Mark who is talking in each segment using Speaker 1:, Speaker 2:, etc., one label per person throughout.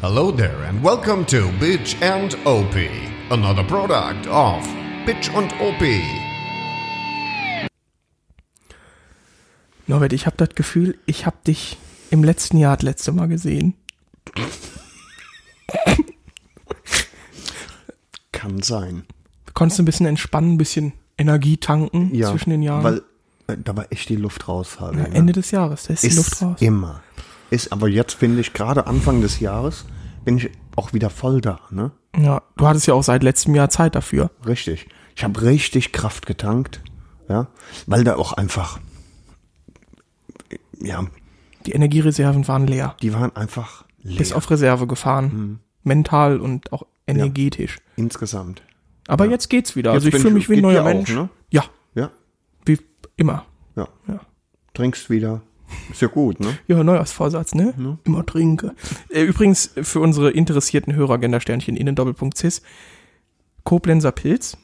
Speaker 1: Hello there and welcome to Bitch and OP, another product of Bitch und OP.
Speaker 2: Norbert, ich habe das Gefühl, ich habe dich im letzten Jahr das letzte Mal gesehen.
Speaker 3: Kann sein.
Speaker 2: Du konntest ein bisschen entspannen, ein bisschen Energie tanken
Speaker 3: Ja.
Speaker 2: zwischen den Jahren.
Speaker 3: Weil äh, da war echt die Luft raus. Halt,
Speaker 2: Ja, Ende des Jahres, da ist,
Speaker 3: ist
Speaker 2: die Luft raus.
Speaker 3: Immer. Ist, aber jetzt finde ich, gerade Anfang des Jahres, bin ich auch wieder voll da, ne?
Speaker 2: Ja, du hattest ja auch seit letztem Jahr Zeit dafür.
Speaker 3: Richtig. Ich habe richtig Kraft getankt, ja? Weil da auch einfach, ja,
Speaker 2: Die Energiereserven waren leer.
Speaker 3: die waren einfach leer. Hm.
Speaker 2: Bis auf Reserve gefahren. Mental und auch energetisch.
Speaker 3: insgesamt.
Speaker 2: Aber jetzt geht's wieder. also ich
Speaker 3: bin
Speaker 2: fühle mich wie ein
Speaker 3: geht
Speaker 2: neuer
Speaker 3: dir auch,
Speaker 2: Mensch.
Speaker 3: ne?
Speaker 2: Ja,
Speaker 3: Ja,
Speaker 2: wie immer.
Speaker 3: ja.
Speaker 2: Ja.
Speaker 3: Trinkst wieder. Ist ja gut, ne?
Speaker 2: Ja, Neujahrsvorsatz, ne? Immer trinke. Äh, Übrigens, für unsere interessierten Hörer, Gendersternchen, innen Doppelpunkt cis, Koblenzer Pilz,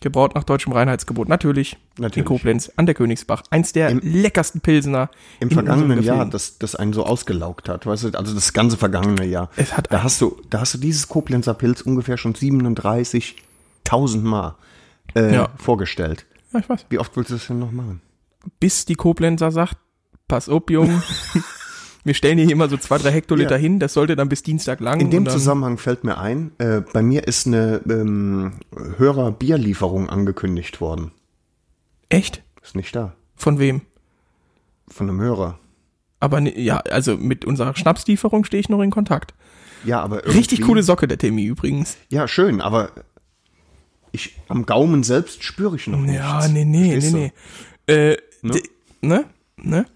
Speaker 2: gebraut nach deutschem Reinheitsgebot, natürlich, in
Speaker 3: Natürlich.
Speaker 2: Koblenz, an der Königsbach, eins der leckersten Pilsener.
Speaker 3: im
Speaker 2: in
Speaker 3: vergangenen
Speaker 2: unserem
Speaker 3: Jahr,
Speaker 2: Gefilden.
Speaker 3: das, das einen so ausgelaugt hat, weißt du, also das ganze vergangene Jahr.
Speaker 2: Es hat
Speaker 3: da
Speaker 2: ein-
Speaker 3: hast du, da hast du dieses Koblenzer Pilz ungefähr schon 37.000 Mal äh,
Speaker 2: Ja.
Speaker 3: vorgestellt.
Speaker 2: Ja, ich weiß.
Speaker 3: Wie oft willst du das denn noch machen?
Speaker 2: Bis die Koblenzer sagt, pass auf, Jung, wir stellen hier immer so zwei, drei Hektoliter
Speaker 3: Ja.
Speaker 2: hin, das sollte dann bis Dienstag lang.
Speaker 3: In dem
Speaker 2: und dann-
Speaker 3: Zusammenhang fällt mir ein, äh, bei mir ist eine ähm, Hörer-Bierlieferung angekündigt worden.
Speaker 2: Echt?
Speaker 3: Ist nicht da.
Speaker 2: Von wem?
Speaker 3: Von einem Hörer.
Speaker 2: Aber ne, ja, also mit unserer Schnapslieferung stehe ich noch in Kontakt.
Speaker 3: Ja, aber
Speaker 2: Richtig
Speaker 3: irgendwie-
Speaker 2: coole Socke, der Timmy übrigens.
Speaker 3: Ja, schön, aber ich am Gaumen selbst spüre ich noch nichts.
Speaker 2: Ja, nee, nee,
Speaker 3: Verstehst
Speaker 2: nee, nee. Äh,
Speaker 3: Ne?
Speaker 2: ne? ne? Ne?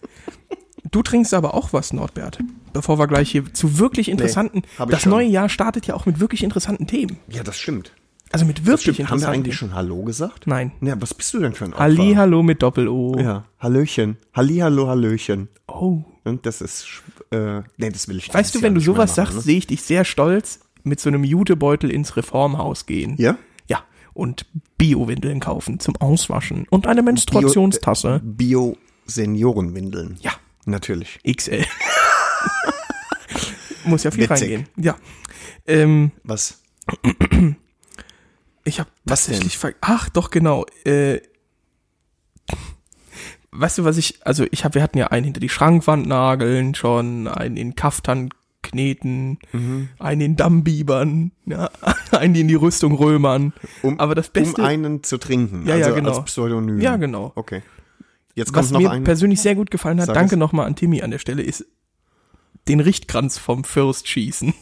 Speaker 2: Du trinkst aber auch was, Nordbert. Bevor wir gleich hier zu wirklich interessanten.
Speaker 3: hab ich
Speaker 2: das
Speaker 3: schon.
Speaker 2: neue Jahr startet ja auch mit wirklich interessanten Themen.
Speaker 3: du? Ja, das stimmt.
Speaker 2: Also mit wirklich
Speaker 3: Stimmt, haben wir
Speaker 2: interessanten
Speaker 3: eigentlich schon Hallo gesagt?
Speaker 2: ne? Nein.
Speaker 3: Ja, was bist du denn für ein Opfer?
Speaker 2: Themen. Hallihallo mit Doppel-O.
Speaker 3: Ja, Hallöchen. Hallihallo, Hallöchen.
Speaker 2: Oh.
Speaker 3: Und das ist, sch- äh, nee, das will ich
Speaker 2: Weißt
Speaker 3: dieses
Speaker 2: du, wenn
Speaker 3: Jahr
Speaker 2: du
Speaker 3: nicht mehr
Speaker 2: sowas
Speaker 3: machen,
Speaker 2: sagst,
Speaker 3: ne?
Speaker 2: sehe ich dich sehr stolz mit so einem Jutebeutel ins Reformhaus gehen.
Speaker 3: Ja?
Speaker 2: Ja. Und Bio-Windeln kaufen zum Auswaschen. Und eine
Speaker 3: Äh,
Speaker 2: Menstruationstasse.
Speaker 3: Bio-Seniorenwindeln.
Speaker 2: Ja.
Speaker 3: Natürlich.
Speaker 2: XL. Muss ja viel
Speaker 3: Witzig.
Speaker 2: reingehen. Ja. Ähm,
Speaker 3: Was?
Speaker 2: Ich habe
Speaker 3: Was
Speaker 2: tatsächlich ver Ach, doch genau. Äh, weißt du, was ich also ich habe wir hatten ja einen hinter die Schrankwand nageln schon, einen in Kaftan kneten,
Speaker 3: Mhm.
Speaker 2: einen in Dammbiebern, ja, einen in die Rüstung römern. Aber das Beste
Speaker 3: Um einen zu trinken.
Speaker 2: Ja, ja,
Speaker 3: also
Speaker 2: genau.
Speaker 3: Als Pseudonym.
Speaker 2: Ja, genau.
Speaker 3: Okay. Jetzt kommt
Speaker 2: was
Speaker 3: noch
Speaker 2: mir
Speaker 3: ein.
Speaker 2: persönlich sehr gut gefallen hat,
Speaker 3: Sag
Speaker 2: danke
Speaker 3: es.
Speaker 2: nochmal an Timmy an der Stelle, ist den Richtkranz vom Fürst schießen.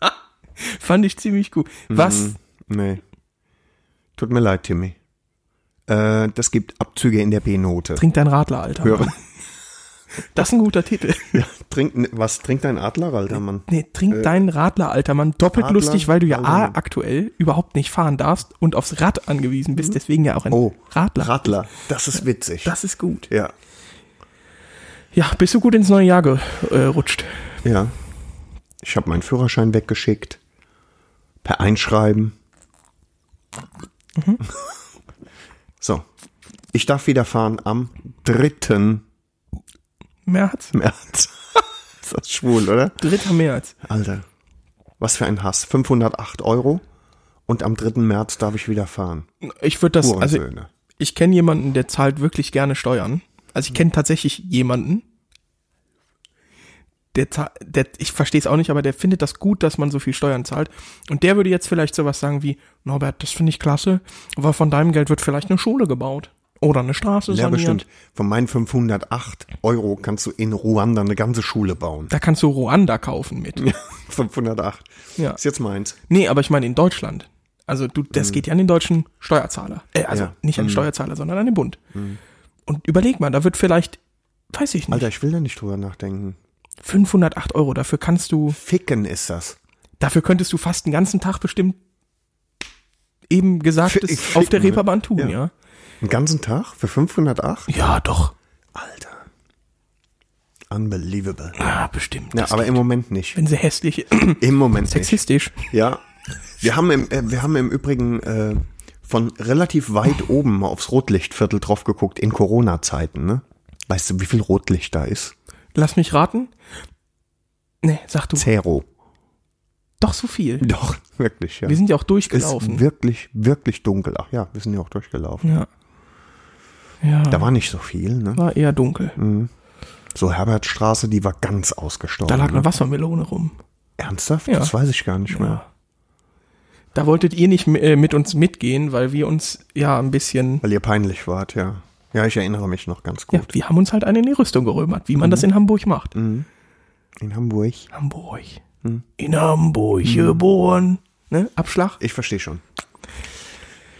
Speaker 2: Fand ich ziemlich gut. Was?
Speaker 3: Mhm. Nee. Tut mir leid, Timmy. Äh, das gibt Abzüge in der B-Note.
Speaker 2: Trink dein Radler, Alter.
Speaker 3: Höre.
Speaker 2: Das ist ein guter Titel.
Speaker 3: Ja, trink, was trinkt dein Adler, alter Mann?
Speaker 2: Nee, trink deinen Radler, alter Mann. Doppelt
Speaker 3: Äh, Radler,
Speaker 2: lustig, weil du ja
Speaker 3: alter
Speaker 2: A,
Speaker 3: Mann.
Speaker 2: aktuell überhaupt nicht fahren darfst und aufs Rad angewiesen bist, deswegen ja auch ein
Speaker 3: Oh,
Speaker 2: Radler.
Speaker 3: Radler. Das ist witzig.
Speaker 2: Das ist gut.
Speaker 3: ja.
Speaker 2: Ja, bist du gut ins neue Jahr gerutscht?
Speaker 3: Ja. Ich habe meinen Führerschein weggeschickt. Per Einschreiben.
Speaker 2: Mhm.
Speaker 3: So. Ich darf wieder fahren am 3.
Speaker 2: März?
Speaker 3: März. ist das schwul, oder?
Speaker 2: 3. März.
Speaker 3: Alter. Was für ein Hass. 508 Euro. Und am 3. März darf ich wieder fahren.
Speaker 2: Ich würde das, also
Speaker 3: Söhne.
Speaker 2: ich kenne jemanden, der zahlt wirklich gerne Steuern. Also ich
Speaker 3: Mhm.
Speaker 2: kenne tatsächlich jemanden, der, zahl- der ich verstehe es auch nicht, aber der findet das gut, dass man so viel Steuern zahlt. Und der würde jetzt vielleicht sowas sagen wie, Norbert, das finde ich klasse, weil von deinem Geld wird vielleicht eine Schule gebaut. Oder eine Straße
Speaker 3: Ja,
Speaker 2: saniert.
Speaker 3: bestimmt. Von meinen 508 Euro kannst du in Ruanda eine ganze Schule bauen.
Speaker 2: Da kannst du Ruanda kaufen mit.
Speaker 3: 508.
Speaker 2: Ja.
Speaker 3: Ist jetzt meins.
Speaker 2: Nee, aber ich meine in Deutschland. Also du, das geht ja an den deutschen Steuerzahler. Äh, also
Speaker 3: Mhm. Ja. Mhm.
Speaker 2: nicht an den Steuerzahler, sondern an den Bund. Und überleg mal, da wird vielleicht, weiß ich nicht,
Speaker 3: Alter, ich will da nicht drüber nachdenken.
Speaker 2: 508 Euro. Dafür kannst du
Speaker 3: Ficken ist das.
Speaker 2: Dafür könntest du fast den ganzen Tag bestimmt eben
Speaker 3: Fick-
Speaker 2: Gesagtes auf der
Speaker 3: ficken,
Speaker 2: Reeperbahn tun, ja. ja?
Speaker 3: Den ganzen Tag für 508?
Speaker 2: doch.
Speaker 3: Alter. Unbelievable.
Speaker 2: Ja, bestimmt.
Speaker 3: Ja,
Speaker 2: Das-
Speaker 3: aber im Moment nicht.
Speaker 2: wenn sie hässlich,
Speaker 3: Im Moment nicht.
Speaker 2: sexistisch.
Speaker 3: Ja. Wir haben im, äh, wir haben im Übrigen äh, von relativ weit oben mal aufs Rotlichtviertel drauf geguckt in Corona-Zeiten, ne? Weißt du, wie viel Rotlicht da ist?
Speaker 2: Lass mich raten. Nee, sag du.
Speaker 3: Zero.
Speaker 2: Doch so viel.
Speaker 3: Doch, wirklich, ja.
Speaker 2: Wir sind ja auch
Speaker 3: ist
Speaker 2: durchgelaufen.
Speaker 3: wirklich, wirklich dunkel. Ach ja, wir sind ja auch durchgelaufen.
Speaker 2: Ja. Ja.
Speaker 3: Da war nicht so viel, ne?
Speaker 2: war eher dunkel.
Speaker 3: So Herbertstraße, die war ganz ausgestorben.
Speaker 2: Da lag
Speaker 3: ne?
Speaker 2: eine Wassermelone rum.
Speaker 3: Ernsthaft?
Speaker 2: Ja.
Speaker 3: Das weiß ich gar nicht mehr.
Speaker 2: Ja. Da wolltet ihr nicht äh, mit uns mitgehen, weil wir uns ja ein bisschen.
Speaker 3: Weil ihr peinlich wart, ja. Ja, ich erinnere mich noch ganz
Speaker 2: Ja,
Speaker 3: gut. Mhm.
Speaker 2: wir haben uns halt eine in die Rüstung gerömert, wie man das in Hamburg macht.
Speaker 3: In Hamburg.
Speaker 2: Hamburg.
Speaker 3: Hm.
Speaker 2: In Hamburg geboren. Ne? Abschlag.
Speaker 3: Ich verstehe schon.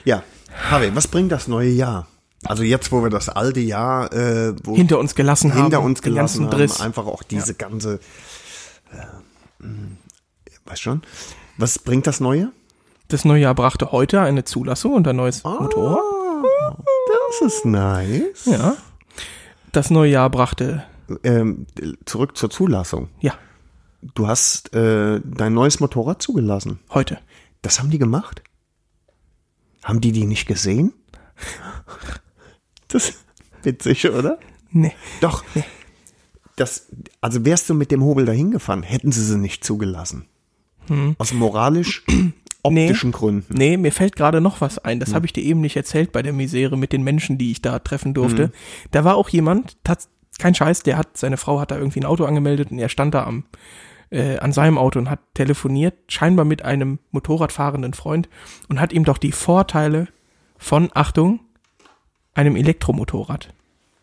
Speaker 3: Ja, Harvey, was bringt das neue Jahr? Also jetzt, wo wir das alte Jahr äh, wo
Speaker 2: Hinter uns gelassen haben.
Speaker 3: hinter uns
Speaker 2: den
Speaker 3: gelassen
Speaker 2: ganzen
Speaker 3: haben,
Speaker 2: Driss.
Speaker 3: einfach auch diese ganze, äh, mh, weiß schon, was bringt das Neue?
Speaker 2: Das neue Jahr brachte heute eine Zulassung und ein neues
Speaker 3: Ah.
Speaker 2: Motorrad.
Speaker 3: Das ist nice.
Speaker 2: Ah, Ja. Das neue Jahr brachte,
Speaker 3: Ähm, zurück zur Zulassung.
Speaker 2: ja,
Speaker 3: Du hast äh, dein neues Motorrad zugelassen.
Speaker 2: heute.
Speaker 3: Das haben die gemacht? Haben die die nicht gesehen? Das ist witzig, oder?
Speaker 2: Nee.
Speaker 3: Doch. Das, also wärst du mit dem Hobel dahin gefahren, hätten sie sie nicht zugelassen. Aus moralisch optischen Gründen. Hm.
Speaker 2: Nee, mir fällt gerade noch was ein. Das habe ich dir eben nicht erzählt bei der Misere mit den Menschen, die ich da treffen
Speaker 3: Hm.
Speaker 2: durfte. Da war auch jemand, tats- kein Scheiß, der hat, seine Frau hat da irgendwie ein Auto angemeldet und er stand da am, äh, an seinem Auto und hat telefoniert, scheinbar mit einem Motorradfahrenden Freund und hat ihm doch die Vorteile von, Achtung, einem Elektromotorrad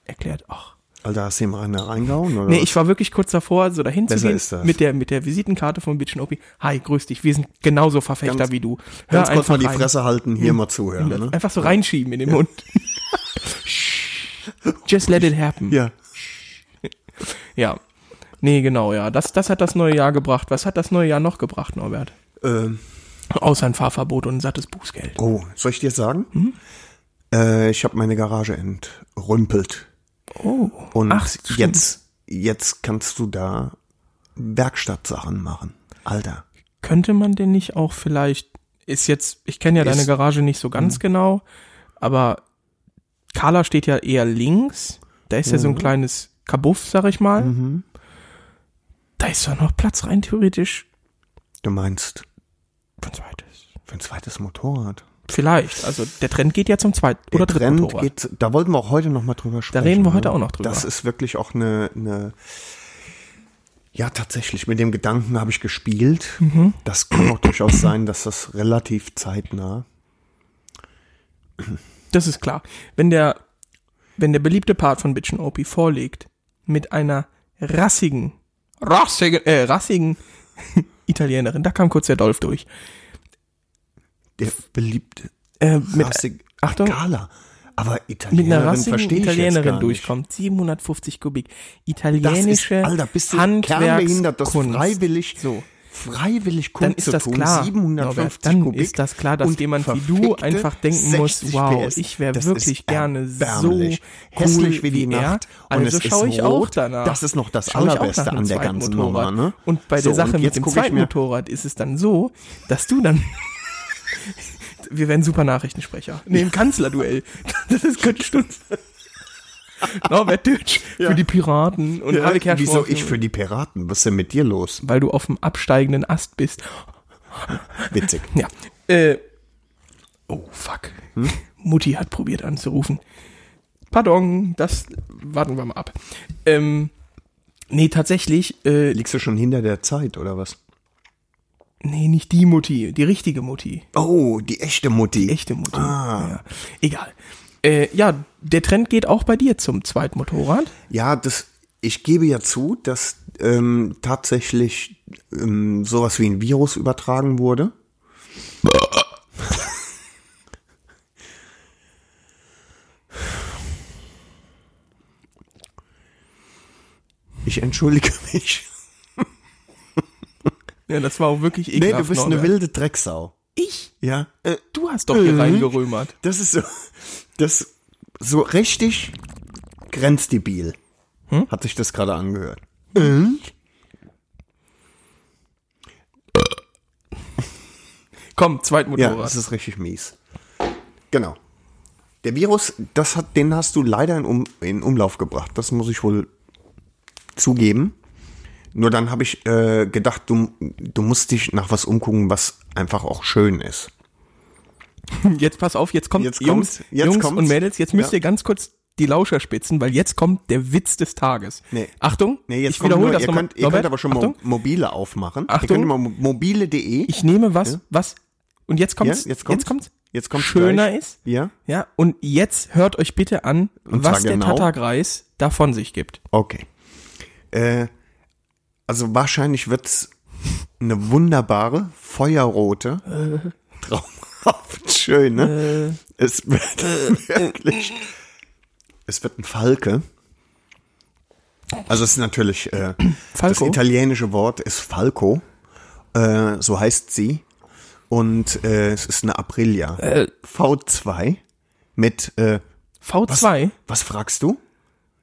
Speaker 2: erklärt. Ach.
Speaker 3: Alter, Also hast du ihm eine reingehauen? Oder?
Speaker 2: Nee, ich war wirklich kurz davor, so dahin zu
Speaker 3: Besser
Speaker 2: gehen
Speaker 3: ist das.
Speaker 2: mit der mit der Visitenkarte von Bitchin Opi. Hi, grüß dich. Wir sind genauso Verfechter
Speaker 3: Ganz-
Speaker 2: wie du. Hör
Speaker 3: Ganz kurz mal die
Speaker 2: rein.
Speaker 3: Fresse halten, hier mal zuhören. Ne?
Speaker 2: Einfach so reinschieben in den Mund. Just let it happen. Ja.
Speaker 3: Ja.
Speaker 2: Nee, genau, ja. Das, das hat das neue Jahr gebracht. Was hat das neue Jahr noch gebracht, Norbert?
Speaker 3: Ähm,
Speaker 2: Außer ein Fahrverbot und ein sattes Bußgeld.
Speaker 3: oh, soll ich dir sagen?
Speaker 2: Mhm.
Speaker 3: Äh, ich habe meine Garage entrümpelt.
Speaker 2: Oh.
Speaker 3: Und
Speaker 2: Ach, stimmt.
Speaker 3: jetzt, jetzt kannst du da Werkstattsachen machen. Alter.
Speaker 2: Könnte man denn nicht auch vielleicht, ist jetzt, ich kenne ja
Speaker 3: Ist-
Speaker 2: deine Garage nicht so ganz genau, aber Carla steht ja eher links. Da ist ja so ein kleines Kabuff, sag ich mal. Da ist doch noch Platz rein, theoretisch.
Speaker 3: Du meinst
Speaker 2: Für ein zweites.
Speaker 3: für ein zweites Motorrad?
Speaker 2: Vielleicht. Also der Trend geht ja zum zweiten oder
Speaker 3: Der
Speaker 2: dritten
Speaker 3: Trend
Speaker 2: Motorrad.
Speaker 3: geht, da wollten wir auch heute noch mal drüber sprechen.
Speaker 2: reden wir heute
Speaker 3: ne?
Speaker 2: auch noch drüber.
Speaker 3: Das ist wirklich auch eine, eine ja, tatsächlich, mit dem Gedanken habe ich gespielt.
Speaker 2: Mhm.
Speaker 3: Das kann auch durchaus sein, dass das relativ zeitnah.
Speaker 2: Das ist klar. Wenn der, wenn der beliebte Part von Bitchin OP vorlegt, mit einer rassigen, rassigen, äh, rassigen Italienerin, da kam kurz der Dolph durch.
Speaker 3: Der beliebte
Speaker 2: Äh, mit,
Speaker 3: Rassig,
Speaker 2: Achtung.
Speaker 3: Gala. Aber Italienerin
Speaker 2: mit einer rassigen
Speaker 3: verstehe ich jetzt gar
Speaker 2: Italienerin
Speaker 3: nicht.
Speaker 2: durchkommt. 750 Kubik.
Speaker 3: Das ist,
Speaker 2: Italienische
Speaker 3: Alter, bist du kernbehindert, das
Speaker 2: Handwerkskunst.
Speaker 3: freiwillig,
Speaker 2: So.
Speaker 3: freiwillig Kunst
Speaker 2: Dann ist
Speaker 3: zu
Speaker 2: das
Speaker 3: tun,
Speaker 2: klar,
Speaker 3: 750
Speaker 2: Norbert, dann
Speaker 3: Kubik
Speaker 2: ist das klar, dass
Speaker 3: und
Speaker 2: jemand wie du
Speaker 3: verfickte
Speaker 2: einfach denken muss,
Speaker 3: 60
Speaker 2: wow,
Speaker 3: PS.
Speaker 2: ich wäre
Speaker 3: Das
Speaker 2: wirklich
Speaker 3: ist
Speaker 2: gerne so
Speaker 3: erbärmlich.
Speaker 2: cool
Speaker 3: hässlich wie die
Speaker 2: er.
Speaker 3: Nacht und
Speaker 2: Also
Speaker 3: es
Speaker 2: schaue
Speaker 3: ist
Speaker 2: ich
Speaker 3: rot.
Speaker 2: auch danach.
Speaker 3: Das ist noch das
Speaker 2: Schau ich auch
Speaker 3: allerbeste
Speaker 2: nach einem
Speaker 3: an der
Speaker 2: zweiten
Speaker 3: ganzen
Speaker 2: Motorrad.
Speaker 3: Nummer, ne?
Speaker 2: Und bei der
Speaker 3: So,
Speaker 2: Sache
Speaker 3: und
Speaker 2: mit
Speaker 3: jetzt
Speaker 2: dem
Speaker 3: gucke ich
Speaker 2: zweiten
Speaker 3: mir
Speaker 2: Motorrad ist es dann so, dass du dann wir werden super Nachrichtensprecher. Nee, im Kanzlerduell. Das ist könnte Stunde. Norbert Dütsch für die Piraten und
Speaker 3: Ja,
Speaker 2: Harvey Kerschmore
Speaker 3: wieso
Speaker 2: für-
Speaker 3: ich für die Piraten? Was ist denn mit dir los?
Speaker 2: weil du auf dem absteigenden Ast bist.
Speaker 3: Witzig.
Speaker 2: Ja. Äh, oh, fuck.
Speaker 3: Hm?
Speaker 2: Mutti hat probiert anzurufen. Pardon, das warten wir mal ab. Ähm, nee, tatsächlich, äh,
Speaker 3: Liegst du schon hinter der Zeit oder was?
Speaker 2: nee, nicht die Mutti, die richtige Mutti.
Speaker 3: Oh, die echte Mutti.
Speaker 2: Die echte Mutti.
Speaker 3: Ah.
Speaker 2: Ja, egal. Äh, ja, der Trend geht auch bei dir zum Zweitmotorrad.
Speaker 3: Ja, das, ich gebe ja zu, dass ähm, tatsächlich ähm, sowas wie ein Virus übertragen wurde. Ich entschuldige mich.
Speaker 2: Ja, das war auch wirklich
Speaker 3: Nee,
Speaker 2: ekelhaft.
Speaker 3: du bist eine
Speaker 2: Norbert.
Speaker 3: wilde Drecksau.
Speaker 2: Ich?
Speaker 3: Ja. Äh,
Speaker 2: Du hast doch hier reingerömert.
Speaker 3: Das ist so, das so richtig grenzdebil.
Speaker 2: Hm?
Speaker 3: Hat sich das gerade angehört.
Speaker 2: Komm,
Speaker 3: Ja,
Speaker 2: Zweitmotorrad.
Speaker 3: das ist richtig mies. Genau. Der Virus, das hat, den hast du leider in, um, in Umlauf gebracht. Das muss ich wohl zugeben. Nur dann habe ich äh, gedacht, du, du musst dich nach was umgucken, was einfach auch schön ist.
Speaker 2: Jetzt pass auf, jetzt kommt
Speaker 3: Hm. Jetzt kommt's,
Speaker 2: Jungs,
Speaker 3: jetzt
Speaker 2: Jungs
Speaker 3: kommt's.
Speaker 2: und Mädels, jetzt müsst
Speaker 3: Ja.
Speaker 2: ihr ganz kurz die Lauscher spitzen, weil jetzt kommt der Witz des Tages.
Speaker 3: Nee.
Speaker 2: Achtung,
Speaker 3: Nee, jetzt
Speaker 2: ich
Speaker 3: kommt
Speaker 2: wiederhole
Speaker 3: nur,
Speaker 2: das
Speaker 3: ihr
Speaker 2: nochmal.
Speaker 3: könnt, ihr könnt
Speaker 2: Norbert,
Speaker 3: aber schon um-
Speaker 2: Achtung,
Speaker 3: mo mobile aufmachen.
Speaker 2: Achtung.
Speaker 3: Ihr könnt immer mo- mobile.de.
Speaker 2: ich nehme was, was, und jetzt
Speaker 3: Ja,
Speaker 2: kommt's,
Speaker 3: jetzt kommt's.
Speaker 2: jetzt kommt's,
Speaker 3: Jetzt kommt's
Speaker 2: schöner
Speaker 3: gleich.
Speaker 2: ist,
Speaker 3: Ja?
Speaker 2: ja, und jetzt hört euch bitte an,
Speaker 3: zwar
Speaker 2: was der
Speaker 3: genau.
Speaker 2: Tatargreis da von sich gibt.
Speaker 3: Okay. Äh, also wahrscheinlich wird's eine wunderbare, feuerrote, traumhaft schön, ne? es wird wirklich, es wird ein Falke. Also es ist natürlich, äh, das
Speaker 2: Falco?
Speaker 3: italienische Wort ist Falco, äh, so heißt sie. Und äh, es ist eine Aprilia. V2 mit äh,
Speaker 2: V2,
Speaker 3: was fragst du?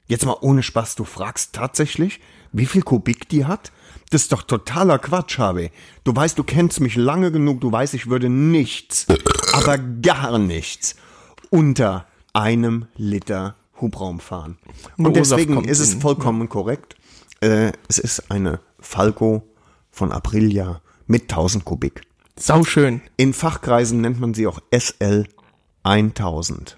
Speaker 3: Jetzt mal ohne Spaß, du fragst tatsächlich, wie viel Kubik die hat? Das ist doch totaler Quatsch, Habe. Du weißt, du kennst mich lange genug, du weißt, ich würde nichts, aber gar nichts unter einem Liter Hubraum fahren.
Speaker 2: Nur
Speaker 3: Und
Speaker 2: O-Saft
Speaker 3: deswegen
Speaker 2: kommt
Speaker 3: ist es
Speaker 2: in.
Speaker 3: vollkommen korrekt. Äh, es ist eine Falco von Aprilia mit 1000 Kubik.
Speaker 2: sauschön.
Speaker 3: In Fachkreisen nennt man sie auch SL 1000.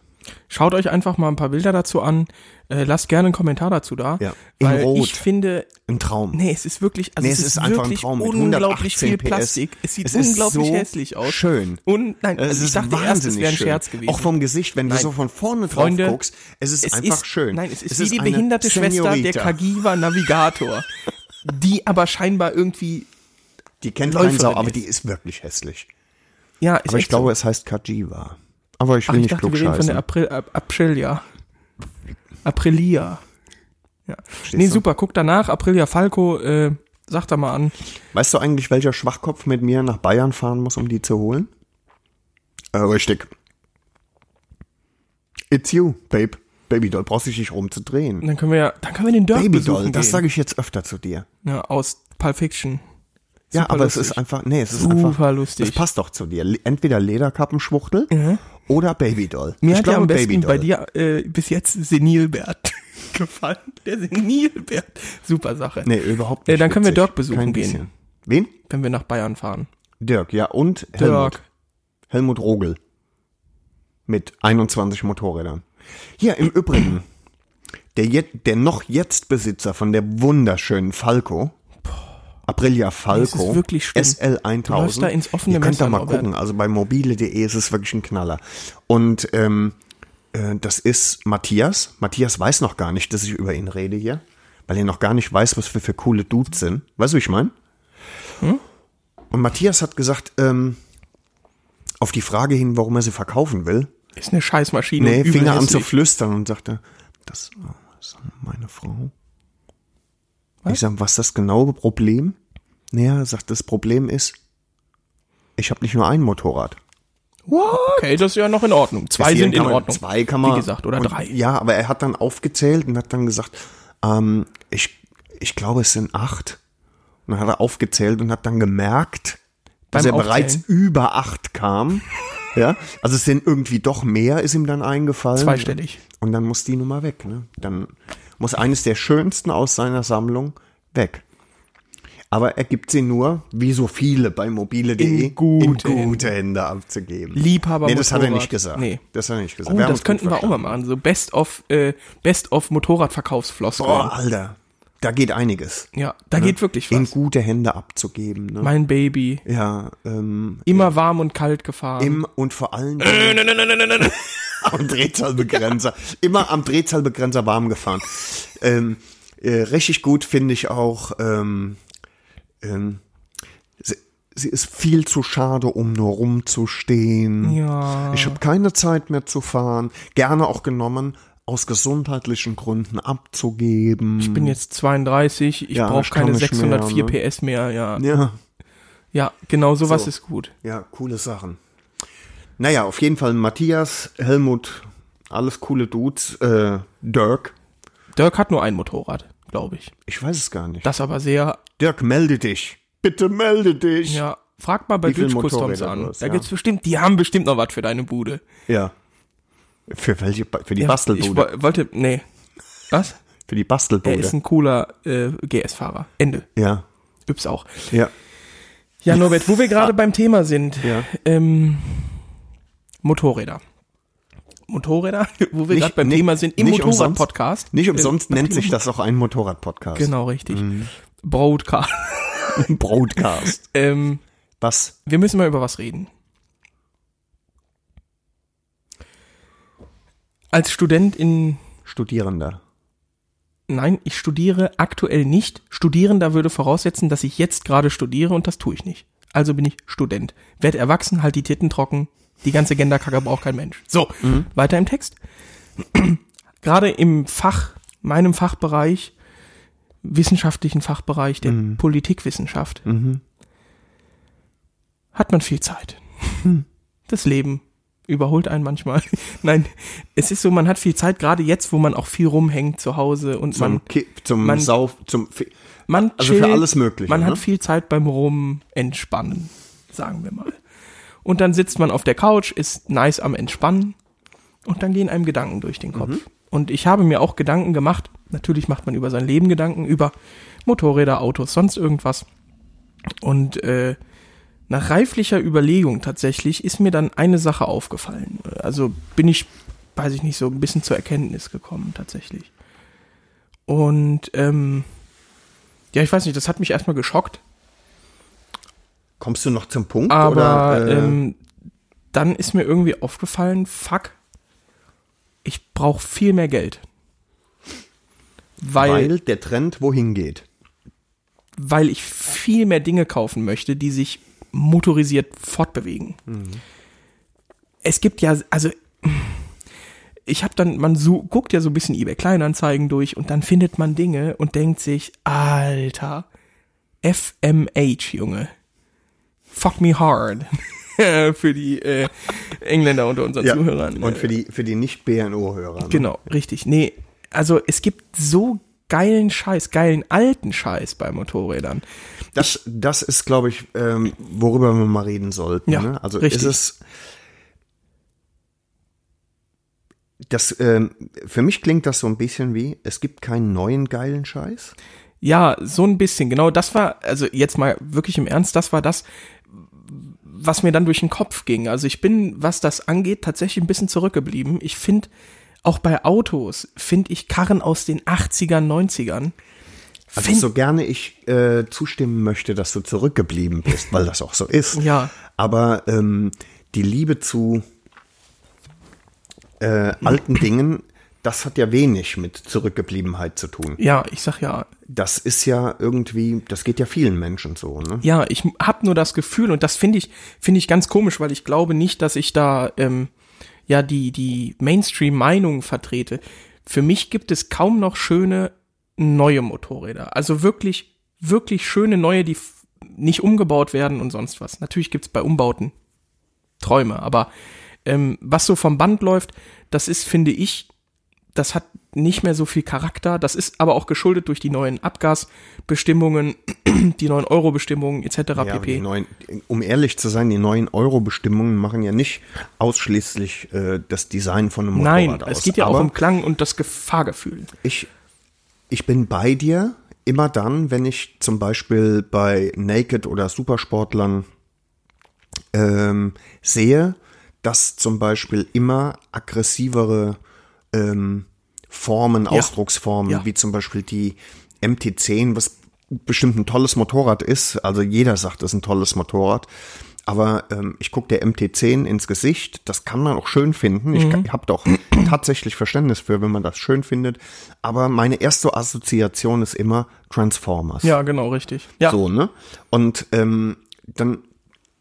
Speaker 2: Schaut euch einfach mal ein paar Bilder dazu an, äh, lasst gerne einen Kommentar dazu da,
Speaker 3: Ja. In
Speaker 2: weil
Speaker 3: Rot.
Speaker 2: ich finde,
Speaker 3: Ein Traum.
Speaker 2: Nee, es ist wirklich, also
Speaker 3: Nee,
Speaker 2: es, ist,
Speaker 3: einfach ein
Speaker 2: wirklich
Speaker 3: Traum mit
Speaker 2: unglaublich
Speaker 3: 118
Speaker 2: viel
Speaker 3: PS.
Speaker 2: Plastik. Es sieht
Speaker 3: Es ist
Speaker 2: unglaublich
Speaker 3: so
Speaker 2: hässlich aus.
Speaker 3: schön.
Speaker 2: Und nein,
Speaker 3: Es
Speaker 2: also ich
Speaker 3: ist
Speaker 2: dachte erst, es
Speaker 3: wahnsinnig
Speaker 2: wäre ein
Speaker 3: schön.
Speaker 2: Scherz gewesen.
Speaker 3: Auch vom Gesicht, wenn
Speaker 2: Nein.
Speaker 3: du so von vorne drauf
Speaker 2: Freunde,
Speaker 3: guckst, es ist
Speaker 2: es
Speaker 3: einfach
Speaker 2: ist,
Speaker 3: schön.
Speaker 2: Nein, es ist wie die
Speaker 3: eine
Speaker 2: behinderte Schwester der
Speaker 3: Senorita.
Speaker 2: Kagiva Navigator, die aber scheinbar irgendwie,
Speaker 3: Die kennt
Speaker 2: Läuferin
Speaker 3: keinen Sau, aber
Speaker 2: ist.
Speaker 3: die ist wirklich hässlich.
Speaker 2: ja, ist
Speaker 3: Aber ich
Speaker 2: echt so.
Speaker 3: glaube, es heißt Kajiva. Aber ich will
Speaker 2: Ach, ich
Speaker 3: nicht
Speaker 2: dachte, wir reden von der
Speaker 3: klugscheißen.
Speaker 2: April, Ap- Aprilia. Aprilia. Ja. Nee,
Speaker 3: du?
Speaker 2: super, guck danach, Aprilia Falco, äh, sag da mal an.
Speaker 3: Weißt du eigentlich, welcher Schwachkopf mit mir nach Bayern fahren muss, um die zu holen? Äh, richtig. It's you, Babe. Babydoll, brauchst dich nicht rumzudrehen.
Speaker 2: Und dann können wir ja, dann können wir den Dirt
Speaker 3: Babydoll,
Speaker 2: besuchen
Speaker 3: das
Speaker 2: gehen.
Speaker 3: sage ich jetzt öfter zu dir.
Speaker 2: Ja, aus Pulp Fiction.
Speaker 3: Ja,
Speaker 2: Super
Speaker 3: aber es
Speaker 2: lustig.
Speaker 3: ist einfach, nee, es ist
Speaker 2: Super
Speaker 3: einfach,
Speaker 2: lustig.
Speaker 3: Es passt doch zu dir. Le- Entweder Lederkappenschwuchtel oder Babydoll.
Speaker 2: Mir
Speaker 3: ich
Speaker 2: hat ja
Speaker 3: glaube
Speaker 2: am besten
Speaker 3: Babydoll.
Speaker 2: bei dir äh, bis jetzt Senilbert gefallen. Der Senilbert. Super Sache.
Speaker 3: Nee, überhaupt
Speaker 2: Äh,
Speaker 3: nicht.
Speaker 2: dann können wir
Speaker 3: witzig.
Speaker 2: Dirk besuchen
Speaker 3: Kein
Speaker 2: gehen.
Speaker 3: bisschen. Wen?
Speaker 2: Wenn wir nach Bayern fahren.
Speaker 3: Dirk, ja, und Helmut. Helmut Rogel. Mit 21 Motorrädern. Hier, im Übrigen, der, je, der noch jetzt Besitzer von der wunderschönen Falco, Aprilia Falco,
Speaker 2: Nee, es ist wirklich schlimm.
Speaker 3: SL
Speaker 2: Du läufst da
Speaker 3: 1000.
Speaker 2: ins offene
Speaker 3: Ihr könnt da
Speaker 2: Messer,
Speaker 3: mal
Speaker 2: Norbert.
Speaker 3: gucken. Also bei mobile.de ist es wirklich ein Knaller. Und ähm, äh, das ist Matthias. Matthias weiß noch gar nicht, dass ich über ihn rede hier, weil er noch gar nicht weiß, was wir für coole Dudes sind. Weißt du, wie ich meine?
Speaker 2: Hm?
Speaker 3: Und Matthias hat gesagt, ähm, auf die Frage hin, warum er sie verkaufen will,
Speaker 2: Ist eine Scheißmaschine.
Speaker 3: nee,
Speaker 2: und übel
Speaker 3: fing er an zu
Speaker 2: hässlich.
Speaker 3: flüstern und sagte, das ist meine Frau. Ich sag, was ist das genaue Problem? Naja, er sagt, das Problem ist, ich habe nicht nur ein Motorrad.
Speaker 2: What? Okay, das ist ja noch in Ordnung. Zwei
Speaker 3: Deswegen
Speaker 2: sind in
Speaker 3: kann man-
Speaker 2: Ordnung.
Speaker 3: Zwei kann man.
Speaker 2: Wie gesagt, oder
Speaker 3: und,
Speaker 2: drei.
Speaker 3: Ja, aber er hat dann aufgezählt und hat dann gesagt, ähm, ich, ich glaube, es sind acht. Und dann hat er aufgezählt und hat dann gemerkt, dass
Speaker 2: Beim
Speaker 3: er bereits
Speaker 2: Aufzählen?
Speaker 3: über acht kam. ja, also es sind irgendwie doch mehr, ist ihm dann eingefallen.
Speaker 2: Zweistellig.
Speaker 3: Und dann muss die Nummer weg. Ne? Dann muss eines der schönsten aus seiner Sammlung weg. Aber er gibt sie nur, wie so viele bei mobile.de,
Speaker 2: In gute
Speaker 3: in gute Hände abzugeben.
Speaker 2: Liebhaber-
Speaker 3: Nee, das hat er
Speaker 2: Motorrad.
Speaker 3: nicht gesagt.
Speaker 2: Nee.
Speaker 3: Das hat er nicht gesagt.
Speaker 2: Oh,
Speaker 3: Wir haben
Speaker 2: das
Speaker 3: uns
Speaker 2: könnten
Speaker 3: gut
Speaker 2: wir auch mal
Speaker 3: verstanden.
Speaker 2: machen. So Best of, äh, Best of Motorradverkaufsfloskeln.
Speaker 3: Boah, Oh, Alter. Da geht einiges.
Speaker 2: Ja, da geht wirklich
Speaker 3: In
Speaker 2: was.
Speaker 3: gute Hände abzugeben. Ne?
Speaker 2: Mein Baby.
Speaker 3: ja, ähm,
Speaker 2: Immer warm und kalt gefahren.
Speaker 3: im und vor allen Dingen am Drehzahlbegrenzer. Immer am Drehzahlbegrenzer warm gefahren. ähm, äh, richtig gut finde ich auch. Ähm, ähm, sie, sie ist viel zu schade, um nur rumzustehen.
Speaker 2: Ja.
Speaker 3: Ich habe keine Zeit mehr zu fahren. Gerne auch genommen, aus gesundheitlichen Gründen abzugeben.
Speaker 2: Ich bin jetzt 32, Hm. ich
Speaker 3: Ja,
Speaker 2: brauche
Speaker 3: ich kann
Speaker 2: keine
Speaker 3: nicht mehr,
Speaker 2: 604
Speaker 3: ne?
Speaker 2: PS mehr. Ja,
Speaker 3: ja.
Speaker 2: ja genau sowas
Speaker 3: So.
Speaker 2: ist gut.
Speaker 3: Ja, coole Sachen. Naja, auf jeden Fall Matthias, Helmut, alles coole Dudes. Äh, Dirk,
Speaker 2: Dirk hat nur ein Motorrad, glaube ich.
Speaker 3: ich weiß es gar nicht.
Speaker 2: Das aber sehr,
Speaker 3: Dirk, melde dich. Bitte melde dich.
Speaker 2: ja, frag mal bei
Speaker 3: Wie viel
Speaker 2: Dutch Customs
Speaker 3: Motorräder
Speaker 2: an.
Speaker 3: du hast,
Speaker 2: da
Speaker 3: ja.
Speaker 2: gibt's bestimmt, die haben bestimmt noch was für deine Bude.
Speaker 3: Ja. Für welche? Ba- Für die
Speaker 2: Ja,
Speaker 3: Bastelbude.
Speaker 2: Ich wo- wollte, nee. Was?
Speaker 3: Für die Bastelbude.
Speaker 2: Er ist ein cooler äh, GS-Fahrer. Ende.
Speaker 3: ja,
Speaker 2: Übs auch.
Speaker 3: ja.
Speaker 2: Ja, Norbert, wo wir gerade beim Thema sind.
Speaker 3: Ja.
Speaker 2: Ähm, Motorräder. Motorräder, wo wir
Speaker 3: Nicht-
Speaker 2: gerade beim
Speaker 3: nicht-
Speaker 2: Thema sind, im
Speaker 3: nicht umsonst-
Speaker 2: Motorrad-Podcast.
Speaker 3: Nicht umsonst
Speaker 2: Äh,
Speaker 3: nennt sich Mhm. das auch ein Motorrad-Podcast.
Speaker 2: Genau, richtig. Broadcast.
Speaker 3: Ein Broadcast.
Speaker 2: Ähm,
Speaker 3: Was?
Speaker 2: wir müssen mal über was reden. Als Student in
Speaker 3: Studierender.
Speaker 2: Nein, ich studiere aktuell nicht. Studierender würde voraussetzen, dass ich jetzt gerade studiere und das tue ich nicht. Also bin ich Student. Werd erwachsen, halt die Titten trocken. Die ganze Genderkacke braucht kein Mensch. So, weiter im Text. gerade im Fach, meinem Fachbereich, wissenschaftlichen Fachbereich der Politikwissenschaft, hat man viel Zeit. Das Leben überholt einen manchmal. Nein, es ist so, man hat viel Zeit, gerade jetzt, wo man auch viel rumhängt zu Hause und man
Speaker 3: Zum Kipp, zum
Speaker 2: man-
Speaker 3: Sauf, zum. Fe-
Speaker 2: man
Speaker 3: Also für alles Mögliche,
Speaker 2: Man
Speaker 3: ne?
Speaker 2: hat viel Zeit beim Rumentspannen, sagen wir mal. Und dann sitzt man auf der Couch, ist nice am Entspannen und dann gehen einem Gedanken durch den
Speaker 3: Mhm.
Speaker 2: Kopf. Und ich habe mir auch Gedanken gemacht, natürlich macht man über sein Leben Gedanken, über Motorräder, Autos, sonst irgendwas. Und äh, nach reiflicher Überlegung tatsächlich ist mir dann eine Sache aufgefallen. Also bin ich, weiß ich nicht, so ein bisschen zur Erkenntnis gekommen tatsächlich. Und ähm, ja, ich weiß nicht, das hat mich erstmal geschockt,
Speaker 3: Kommst du noch zum Punkt?
Speaker 2: aber
Speaker 3: oder, äh,
Speaker 2: ähm, dann ist mir irgendwie aufgefallen, fuck, ich brauche viel mehr Geld. Weil, weil?
Speaker 3: weil der Trend wohin geht.
Speaker 2: ich viel mehr Dinge kaufen möchte, die sich motorisiert fortbewegen.
Speaker 3: Mhm.
Speaker 2: Es gibt ja, also ich habe dann, man so, guckt ja so ein bisschen eBay Kleinanzeigen durch und dann findet man Dinge und denkt sich, Alter, FMH, Junge. Fuck me hard. für die äh, Engländer unter unseren Zuhörern. äh,
Speaker 3: Und für die, für die Nicht-BNO-Hörer. ne?
Speaker 2: Genau, richtig. Nee, also es gibt so geilen Scheiß, geilen alten Scheiß bei Motorrädern.
Speaker 3: Das, das ist, glaube ich, ähm, worüber wir mal reden sollten.
Speaker 2: Ja,
Speaker 3: ne? Also
Speaker 2: richtig.
Speaker 3: ist es. Das, ähm, für mich klingt das so ein bisschen wie, es gibt keinen neuen geilen Scheiß.
Speaker 2: Ja, so ein bisschen. Genau, das war, also jetzt mal wirklich im Ernst, das war das, was mir dann durch den Kopf ging. Also ich bin, was das angeht, tatsächlich ein bisschen zurückgeblieben. Ich finde, auch bei Autos, finde ich Karren aus den 80ern, 90ern.
Speaker 3: Also
Speaker 2: Find-
Speaker 3: so gerne ich äh, zustimmen möchte, dass du zurückgeblieben bist, weil das auch so ist.
Speaker 2: Ja.
Speaker 3: Aber ähm, die Liebe zu äh, alten Dingen, das hat ja wenig mit Zurückgebliebenheit zu tun.
Speaker 2: Ja, ich sag ja,
Speaker 3: Das ist ja irgendwie, das geht ja vielen Menschen so. Ne?
Speaker 2: Ja, ich habe nur das Gefühl und das finde ich finde ich ganz komisch, weil ich glaube nicht, dass ich da ähm, ja die die Mainstream Meinung vertrete. Für mich gibt es kaum noch schöne neue Motorräder. Also wirklich wirklich schöne neue, die f- nicht umgebaut werden und sonst was. Natürlich gibt's bei Umbauten Träume, aber ähm, was so vom Band läuft, das ist finde ich das hat nicht mehr so viel Charakter. Das ist aber auch geschuldet durch die neuen Abgasbestimmungen, die neuen Euro-Bestimmungen etc.
Speaker 3: Ja, und die
Speaker 2: pp.
Speaker 3: neuen, um ehrlich zu sein, die neuen Euro-Bestimmungen machen ja nicht ausschließlich äh, das Design von einem Motorrad
Speaker 2: Nein,
Speaker 3: aus.
Speaker 2: es geht ja
Speaker 3: Aber
Speaker 2: auch um Klang und das Gefahrgefühl.
Speaker 3: ich, ich bin bei dir immer dann, wenn ich zum Beispiel bei Naked oder Supersportlern ähm, sehe, dass zum Beispiel immer aggressivere ähm, Formen, Ausdrucksformen,
Speaker 2: Ja.
Speaker 3: wie zum Beispiel die MT10, was bestimmt ein tolles Motorrad ist. Also jeder sagt, es ist ein tolles Motorrad. Aber ähm, ich gucke der MT10 ins Gesicht. Das kann man auch schön finden. Ich habe doch tatsächlich Verständnis für, wenn man das schön findet. Aber meine erste Assoziation ist immer Transformers.
Speaker 2: Ja, genau, richtig. Ja,
Speaker 3: So, ne? Und ähm, dann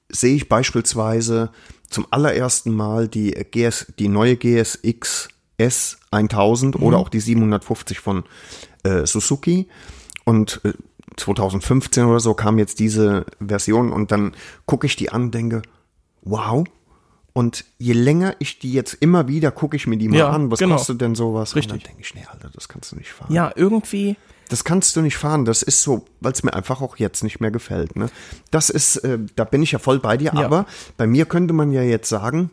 Speaker 3: sehe ich beispielsweise zum allerersten Mal die äh, GS, die neue GSX S 1000 oder
Speaker 2: Mhm.
Speaker 3: auch die 750 von äh, Suzuki und äh, 2015 oder so kam jetzt diese Version und dann gucke ich die an, denke, wow. Und je länger ich die jetzt immer wieder gucke ich mir die mal
Speaker 2: Ja,
Speaker 3: an, was
Speaker 2: genau.
Speaker 3: kostet denn sowas? Und
Speaker 2: Richtig.
Speaker 3: dann denke ich, nee, Alter, das kannst du nicht fahren.
Speaker 2: ja irgendwie,
Speaker 3: Das kannst du nicht fahren. Das ist so, weil es mir einfach auch jetzt nicht mehr gefällt. Ne? Das ist, äh, da bin ich ja voll bei dir.
Speaker 2: Ja.
Speaker 3: Aber bei mir könnte man ja jetzt sagen,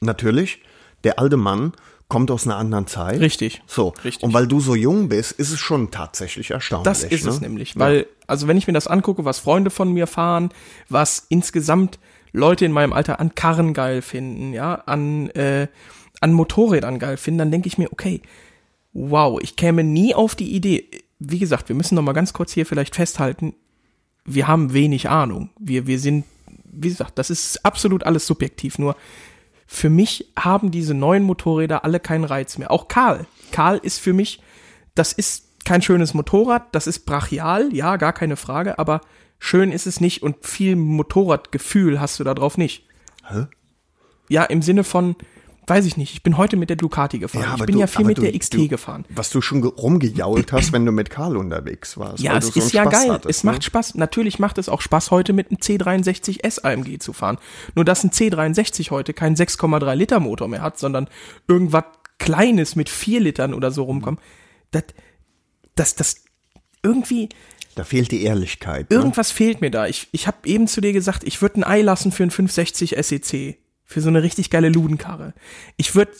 Speaker 3: natürlich, der alte Mann kommt aus einer anderen Zeit.
Speaker 2: Richtig.
Speaker 3: So.
Speaker 2: Richtig.
Speaker 3: Und weil du so jung bist, ist es schon tatsächlich erstaunlich.
Speaker 2: Das ist
Speaker 3: ne?
Speaker 2: es nämlich, weil, also wenn ich mir das angucke, was Freunde von mir fahren, was insgesamt Leute in meinem Alter an Karren geil finden, ja, an, äh, an Motorrädern geil finden, dann denke ich mir, okay, wow, ich käme nie auf die Idee. Wie gesagt, wir müssen noch mal ganz kurz hier vielleicht festhalten, wir haben wenig Ahnung. Wir, wir sind, wie gesagt, das ist absolut alles subjektiv, nur für mich haben diese neuen Motorräder alle keinen Reiz mehr. Auch Karl. Karl ist für mich, das ist kein schönes Motorrad, das ist brachial, ja, gar keine Frage, aber schön ist es nicht und viel Motorradgefühl hast du da drauf nicht.
Speaker 3: Hä?
Speaker 2: Ja, im Sinne von, weiß ich nicht, ich bin heute mit der Ducati gefahren. ich bin ja viel
Speaker 3: aber
Speaker 2: mit
Speaker 3: du-
Speaker 2: der XT
Speaker 3: du,
Speaker 2: gefahren.
Speaker 3: Was du schon ge- rumgejault hast, wenn du mit Karl unterwegs warst.
Speaker 2: Ja,
Speaker 3: weil
Speaker 2: es
Speaker 3: du so
Speaker 2: ist
Speaker 3: einen
Speaker 2: ja
Speaker 3: Spaß
Speaker 2: geil.
Speaker 3: hattest, ne?
Speaker 2: es macht Spaß. Natürlich macht es auch Spaß, heute mit einem C63S AMG zu fahren. Nur, dass ein C63 heute keinen 6,3 Liter Motor mehr hat, sondern irgendwas Kleines mit 4 Litern oder so rumkommt. Das, das, das, irgendwie,
Speaker 3: Ne? Da fehlt die Ehrlichkeit. Ne?
Speaker 2: irgendwas fehlt mir da. Ich, ich habe eben zu dir gesagt, ich würde ein Ei lassen für ein 560 SEC. Für so eine richtig geile Ludenkarre. Ich würde,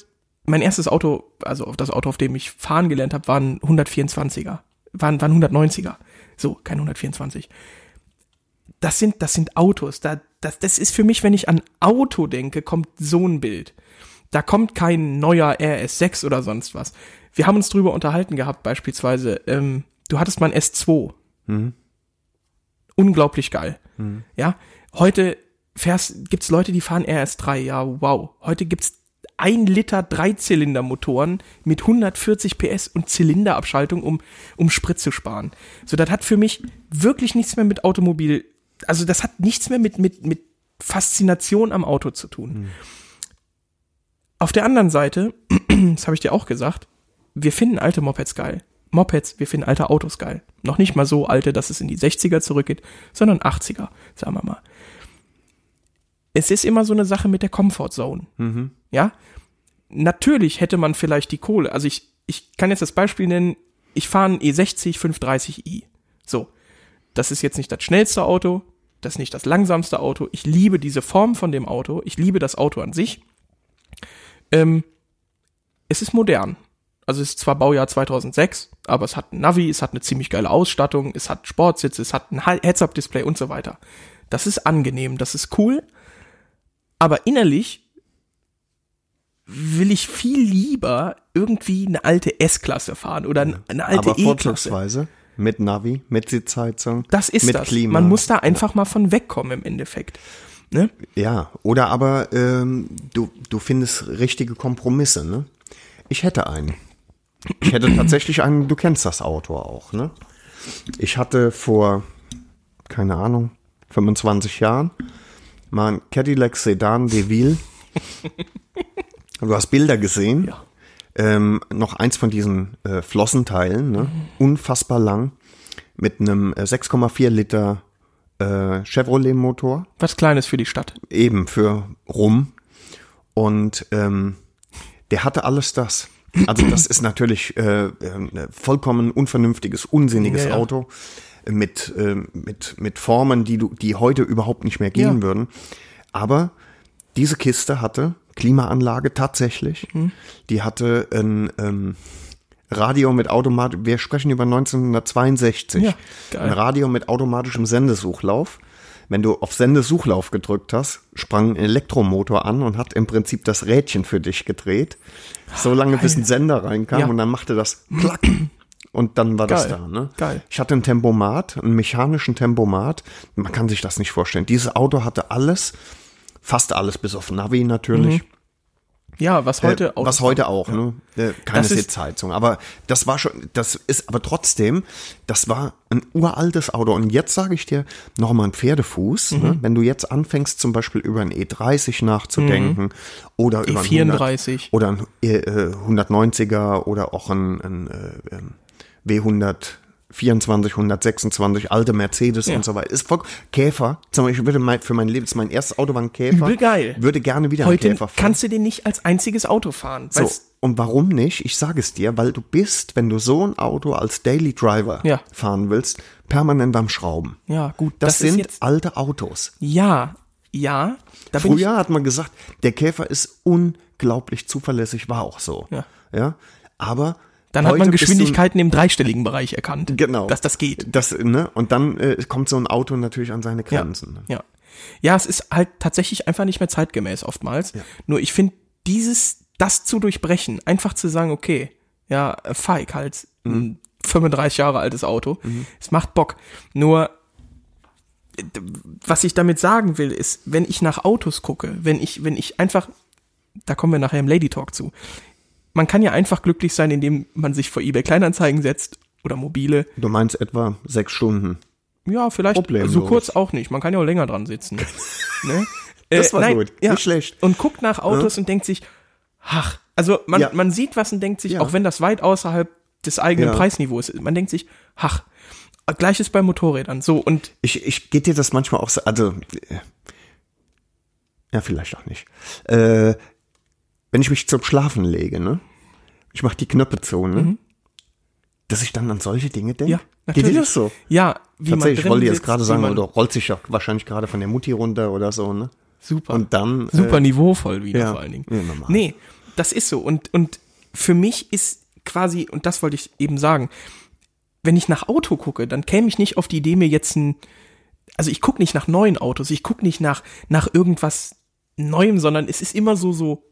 Speaker 2: mein erstes Auto, also auf das Auto, auf dem ich fahren gelernt habe, war ein 124er. War, ein- war ein 190er. So, kein 124. Das sind, das sind Autos. Da, das, das ist für mich, wenn ich an Auto denke, kommt so ein Bild. Da kommt kein neuer RS6 oder sonst was. Wir haben uns drüber unterhalten gehabt, beispielsweise. Ähm, du hattest mal ein S2 unglaublich geil. Ja, heute fährst, gibt's Leute, die fahren RS3, ja, wow. Heute gibt's ein Liter Dreizylindermotoren mit 140 PS und Zylinderabschaltung, um, um Sprit zu sparen. So, das hat für mich wirklich nichts mehr mit Automobil, also das hat nichts mehr mit, mit, mit Faszination am Auto zu tun. Auf der anderen Seite, das habe ich dir auch gesagt, wir finden alte Mopeds geil. Mopeds, wir finden alte Autos geil. Noch nicht mal so alte, dass es in die 60er zurückgeht, sondern 80er, sagen wir mal. Es ist immer so eine Sache mit der Comfort Zone. Ja? Natürlich hätte man vielleicht die Kohle. Also ich, ich kann jetzt das Beispiel nennen, ich fahre einen E E60 530i. So. Das ist jetzt nicht das schnellste Auto, das ist nicht das langsamste Auto. Ich liebe diese Form von dem Auto, ich liebe das Auto an sich. Ähm, es ist modern. Also es ist zwar Baujahr 2006, aber es hat ein Navi, es hat eine ziemlich geile Ausstattung, es hat Sportsitze, es hat ein He- Heads-Up-Display und so weiter. Das ist angenehm, das ist cool. Aber innerlich will ich viel lieber irgendwie eine alte S-Klasse fahren oder eine eine alte
Speaker 3: Aber
Speaker 2: E-Klasse.
Speaker 3: vorzugsweise mit Navi, mit Sitzheizung,
Speaker 2: Das ist
Speaker 3: mit
Speaker 2: das.
Speaker 3: Klima.
Speaker 2: Man muss da einfach mal von wegkommen im Endeffekt. Ne?
Speaker 3: Ja, oder aber ähm, du, du findest richtige Kompromisse, ne? Ich hätte einen. Ich hätte tatsächlich einen, du kennst das Auto auch, ne? Ich hatte vor, keine Ahnung, 25 Jahren mal einen Cadillac Sedan DeVille. du hast Bilder gesehen.
Speaker 2: Ja.
Speaker 3: Ähm, noch eins von diesen äh, Flossenteilen, ne? unfassbar lang, mit einem äh, 6,4 Liter äh, Chevrolet-Motor
Speaker 2: Was Kleines für die Stadt.
Speaker 3: eben für rum. Und ähm, der hatte alles das. Also das ist natürlich äh, äh, ein vollkommen unvernünftiges, unsinniges
Speaker 2: Ja, ja.
Speaker 3: Auto mit, äh, mit, mit Formen, die, du, die heute überhaupt nicht mehr gehen
Speaker 2: Ja.
Speaker 3: würden. Aber diese Kiste hatte Klimaanlage tatsächlich.
Speaker 2: Mhm.
Speaker 3: Die hatte ein ähm, Radio mit Automat. Wir sprechen über 1962.
Speaker 2: Ja, geil.
Speaker 3: Ein Radio mit automatischem Sendesuchlauf. Wenn du auf Sendesuchlauf gedrückt hast, sprang ein Elektromotor an und hat im Prinzip das Rädchen für dich gedreht. So lange, bis ein Sender reinkam
Speaker 2: Ja.
Speaker 3: und dann machte das klack. Und dann war das
Speaker 2: Geil.
Speaker 3: da. Ne?
Speaker 2: Geil.
Speaker 3: Ich hatte ein Tempomat, einen mechanischen Tempomat. Man kann sich das nicht vorstellen. Dieses Auto hatte alles, fast alles, bis auf Navi
Speaker 2: Mhm.
Speaker 3: natürlich.
Speaker 2: Ja, was heute
Speaker 3: Äh, was heute auch, ne? Äh, keine
Speaker 2: Das ist-
Speaker 3: Sitzheizung. Aber das war schon, das ist aber trotzdem, das war ein uraltes Auto. Und jetzt sage ich dir nochmal ein Pferdefuß,
Speaker 2: Mhm.
Speaker 3: ne? wenn du jetzt anfängst, zum Beispiel über ein E30 nachzudenken
Speaker 2: Mhm.
Speaker 3: oder über ein
Speaker 2: 134.
Speaker 3: 100, oder ein äh, äh, 190er oder auch ein, ein äh, ähm, W100. 24, 126, alte Mercedes
Speaker 2: Ja.
Speaker 3: und so weiter. Ist voll Käfer. Zum Beispiel würde mein, für mein Leben, mein erstes Auto war ein Käfer.
Speaker 2: Übel geil.
Speaker 3: Würde gerne wieder einen
Speaker 2: Heute
Speaker 3: Käfer fahren.
Speaker 2: kannst du den nicht als einziges Auto fahren.
Speaker 3: So,
Speaker 2: weil's-
Speaker 3: und warum nicht? Ich sage es dir, weil du bist, wenn du so ein Auto als Daily Driver
Speaker 2: Ja.
Speaker 3: fahren willst, permanent am Schrauben.
Speaker 2: Ja, gut.
Speaker 3: Das,
Speaker 2: ist
Speaker 3: sind
Speaker 2: jetzt,
Speaker 3: alte Autos.
Speaker 2: ja, ja. Da bin ich,
Speaker 3: Früher hat man gesagt, der Käfer ist unglaublich unglaublich zuverlässig, war auch so.
Speaker 2: Ja.
Speaker 3: ja? Aber
Speaker 2: Dann hat
Speaker 3: heute
Speaker 2: man
Speaker 3: bist du-
Speaker 2: Geschwindigkeiten im dreistelligen Bereich erkannt.
Speaker 3: Genau.
Speaker 2: Dass das geht.
Speaker 3: Das, ne? Und dann äh, kommt so ein Auto natürlich an seine Grenzen. ne?
Speaker 2: Ja. Ja, es ist halt tatsächlich einfach nicht mehr zeitgemäß oftmals. Nur ich finde dieses, das zu durchbrechen, einfach zu sagen, okay, ja, äh, fahr ich halt
Speaker 3: Mhm.
Speaker 2: ein 35 Jahre altes Auto. Es macht Bock. Nur, äh, d- was ich damit sagen will, ist, wenn ich nach Autos gucke, wenn ich, wenn ich einfach, da kommen wir nachher im Lady Talk zu. Man kann ja einfach glücklich sein, indem man sich vor eBay Kleinanzeigen setzt oder mobile.
Speaker 3: Du meinst etwa sechs Stunden.
Speaker 2: Ja, vielleicht
Speaker 3: Problemlos.
Speaker 2: so kurz auch nicht. Man kann ja auch länger dran sitzen. ne?
Speaker 3: Das war gut. Nicht schlecht.
Speaker 2: Und guckt nach Autos und denkt sich, ach, also man,
Speaker 3: Ja.
Speaker 2: man sieht was und denkt sich,
Speaker 3: Ja.
Speaker 2: auch wenn das weit außerhalb des eigenen
Speaker 3: Ja.
Speaker 2: Preisniveaus ist, man denkt sich, ach, gleiches bei Motorrädern. So, und
Speaker 3: Ich, ich geht dir das manchmal auch so, also äh, ja, vielleicht auch nicht. Äh, wenn ich mich zum Schlafen lege, ne? Ich mach die Knöpfe zu, ne? Dass ich dann an solche Dinge denke.
Speaker 2: Mhm. ja,
Speaker 3: Geht dir das so?
Speaker 2: Ja, wie man
Speaker 3: Tatsächlich, ich
Speaker 2: drin
Speaker 3: wollte jetzt
Speaker 2: sitzt,
Speaker 3: gerade
Speaker 2: wie
Speaker 3: sagen,
Speaker 2: man-
Speaker 3: weil du rollt sich ja wahrscheinlich gerade von der Mutti runter oder so, ne?
Speaker 2: Super.
Speaker 3: Und dann.
Speaker 2: Super niveauvoll wieder
Speaker 3: äh, ja.
Speaker 2: vor allen Dingen.
Speaker 3: Ja, normal.
Speaker 2: nee, das ist so. Und, und für mich ist quasi, und das wollte ich eben sagen, wenn ich nach Auto gucke, dann käme ich nicht auf die Idee, mir jetzt ein, also ich gucke nicht nach neuen Autos, ich gucke nicht nach, nach irgendwas Neuem, sondern es ist immer so, so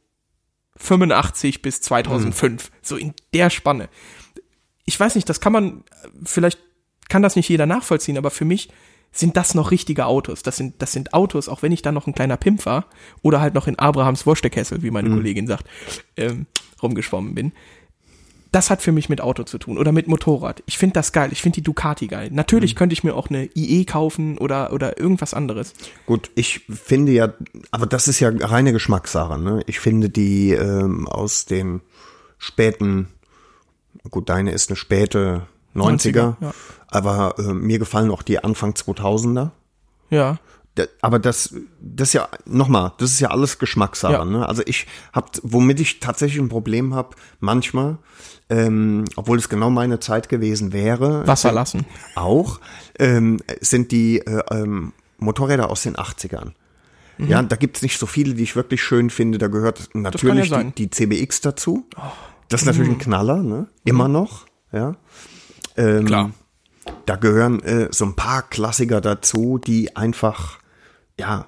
Speaker 2: 85 bis
Speaker 3: Hm.
Speaker 2: 2005, so in der Spanne. Ich weiß nicht, das kann man, vielleicht kann das nicht jeder nachvollziehen, aber für mich sind das noch richtige Autos. Das sind, das sind Autos, auch wenn ich dann noch ein kleiner Pimp war oder halt noch in Abrahams Wurstekessel, wie
Speaker 3: Mhm.
Speaker 2: meine Kollegin sagt, ähm, rumgeschwommen bin. Das hat für mich mit Auto zu tun oder mit Motorrad. Ich finde das geil. Ich finde die Ducati geil. Natürlich
Speaker 3: Mhm.
Speaker 2: könnte ich mir auch eine IE kaufen oder, oder irgendwas anderes.
Speaker 3: Gut, ich finde ja, aber das ist ja reine Geschmackssache. Ne? Ich finde die ähm, aus den späten, gut, deine ist eine späte
Speaker 2: 90er,
Speaker 3: 90er,
Speaker 2: ja.
Speaker 3: aber äh, mir gefallen auch die Anfang 2000er.
Speaker 2: Ja.
Speaker 3: Da- Aber das, das ist ja, nochmal, das ist ja alles Geschmackssache.
Speaker 2: Ja.
Speaker 3: Ne? Also ich habe, womit ich tatsächlich ein Problem habe, manchmal, ähm, obwohl es genau meine Zeit gewesen wäre,
Speaker 2: Wasser lassen.
Speaker 3: auch, ähm, sind die äh, ähm, Motorräder aus den 80ern.
Speaker 2: Mhm.
Speaker 3: Ja, da gibt's nicht so viele, die ich wirklich schön finde. Da gehört natürlich
Speaker 2: sein. Oh. Mhm.
Speaker 3: die, die CBX dazu. Das ist natürlich ein Knaller, ne? Immer noch, ja. Ähm,
Speaker 2: Klar.
Speaker 3: Da gehören äh, so ein paar Klassiker dazu, die einfach, ja,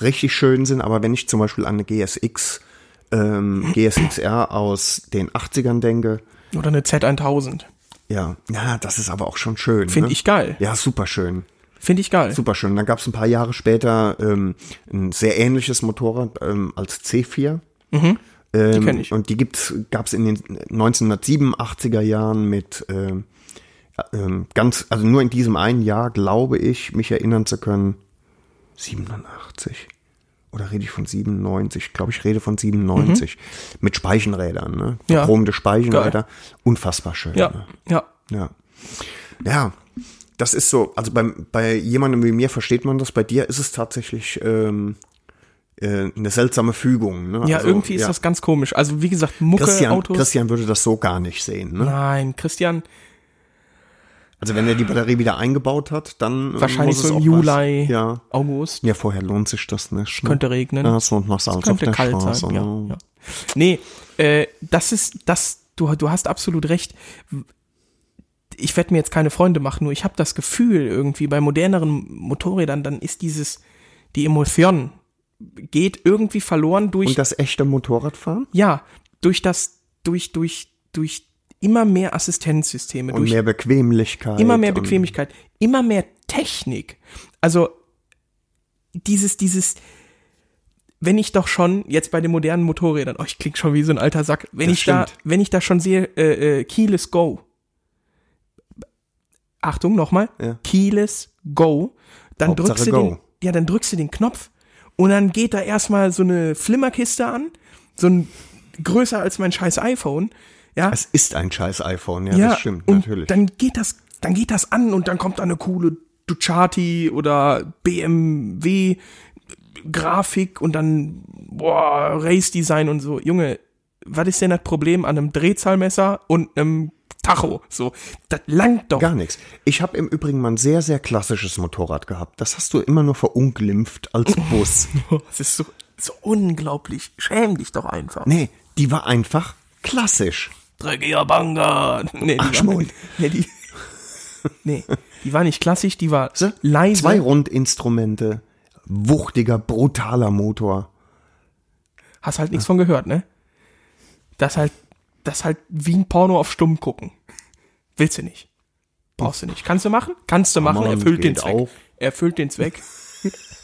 Speaker 3: richtig schön sind. Aber wenn ich zum Beispiel an eine GSX, ähm, GSXR aus den 80ern denke,
Speaker 2: Oder eine Z1000.
Speaker 3: ja, ja, das ist aber auch schon schön.
Speaker 2: Finde
Speaker 3: ne?
Speaker 2: ich geil.
Speaker 3: Ja, super schön.
Speaker 2: Finde ich geil.
Speaker 3: Super schön. Dann gab es ein paar Jahre später ähm, ein sehr ähnliches Motorrad ähm, als C4. Ähm, die
Speaker 2: Mhm. kenn ich.
Speaker 3: Und die gab es in den 1987er Jahren mit ähm, äh, ähm, ganz, also nur in diesem einen Jahr, glaube ich, mich erinnern zu können, 87. Oder rede ich von 97? Ich glaube, ich rede von 97. Mit Speichenrädern, ne?
Speaker 2: Mhm. Ja.
Speaker 3: Verchromte Speichenräder. Unfassbar schön. Ne?
Speaker 2: Ja, ja.
Speaker 3: Ja. Ja. Das ist so, also beim, bei jemandem wie mir versteht man das, bei dir ist es tatsächlich ähm, äh, eine seltsame Fügung. Ne?
Speaker 2: Ja,
Speaker 3: also,
Speaker 2: irgendwie ist das ganz komisch. Also wie gesagt, Mucke,
Speaker 3: Christian,
Speaker 2: Autos.
Speaker 3: Christian würde das so gar nicht sehen. Ne?
Speaker 2: Nein, Christian,
Speaker 3: Also wenn er die Batterie wieder eingebaut hat, dann äh,
Speaker 2: wahrscheinlich
Speaker 3: muss es
Speaker 2: so im
Speaker 3: auch
Speaker 2: Juli,
Speaker 3: Was, ja.
Speaker 2: August.
Speaker 3: ja, vorher lohnt sich das nicht. Ne?
Speaker 2: Könnte regnen.
Speaker 3: Ja, so und machst alles auf
Speaker 2: könnte
Speaker 3: der
Speaker 2: kalt
Speaker 3: Straße.
Speaker 2: sein.
Speaker 3: ne?
Speaker 2: Ja, ja. Nee, äh, das ist, das, du, du hast absolut recht. Ich werde mir jetzt keine Freunde machen, nur ich habe das Gefühl irgendwie bei moderneren Motorrädern, dann ist dieses, die Emotion geht irgendwie verloren durch
Speaker 3: Und das echte Motorradfahren?
Speaker 2: ja, durch das, durch, durch, durch immer mehr Assistenzsysteme,
Speaker 3: Und
Speaker 2: durch
Speaker 3: mehr Bequemlichkeit.
Speaker 2: immer mehr
Speaker 3: und-
Speaker 2: Bequemlichkeit, immer mehr Technik. Also dieses, dieses, wenn ich doch schon jetzt bei den modernen Motorrädern, oh, ich klinge schon wie so ein alter Sack, wenn
Speaker 3: Das
Speaker 2: ich da,
Speaker 3: stimmt.
Speaker 2: wenn ich da schon sehe, äh, äh, Keyless Go. Achtung nochmal,
Speaker 3: Ja.
Speaker 2: Keyless Go. Dann
Speaker 3: Hauptsache
Speaker 2: drückst du
Speaker 3: Go.
Speaker 2: den, ja, dann drückst du den Knopf und dann geht da erstmal so eine Flimmerkiste an, so ein größer als mein scheiß iPhone. Ja,
Speaker 3: Es ist ein scheiß iPhone, ja, das stimmt,
Speaker 2: und
Speaker 3: natürlich.
Speaker 2: Dann geht das, dann geht das an und dann kommt da eine coole Ducati oder BMW Grafik und dann boah, Race Design und so. Junge, was ist denn das Problem an einem Drehzahlmesser und einem Tacho? So, das langt doch.
Speaker 3: Gar nichts. Ich habe im Übrigen mal ein sehr, sehr klassisches Motorrad gehabt. Das hast du immer nur verunglimpft als Bus.
Speaker 2: Das ist so So unglaublich. Schäm dich doch einfach.
Speaker 3: Nee, die war einfach klassisch.
Speaker 2: Dregier Banga. Nee, die
Speaker 3: Arschmund.
Speaker 2: Nee, die, nee, die war nicht klassisch, die war
Speaker 3: So,
Speaker 2: leise.
Speaker 3: Zwei Rundinstrumente, wuchtiger, brutaler Motor.
Speaker 2: Hast halt nichts von gehört, ne? Das halt, das halt wie ein Porno auf Stumm gucken. Willst du nicht. Brauchst du nicht. Kannst du machen? Kannst du machen,
Speaker 3: Mann,
Speaker 2: erfüllt den
Speaker 3: geht
Speaker 2: Zweck.
Speaker 3: auch.
Speaker 2: Erfüllt den Zweck.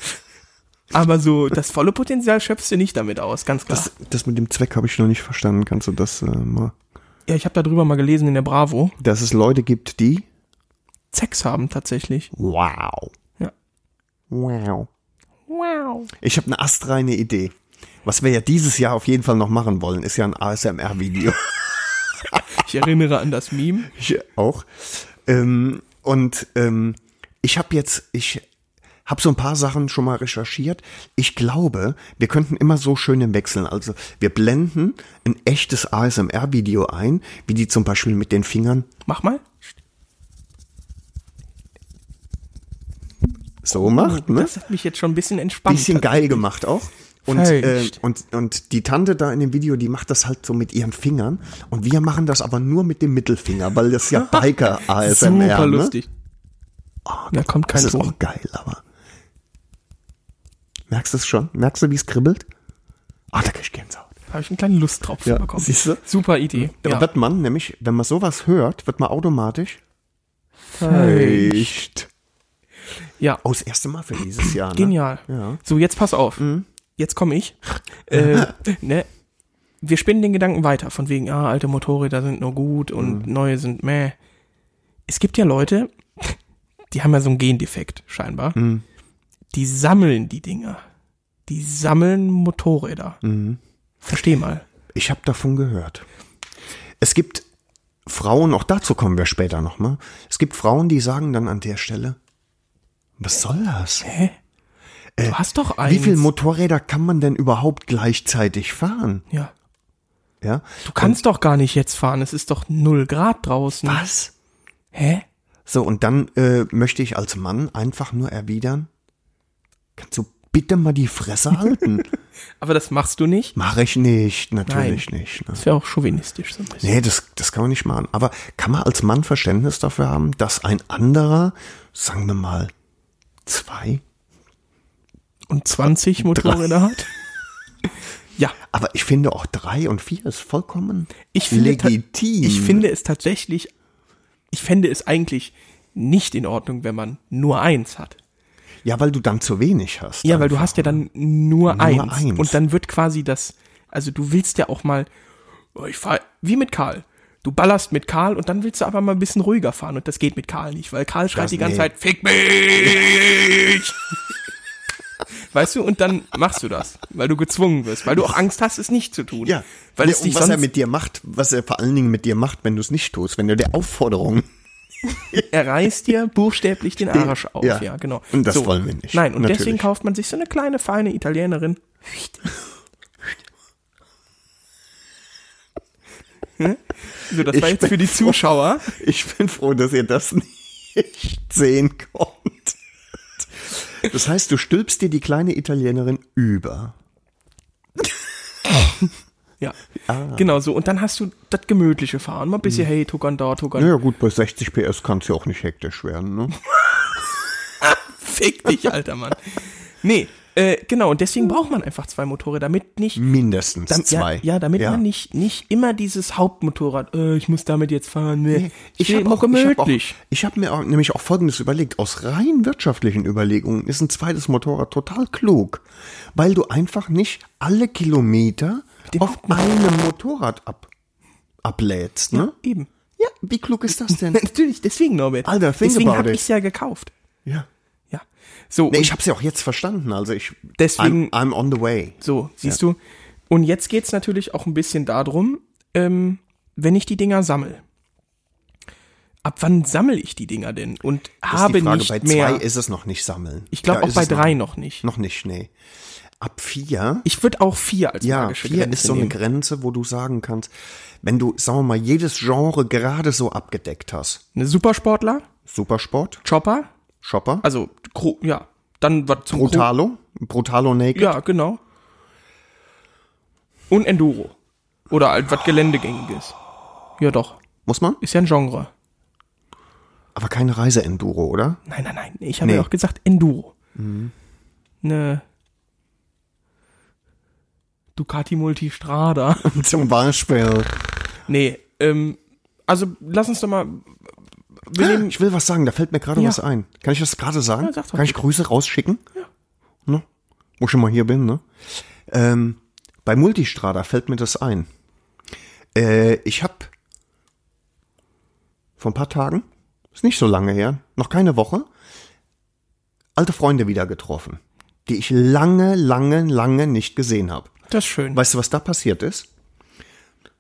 Speaker 2: Aber so, das volle Potenzial schöpfst du nicht damit aus, ganz klar.
Speaker 3: Das, das mit dem Zweck habe ich noch nicht verstanden. Kannst du das äh, mal?
Speaker 2: ja, ich habe darüber mal gelesen in der Bravo.
Speaker 3: Dass es Leute gibt, die.
Speaker 2: Sex haben tatsächlich.
Speaker 3: Wow.
Speaker 2: Ja.
Speaker 3: Wow.
Speaker 2: Wow.
Speaker 3: Ich habe eine astreine Idee. Was wir ja dieses Jahr auf jeden Fall noch machen wollen, ist ja ein ASMR-Video.
Speaker 2: Ich erinnere an das Meme.
Speaker 3: Ich auch. Ähm, und ähm, ich habe jetzt, ich habe so ein paar Sachen schon mal recherchiert. Ich glaube, wir könnten immer so schöne wechseln. Also wir blenden ein echtes ASMR-Video ein, wie die zum Beispiel mit den Fingern
Speaker 2: Mach mal.
Speaker 3: so macht, ne?
Speaker 2: Oh, Das hat mich jetzt schon ein bisschen entspannt.
Speaker 3: Bisschen geil gemacht auch. Und, äh,
Speaker 2: Feucht.
Speaker 3: und, und die Tante da in dem Video, die macht das halt so mit ihren Fingern. Und wir machen das aber nur mit dem Mittelfinger, weil das ja Biker-ASMR
Speaker 2: Super
Speaker 3: ne? Ah,
Speaker 2: lustig. da kommt kein
Speaker 3: Das ist
Speaker 2: Ton.
Speaker 3: auch geil, aber. Merkst du es schon? Merkst du, wie es kribbelt? Ah, da krieg ich Gänsehaut.
Speaker 2: Habe ich einen kleinen Lusttropfen
Speaker 3: Ja,
Speaker 2: bekommen.
Speaker 3: siehst du?
Speaker 2: Super Idee.
Speaker 3: Da
Speaker 2: Ja.
Speaker 3: wird man nämlich, wenn man sowas hört, wird man automatisch echt.
Speaker 2: ja.
Speaker 3: Oh, das erste Mal für dieses Jahr. Ne?
Speaker 2: Genial.
Speaker 3: Ja. Mhm.
Speaker 2: So, jetzt pass auf. Jetzt komme ich. Äh, ne? Wir spinnen den Gedanken weiter, von wegen, ah, alte Motorräder sind nur gut
Speaker 3: Mhm.
Speaker 2: und neue sind meh. Es gibt ja Leute, die haben ja so einen Gendefekt, scheinbar.
Speaker 3: Mhm.
Speaker 2: Die sammeln die Dinger. Die sammeln Motorräder.
Speaker 3: Mhm.
Speaker 2: Versteh mal.
Speaker 3: Ich habe davon gehört. Es gibt Frauen, auch dazu kommen wir später nochmal. Es gibt Frauen, die sagen dann an der Stelle, was soll das?
Speaker 2: Hä? Du hast doch eins.
Speaker 3: Äh, Wie viele Motorräder kann man denn überhaupt gleichzeitig fahren?
Speaker 2: ja.
Speaker 3: Ja.
Speaker 2: Du kannst doch gar nicht jetzt fahren. Es ist doch 0 Grad draußen.
Speaker 3: Was?
Speaker 2: Hä?
Speaker 3: So, und dann äh, möchte ich als Mann einfach nur erwidern, kannst du bitte mal die Fresse halten?
Speaker 2: Aber das machst du nicht.
Speaker 3: Mache ich nicht, natürlich nicht. Ne?
Speaker 2: Das wäre auch chauvinistisch so ein bisschen.
Speaker 3: Nee, das, das kann man nicht machen. Aber kann man als Mann Verständnis dafür haben, dass ein anderer, sagen wir mal, zwei,
Speaker 2: Und 20 Motorräder hat. Ja,
Speaker 3: aber ich finde auch drei und vier ist vollkommen
Speaker 2: ich finde, ta-
Speaker 3: legitim.
Speaker 2: ich finde es tatsächlich, ich fände es eigentlich nicht in Ordnung, wenn man nur eins hat.
Speaker 3: ja, weil du dann zu wenig hast.
Speaker 2: Ja, weil du
Speaker 3: einfach.
Speaker 2: hast ja dann nur,
Speaker 3: Nur
Speaker 2: eins.
Speaker 3: eins.
Speaker 2: Und dann wird quasi das, also du willst ja auch mal, oh, ich fahr, wie mit Karl. Du ballerst mit Karl und dann willst du aber mal ein bisschen ruhiger fahren und das geht mit Karl nicht, weil Karl schreit
Speaker 3: Das-
Speaker 2: die ganze
Speaker 3: nee.
Speaker 2: Zeit, fick mich! weißt du, und dann machst du das, weil du gezwungen wirst, weil du auch Angst hast, es nicht zu tun.
Speaker 3: Ja,
Speaker 2: weil
Speaker 3: Ja,
Speaker 2: es
Speaker 3: und
Speaker 2: dich
Speaker 3: was er
Speaker 2: sonst
Speaker 3: mit dir macht, was er vor allen Dingen mit dir macht, wenn du es nicht tust, wenn du der Aufforderung
Speaker 2: er reißt dir buchstäblich den Arsch auf. Ja,
Speaker 3: Ja.
Speaker 2: genau.
Speaker 3: Und das wollen wir nicht.
Speaker 2: Nein, und
Speaker 3: Natürlich.
Speaker 2: deswegen kauft man sich so eine kleine, feine Italienerin. Hm? so, das war
Speaker 3: Ich
Speaker 2: jetzt für die Zuschauer.
Speaker 3: Ich bin froh, dass ihr das nicht sehen konntet. Das heißt, du stülpst dir die kleine Italienerin über.
Speaker 2: Ja,
Speaker 3: Ah.
Speaker 2: genau so. Und dann hast du das gemütliche Fahren. Mal ein bisschen,
Speaker 3: Hm.
Speaker 2: hey, tuckern da, tuckern.
Speaker 3: Naja gut, bei 60 PS kann es ja auch nicht hektisch werden. Ne?
Speaker 2: Fick dich, alter Mann. Nee, äh, genau. Und deswegen braucht man einfach zwei Motorräder, damit nicht
Speaker 3: Mindestens
Speaker 2: Dam-
Speaker 3: zwei.
Speaker 2: Ja, ja damit man nicht, nicht immer dieses Hauptmotorrad, äh, ich muss damit jetzt fahren, nee, ich, will
Speaker 3: hab
Speaker 2: auch
Speaker 3: auch- ich hab auch-
Speaker 2: gemütlich.
Speaker 3: Ich habe mir auch, nämlich auch Folgendes überlegt. Aus rein wirtschaftlichen Überlegungen ist ein zweites Motorrad total klug, weil du einfach nicht alle Kilometer auf einem Motorrad ab, ablädst. Ne?
Speaker 2: Eben.
Speaker 3: Ja, wie klug ist das denn?
Speaker 2: Natürlich, deswegen, Norbert.
Speaker 3: Alter, think
Speaker 2: deswegen
Speaker 3: about
Speaker 2: habe
Speaker 3: it.
Speaker 2: ich ja gekauft.
Speaker 3: ja.
Speaker 2: Ja. So,
Speaker 3: Nee,
Speaker 2: und
Speaker 3: ich habe sie auch jetzt verstanden. Also ich
Speaker 2: Deswegen-
Speaker 3: I'm, I'm on the way.
Speaker 2: so, siehst du. Und jetzt geht's natürlich auch ein bisschen darum, ähm, wenn ich die Dinger sammel. Ab wann sammel ich die Dinger denn? Und
Speaker 3: Das
Speaker 2: habe
Speaker 3: ist die Frage.
Speaker 2: nicht
Speaker 3: bei
Speaker 2: mehr.
Speaker 3: zwei ist es noch nicht sammeln.
Speaker 2: ich glaube
Speaker 3: Da
Speaker 2: auch
Speaker 3: ist
Speaker 2: bei
Speaker 3: es noch-
Speaker 2: drei noch nicht.
Speaker 3: Noch nicht, nee. Ab vier.
Speaker 2: Ich würde auch vier als
Speaker 3: Ja,
Speaker 2: magische
Speaker 3: vier
Speaker 2: Grenze
Speaker 3: ist so eine
Speaker 2: nehmen.
Speaker 3: Grenze, wo du sagen kannst, wenn du, sagen wir mal, jedes Genre gerade so abgedeckt hast.
Speaker 2: Eine Supersportler,
Speaker 3: Supersport,
Speaker 2: Chopper,
Speaker 3: Shopper,
Speaker 2: also, Gro- ja, dann was zum Gro-
Speaker 3: Brutalo, Brutalo Naked,
Speaker 2: Ja, genau. Und Enduro. Oder halt was Geländegängiges. Ja, doch.
Speaker 3: Muss man?
Speaker 2: Ist ja ein Genre.
Speaker 3: Aber keine Reise-Enduro, oder?
Speaker 2: Nein, nein, nein. Ich habe
Speaker 3: Nee. Mhm.
Speaker 2: ja auch gesagt Enduro. Ne. Ducati Multistrada.
Speaker 3: Zum Beispiel.
Speaker 2: nee, ähm, also lass uns doch mal. Wir nehmen,
Speaker 3: Ah, Ich will was sagen, da fällt mir gerade
Speaker 2: Ja.
Speaker 3: was ein. Kann ich das gerade sagen?
Speaker 2: Ja, sag doch.
Speaker 3: Kann ich Grüße rausschicken? Ja. Ne? Wo ich schon mal hier bin, ne? Ähm, bei Multistrada fällt mir das ein. Äh, ich habe vor ein paar Tagen, ist nicht so lange her, noch keine Woche, alte Freunde wieder getroffen, die ich lange, lange, lange nicht gesehen habe.
Speaker 2: das ist schön.
Speaker 3: Weißt du, was da passiert ist?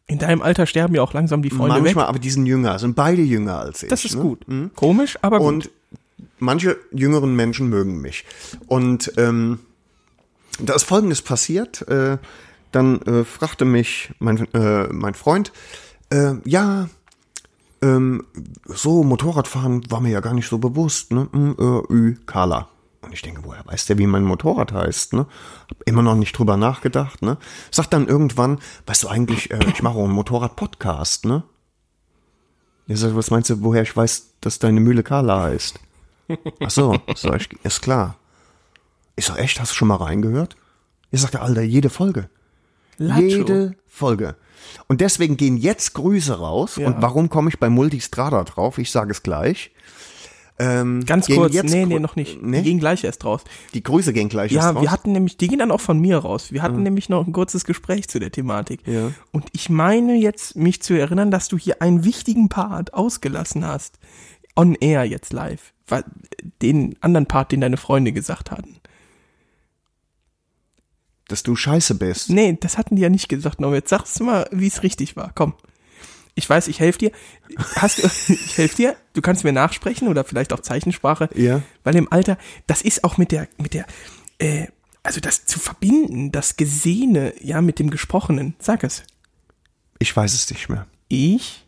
Speaker 2: In deinem Alter sterben ja auch langsam die Freunde weg.
Speaker 3: Manchmal, aber die sind jünger, sind beide jünger als ich.
Speaker 2: Das ist
Speaker 3: ne?
Speaker 2: gut. Komisch, aber gut.
Speaker 3: Und manche jüngeren Menschen mögen mich. Und ähm, da ist Folgendes passiert. Äh, dann äh, fragte mich mein, äh, mein Freund, äh, ja, ähm, so Motorradfahren war mir ja gar nicht so bewusst. Ne? Hm, äh, Ü, Carla. Und ich denke, woher weiß der, wie mein Motorrad heißt? Ne? Hab immer noch nicht drüber nachgedacht. Ne? Sagt dann irgendwann, weißt du eigentlich, äh, ich mache auch einen Motorrad-Podcast. Ne? Er sagt, was meinst du, woher ich weiß, dass deine Mühle Carla heißt? Ach so, sag ich, ist klar. Ich sag, echt, hast du schon mal reingehört? Er sagt, Alter, jede Folge.
Speaker 2: Lacho.
Speaker 3: Jede Folge. Und deswegen gehen jetzt Grüße raus. Und warum komme ich bei Multistrada drauf? Ich sage es gleich. Ähm,
Speaker 2: Ganz
Speaker 3: gehen
Speaker 2: kurz,
Speaker 3: jetzt
Speaker 2: nee,
Speaker 3: Gru-
Speaker 2: nee, noch nicht.
Speaker 3: Nee?
Speaker 2: Die gehen gleich erst raus.
Speaker 3: Die Grüße gehen gleich
Speaker 2: Ja,
Speaker 3: erst raus. Ah.
Speaker 2: wir hatten nämlich, die gehen dann auch von mir raus. Wir hatten nämlich noch ein kurzes Gespräch zu der Thematik.
Speaker 3: Ja.
Speaker 2: Und ich meine jetzt, mich zu erinnern, dass du hier einen wichtigen Part ausgelassen hast. On air jetzt live. Weil, äh, Den anderen Part, den deine Freunde gesagt hatten.
Speaker 3: dass du scheiße bist.
Speaker 2: Nee, das hatten die ja nicht gesagt, Norm. Jetzt sagst du mal, wie es richtig war. Komm. Ich weiß, ich helfe dir. Hast du, ich helfe dir. Du kannst mir nachsprechen oder vielleicht auch Zeichensprache.
Speaker 3: Ja.
Speaker 2: Weil im Alter, das ist auch mit der, mit der, äh, also das zu verbinden, das Gesehene, ja, mit dem Gesprochenen. Sag es.
Speaker 3: Ich weiß es nicht mehr.
Speaker 2: Ich?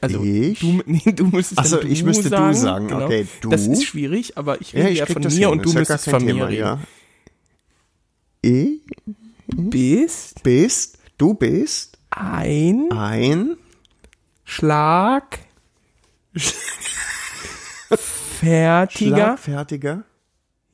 Speaker 2: Also,
Speaker 3: ich?
Speaker 2: Du, nee, du müsstest
Speaker 3: Ach so,
Speaker 2: dann
Speaker 3: ich
Speaker 2: du
Speaker 3: müsste du
Speaker 2: sagen. Genau.
Speaker 3: sagen. Okay, du.
Speaker 2: Das ist schwierig, aber ich rede ja,
Speaker 3: krieg
Speaker 2: von
Speaker 3: das
Speaker 2: mir
Speaker 3: hin.
Speaker 2: und du
Speaker 3: Ist ja gar
Speaker 2: müsstest
Speaker 3: kein
Speaker 2: von mir
Speaker 3: Thema,
Speaker 2: reden.
Speaker 3: ja. Ich
Speaker 2: Bist
Speaker 3: bist, du bist
Speaker 2: ein
Speaker 3: ein
Speaker 2: Schlag. Fertiger,
Speaker 3: schlagfertiger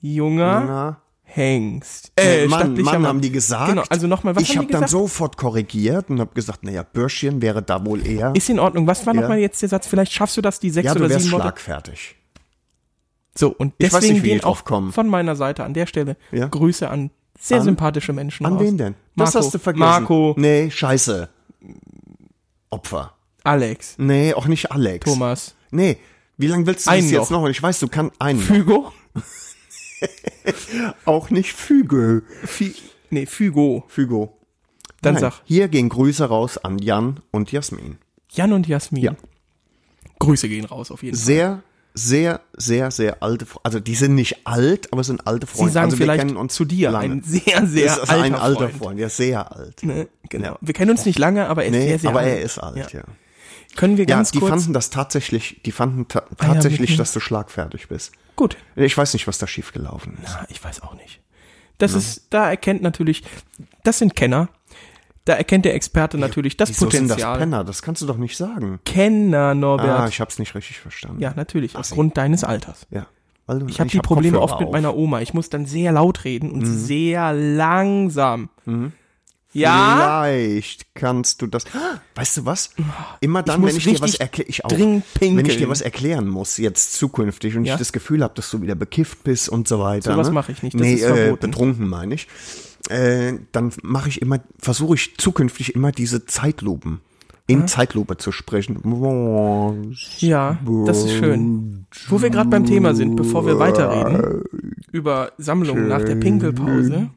Speaker 2: junger
Speaker 3: Na,
Speaker 2: Hengst.
Speaker 3: äh, Mann,
Speaker 2: stattlicher
Speaker 3: Mann, haben die gesagt.
Speaker 2: Genau, also nochmal, was
Speaker 3: ich
Speaker 2: haben die
Speaker 3: habe dann
Speaker 2: gesagt?
Speaker 3: sofort korrigiert und habe gesagt, naja, Börschchen wäre da wohl eher.
Speaker 2: Ist in Ordnung. Was war
Speaker 3: Ja.
Speaker 2: nochmal jetzt der Satz? Vielleicht schaffst du das, die sechs
Speaker 3: ja, du
Speaker 2: oder
Speaker 3: wärst
Speaker 2: sieben Worte.
Speaker 3: schlagfertig.
Speaker 2: So, und
Speaker 3: Ich weiß
Speaker 2: deswegen
Speaker 3: nicht, wie die
Speaker 2: gehen
Speaker 3: drauf
Speaker 2: auch
Speaker 3: kommen.
Speaker 2: von meiner Seite an der Stelle
Speaker 3: Ja.
Speaker 2: Grüße an sehr
Speaker 3: An-
Speaker 2: sympathische Menschen
Speaker 3: An
Speaker 2: raus.
Speaker 3: wen denn?
Speaker 2: Marco,
Speaker 3: Das hast du vergessen.
Speaker 2: Marco,
Speaker 3: Nee, scheiße. Opfer.
Speaker 2: Alex,
Speaker 3: Nee, auch nicht Alex.
Speaker 2: Thomas,
Speaker 3: Nee, wie lange willst du
Speaker 2: Einen
Speaker 3: das jetzt
Speaker 2: noch.
Speaker 3: noch? Ich weiß, du kannst einen. noch.
Speaker 2: Fügo?
Speaker 3: auch nicht Fügo.
Speaker 2: Fü nee, Fügo.
Speaker 3: Fügo.
Speaker 2: Dann
Speaker 3: Nein,
Speaker 2: sag
Speaker 3: Hier gehen Grüße raus an Jan und Jasmin.
Speaker 2: Jan und Jasmin.
Speaker 3: Ja.
Speaker 2: Grüße gehen raus auf jeden Fall.
Speaker 3: Sehr, sehr, sehr, sehr alte Freunde. Also die sind nicht alt, aber sind alte Freunde.
Speaker 2: Sie sagen
Speaker 3: also
Speaker 2: vielleicht
Speaker 3: wir kennen uns
Speaker 2: zu dir
Speaker 3: lange.
Speaker 2: ein sehr, sehr
Speaker 3: Das ist
Speaker 2: alter,
Speaker 3: ein alter Freund.
Speaker 2: Freund.
Speaker 3: ja, sehr alt.
Speaker 2: Ne? Genau. Wir kennen uns nicht lange, aber er ist
Speaker 3: Nee,
Speaker 2: sehr, sehr
Speaker 3: aber
Speaker 2: alt.
Speaker 3: er ist alt, ja.
Speaker 2: Können wir
Speaker 3: Ja,
Speaker 2: ganz
Speaker 3: die
Speaker 2: kurz. Ah
Speaker 3: fanden das tatsächlich, die fanden ta
Speaker 2: ja,
Speaker 3: tatsächlich,
Speaker 2: mit-
Speaker 3: dass du schlagfertig bist.
Speaker 2: gut.
Speaker 3: Ich weiß nicht, was da schiefgelaufen ist.
Speaker 2: Ah, Ich weiß auch nicht. Das ist, da erkennt natürlich, das sind Kenner. Da erkennt der Experte natürlich das
Speaker 3: Wieso sind das
Speaker 2: Potenzial.
Speaker 3: Penner? Das kannst du doch nicht sagen.
Speaker 2: Kenner, Norbert.
Speaker 3: Ah, ich hab's nicht richtig verstanden.
Speaker 2: ja, natürlich, aufgrund deines Alters.
Speaker 3: ja. Weil du-
Speaker 2: Ich habe die Probleme
Speaker 3: Kopfhörer
Speaker 2: oft mit
Speaker 3: auf. Mhm.
Speaker 2: meiner Oma. Ich muss dann sehr laut reden und sehr langsam. Ja,
Speaker 3: Vielleicht kannst du das. Weißt du was? Immer dann,
Speaker 2: muss
Speaker 3: wenn ich dir was
Speaker 2: richtig
Speaker 3: erkläre, ich auch,
Speaker 2: dringend
Speaker 3: wenn ich
Speaker 2: pinkeln.
Speaker 3: dir was erklären muss jetzt zukünftig und
Speaker 2: Ja.
Speaker 3: ich das Gefühl habe, dass du wieder bekifft bist und so weiter.
Speaker 2: Sowas
Speaker 3: ne?
Speaker 2: mache ich nicht, das
Speaker 3: nee,
Speaker 2: ist
Speaker 3: äh,
Speaker 2: verboten.
Speaker 3: betrunken meine ich. Äh, dann mache ich immer, versuche ich zukünftig immer diese Zeitlupen in Zeitlupe zu sprechen.
Speaker 2: ja, das ist schön. Wo wir gerade beim Thema sind, bevor wir weiterreden, über Sammlungen nach der Pinkelpause.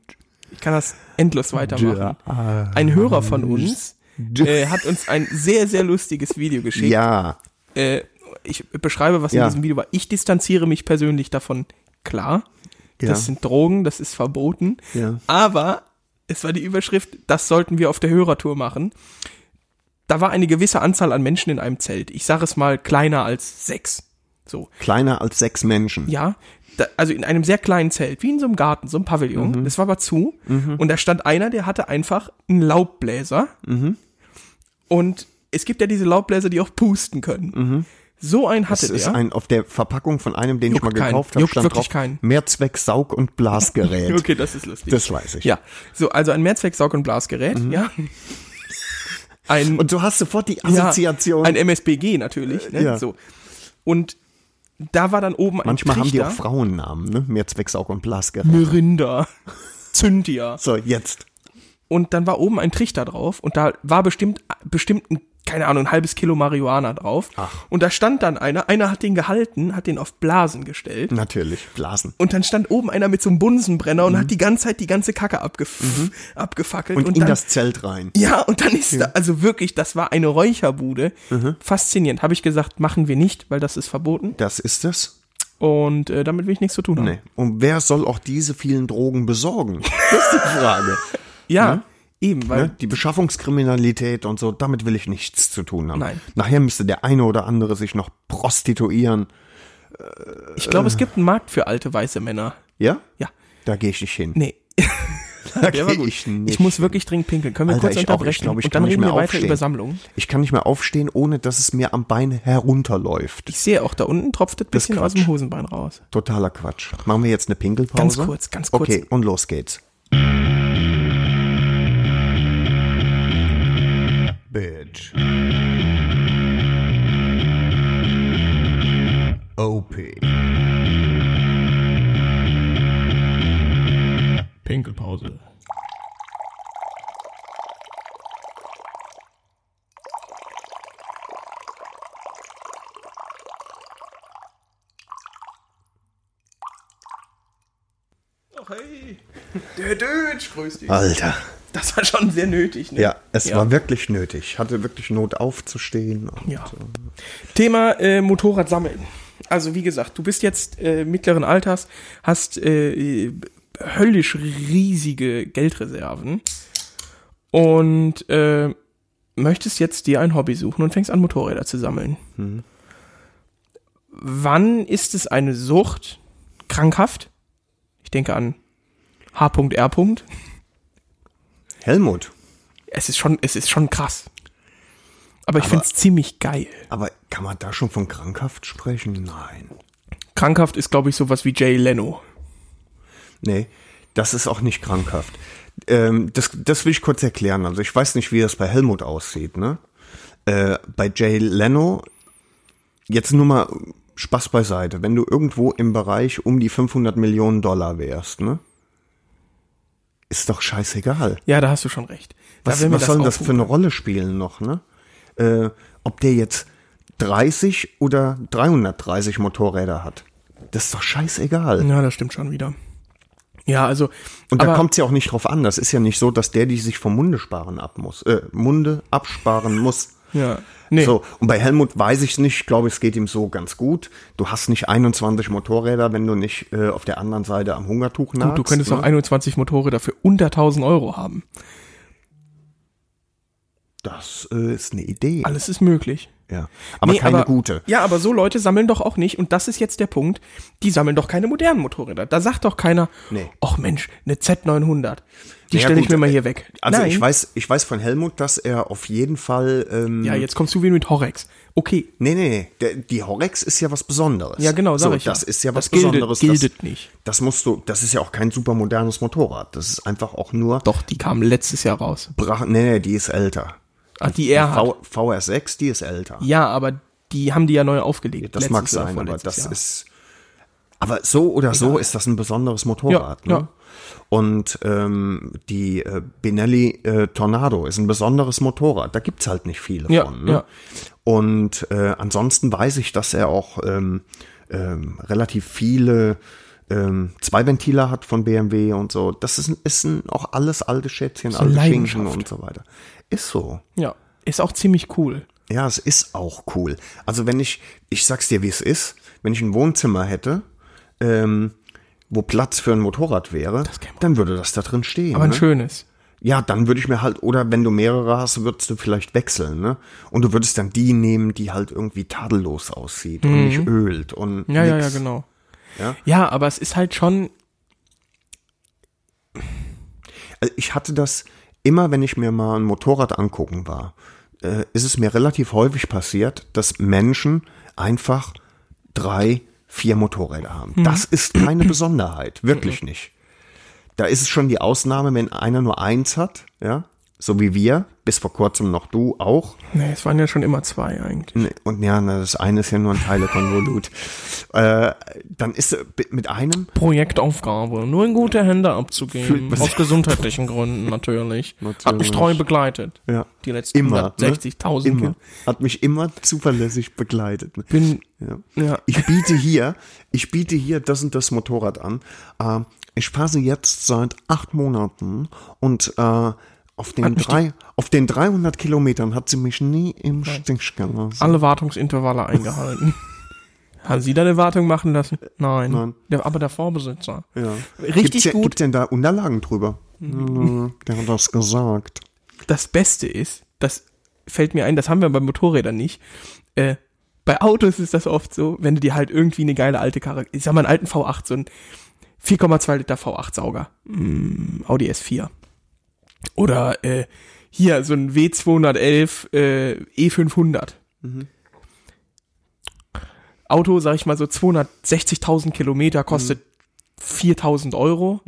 Speaker 2: Ich kann das endlos weitermachen. Ein Hörer von uns äh, hat uns ein sehr, sehr lustiges Video geschickt.
Speaker 3: Ja,
Speaker 2: äh, ich beschreibe, was in
Speaker 3: Ja.
Speaker 2: diesem Video war. Ich distanziere mich persönlich davon. Klar,
Speaker 3: Ja.
Speaker 2: das sind Drogen, das ist verboten.
Speaker 3: Ja.
Speaker 2: Aber es war die Überschrift, das sollten wir auf der Hörertour machen. Da war eine gewisse Anzahl an Menschen in einem Zelt. Ich sage es mal, kleiner als sechs. So,
Speaker 3: kleiner als sechs Menschen.
Speaker 2: ja, da, also in einem sehr kleinen Zelt, wie in so einem Garten, so einem Pavillon.
Speaker 3: Mhm.
Speaker 2: Das war aber zu. Und da stand einer, der hatte einfach einen Laubbläser.
Speaker 3: Mhm.
Speaker 2: Und es gibt ja diese Laubbläser, die auch pusten können. So einen hatte
Speaker 3: Mhm. Das ist
Speaker 2: der.
Speaker 3: ein, auf der Verpackung von einem, den ich
Speaker 2: Juckt
Speaker 3: mal
Speaker 2: keinen.
Speaker 3: gekauft habe,
Speaker 2: Juckt
Speaker 3: stand
Speaker 2: wirklich
Speaker 3: drauf,
Speaker 2: keinen.
Speaker 3: Mehrzweck Saug- und Blasgerät.
Speaker 2: okay, das ist lustig.
Speaker 3: Das weiß ich. Mhm.
Speaker 2: ja, so also ein Mehrzweck-Saug- und Blasgerät, ja. Ein
Speaker 3: Und du hast sofort die
Speaker 2: Ja,
Speaker 3: Assoziation.
Speaker 2: ein MSBG natürlich. Ne?
Speaker 3: Ja.
Speaker 2: So. Und da war dann oben ein
Speaker 3: Manchmal haben die
Speaker 2: Trichter.
Speaker 3: auch Frauennamen, ne? Mehrzweck Saug- und
Speaker 2: Mhm.
Speaker 3: Blasgerät.
Speaker 2: Myrinda. Zyndia.
Speaker 3: So, jetzt.
Speaker 2: Und dann war oben ein Trichter drauf und da war bestimmt, bestimmt ein, keine Ahnung, ein halbes Kilo Marihuana drauf.
Speaker 3: Ach.
Speaker 2: Und da stand dann einer, einer hat den gehalten, hat den auf Blasen gestellt.
Speaker 3: Natürlich, Blasen.
Speaker 2: Und dann stand oben einer mit so einem Bunsenbrenner und hat die ganze Zeit die ganze Kacke abgef abgefackelt.
Speaker 3: Mhm. Und, in
Speaker 2: dann,
Speaker 3: das Zelt rein.
Speaker 2: Ja, und dann ist da, also wirklich, das war eine Räucherbude.
Speaker 3: Mhm.
Speaker 2: Faszinierend. Habe ich gesagt, machen wir nicht, weil das ist verboten.
Speaker 3: Das ist es?
Speaker 2: Und äh, damit will ich nichts zu tun haben.
Speaker 3: Nee. Und wer soll auch diese vielen Drogen besorgen? Das ist die Frage.
Speaker 2: Ja, eben, weil
Speaker 3: Ne? Die Beschaffungskriminalität und so, damit will ich nichts zu tun haben.
Speaker 2: Nein.
Speaker 3: Nachher müsste der eine oder andere sich noch prostituieren.
Speaker 2: ich glaube,
Speaker 3: Äh.
Speaker 2: es gibt einen Markt für alte weiße Männer.
Speaker 3: Ja?
Speaker 2: Ja.
Speaker 3: Da gehe ich nicht hin.
Speaker 2: Nee.
Speaker 3: da
Speaker 2: Der war gut.
Speaker 3: Ich, nicht
Speaker 2: Ich muss
Speaker 3: hin.
Speaker 2: wirklich dringend pinkeln. Können wir
Speaker 3: Alter,
Speaker 2: kurz
Speaker 3: ich auch. Ich
Speaker 2: unterbrechen?
Speaker 3: glaube, ich
Speaker 2: und dann
Speaker 3: kann nicht
Speaker 2: reden
Speaker 3: mehr
Speaker 2: wir weiter
Speaker 3: aufstehen.
Speaker 2: über Sammlungen.
Speaker 3: Ich kann nicht mehr aufstehen, ohne dass es mir am Bein herunterläuft.
Speaker 2: Ich sehe auch, da unten tropft das
Speaker 3: Das
Speaker 2: bisschen aus
Speaker 3: Quatsch.
Speaker 2: dem Hosenbein raus.
Speaker 3: Totaler Quatsch. Machen wir jetzt eine Pinkelpause?
Speaker 2: Ganz kurz, ganz kurz.
Speaker 3: Okay, und los geht's.
Speaker 1: Bitch. OP.
Speaker 2: Pinkelpause. Ach, hey. Der Dötsch, grüß dich.
Speaker 3: Alter.
Speaker 2: Das war schon sehr nötig, ne?
Speaker 3: Ah. Ja, es
Speaker 2: Ja.
Speaker 3: war wirklich nötig. Ich hatte wirklich Not aufzustehen. Und
Speaker 2: Ja. Thema äh, Motorrad sammeln. Also wie gesagt, du bist jetzt äh, mittleren Alters, hast äh, äh, höllisch riesige Geldreserven und äh, möchtest jetzt dir ein Hobby suchen und fängst an, Motorräder zu sammeln. Wann ist es eine Sucht? Krankhaft? Ich denke an H.R.
Speaker 3: Helmut,
Speaker 2: Es ist schon, es ist schon krass. Aber ich find's ziemlich geil.
Speaker 3: aber kann man da schon von krankhaft sprechen? Nein.
Speaker 2: Krankhaft ist, glaube ich, sowas wie Jay Leno.
Speaker 3: Nee, das ist auch nicht krankhaft. Ähm, das, das will ich kurz erklären. Also ich weiß nicht, wie das bei Helmut aussieht. Ne? Äh, bei Jay Leno, jetzt nur mal Spaß beiseite, wenn du irgendwo im Bereich um die 500 Millionen Dollar wärst, ne? ist doch scheißegal.
Speaker 2: Ja, da hast du schon recht. Da
Speaker 3: Was,
Speaker 2: will mir
Speaker 3: was soll denn das
Speaker 2: auch
Speaker 3: für eine Rolle spielen noch, ne? Äh, ob der jetzt 30 oder 330 Motorräder hat. Das ist doch scheißegal.
Speaker 2: gut. Ja, das stimmt schon wieder. Ja, also.
Speaker 3: Und
Speaker 2: aber,
Speaker 3: da kommt es ja auch nicht drauf an. Das ist ja nicht so, dass der die sich vom Munde sparen ab muss. Äh, Munde absparen muss.
Speaker 2: Ja. Nee.
Speaker 3: So, und bei Helmut weiß ich nicht, ich glaube, es geht ihm so ganz gut. Du hast nicht 21 Motorräder, wenn du nicht äh, auf der anderen Seite am Hungertuch nagst. ne?
Speaker 2: Gut, du könntest auch 21 Motorräder für unter 1000 Euro haben.
Speaker 3: Das äh, ist eine Idee.
Speaker 2: Alles ist möglich.
Speaker 3: Ja. Aber
Speaker 2: Nee,
Speaker 3: keine gute.
Speaker 2: Ja, aber so Leute sammeln doch auch nicht, und das ist jetzt der Punkt, die sammeln doch keine modernen Motorräder. Da sagt doch keiner,
Speaker 3: Nee.
Speaker 2: ach Mensch, eine Z900, die
Speaker 3: Naja,
Speaker 2: stelle ich
Speaker 3: gut,
Speaker 2: mir mal
Speaker 3: äh,
Speaker 2: hier weg.
Speaker 3: Also
Speaker 2: Nein.
Speaker 3: ich weiß, ich weiß von Helmut, dass er auf jeden Fall. Ähm,
Speaker 2: Ja, jetzt kommst du wieder mit Horex. Okay,
Speaker 3: Nee, nee, nee. Der, die Horex ist ja was Besonderes.
Speaker 2: Ja, genau, sag
Speaker 3: so,
Speaker 2: ich ja.
Speaker 3: Das ist ja
Speaker 2: Das
Speaker 3: was
Speaker 2: gildet-
Speaker 3: Besonderes.
Speaker 2: gildet
Speaker 3: das,
Speaker 2: nicht.
Speaker 3: Das musst du, das ist ja auch kein super modernes Motorrad. Das ist einfach auch nur.
Speaker 2: doch, die kamen letztes Jahr raus.
Speaker 3: Bra nee, nee, die ist älter.
Speaker 2: Ach, die Erhard.
Speaker 3: V VR6, die ist älter.
Speaker 2: Ja, aber die haben die ja neu aufgelegt. letztes
Speaker 3: das mag
Speaker 2: Jahr,
Speaker 3: sein, aber
Speaker 2: vorletztes
Speaker 3: das
Speaker 2: Jahr.
Speaker 3: ist. Aber so oder so ist das ein besonderes Motorrad.
Speaker 2: Ja,
Speaker 3: ne?
Speaker 2: ja.
Speaker 3: Und ähm, die äh, Benelli äh, Tornado ist ein besonderes Motorrad. Da gibt's halt nicht viele
Speaker 2: Ja,
Speaker 3: von. Ne?
Speaker 2: ja.
Speaker 3: Und äh, ansonsten weiß ich, dass er auch ähm, ähm, relativ viele ähm, Zweiventiler hat von BMW und so. Das ist, ist ein, auch alles alte Schätzchen,
Speaker 2: eine
Speaker 3: alte Schinken
Speaker 2: Leidenschaft.
Speaker 3: und so weiter. Ist so.
Speaker 2: Ja, ist auch ziemlich cool.
Speaker 3: Ja, es ist auch cool. Also wenn ich, ich sag's dir, wie es ist, wenn ich ein Wohnzimmer hätte, ähm, wo Platz für ein Motorrad wäre,
Speaker 2: käme-
Speaker 3: dann würde das da drin stehen.
Speaker 2: Aber ein
Speaker 3: ne?
Speaker 2: schönes.
Speaker 3: Ja, dann würde ich mir halt, oder wenn du mehrere hast, würdest du vielleicht wechseln, ne? Und du würdest dann die nehmen, die halt irgendwie tadellos aussieht und nicht ölt und
Speaker 2: Mhm. Ja, ja, ja,
Speaker 3: nix.
Speaker 2: genau.
Speaker 3: Ja?
Speaker 2: Ja, aber es ist halt schon,
Speaker 3: Also ich hatte das immer, wenn ich mir mal ein Motorrad angucken war, äh, ist es mir relativ häufig passiert, dass Menschen einfach drei, vier Motorräder haben. Das ist keine Besonderheit, wirklich nicht. Da ist es schon die Ausnahme, wenn einer nur eins hat, ja, so wie wir, bis vor kurzem noch du auch.
Speaker 2: nee, ne, es waren ja schon immer zwei eigentlich.
Speaker 3: Nee, Und ja, na, das eine ist ja nur ein Teilekonvolut. äh, dann ist äh, mit einem
Speaker 2: Projektaufgabe, nur in gute Hände abzugeben.
Speaker 3: Fühlt-
Speaker 2: Aus gesundheitlichen Gründen natürlich. Hat mich treu begleitet.
Speaker 3: Ja.
Speaker 2: Die letzten
Speaker 3: immer, ne?
Speaker 2: 160.000
Speaker 3: immer,
Speaker 2: Kil-
Speaker 3: hat mich immer zuverlässig begleitet. ne?
Speaker 2: Bin,
Speaker 3: Ja.
Speaker 2: ja.
Speaker 3: Ich biete hier, ich biete hier das und das Motorrad an. Äh, ich fahre jetzt seit acht Monaten und äh, auf den, drei, auf den 300 Kilometern hat sie mich nie im Stich gelassen.
Speaker 2: alle Wartungsintervalle eingehalten. Haben Sie da eine Wartung machen lassen? Nein.
Speaker 3: Nein.
Speaker 2: Der, aber der Vorbesitzer.
Speaker 3: Ja.
Speaker 2: Ah, Richtig
Speaker 3: gibt's, ja-
Speaker 2: gut.
Speaker 3: Gibt's denn da Unterlagen drüber? Mhm. Der hat das gesagt.
Speaker 2: Das Beste ist, das fällt mir ein, das haben wir bei Motorrädern nicht. Äh, bei Autos ist das oft so, wenn du dir halt irgendwie eine geile alte Karre, ich sag mal einen alten V8, so einen 4,2 Liter V8 Sauger, mm, Audi S4. Oder äh, hier so ein W211 äh, E500. Auto, sag ich mal so 260.000 Kilometer, kostet 4.000 Euro.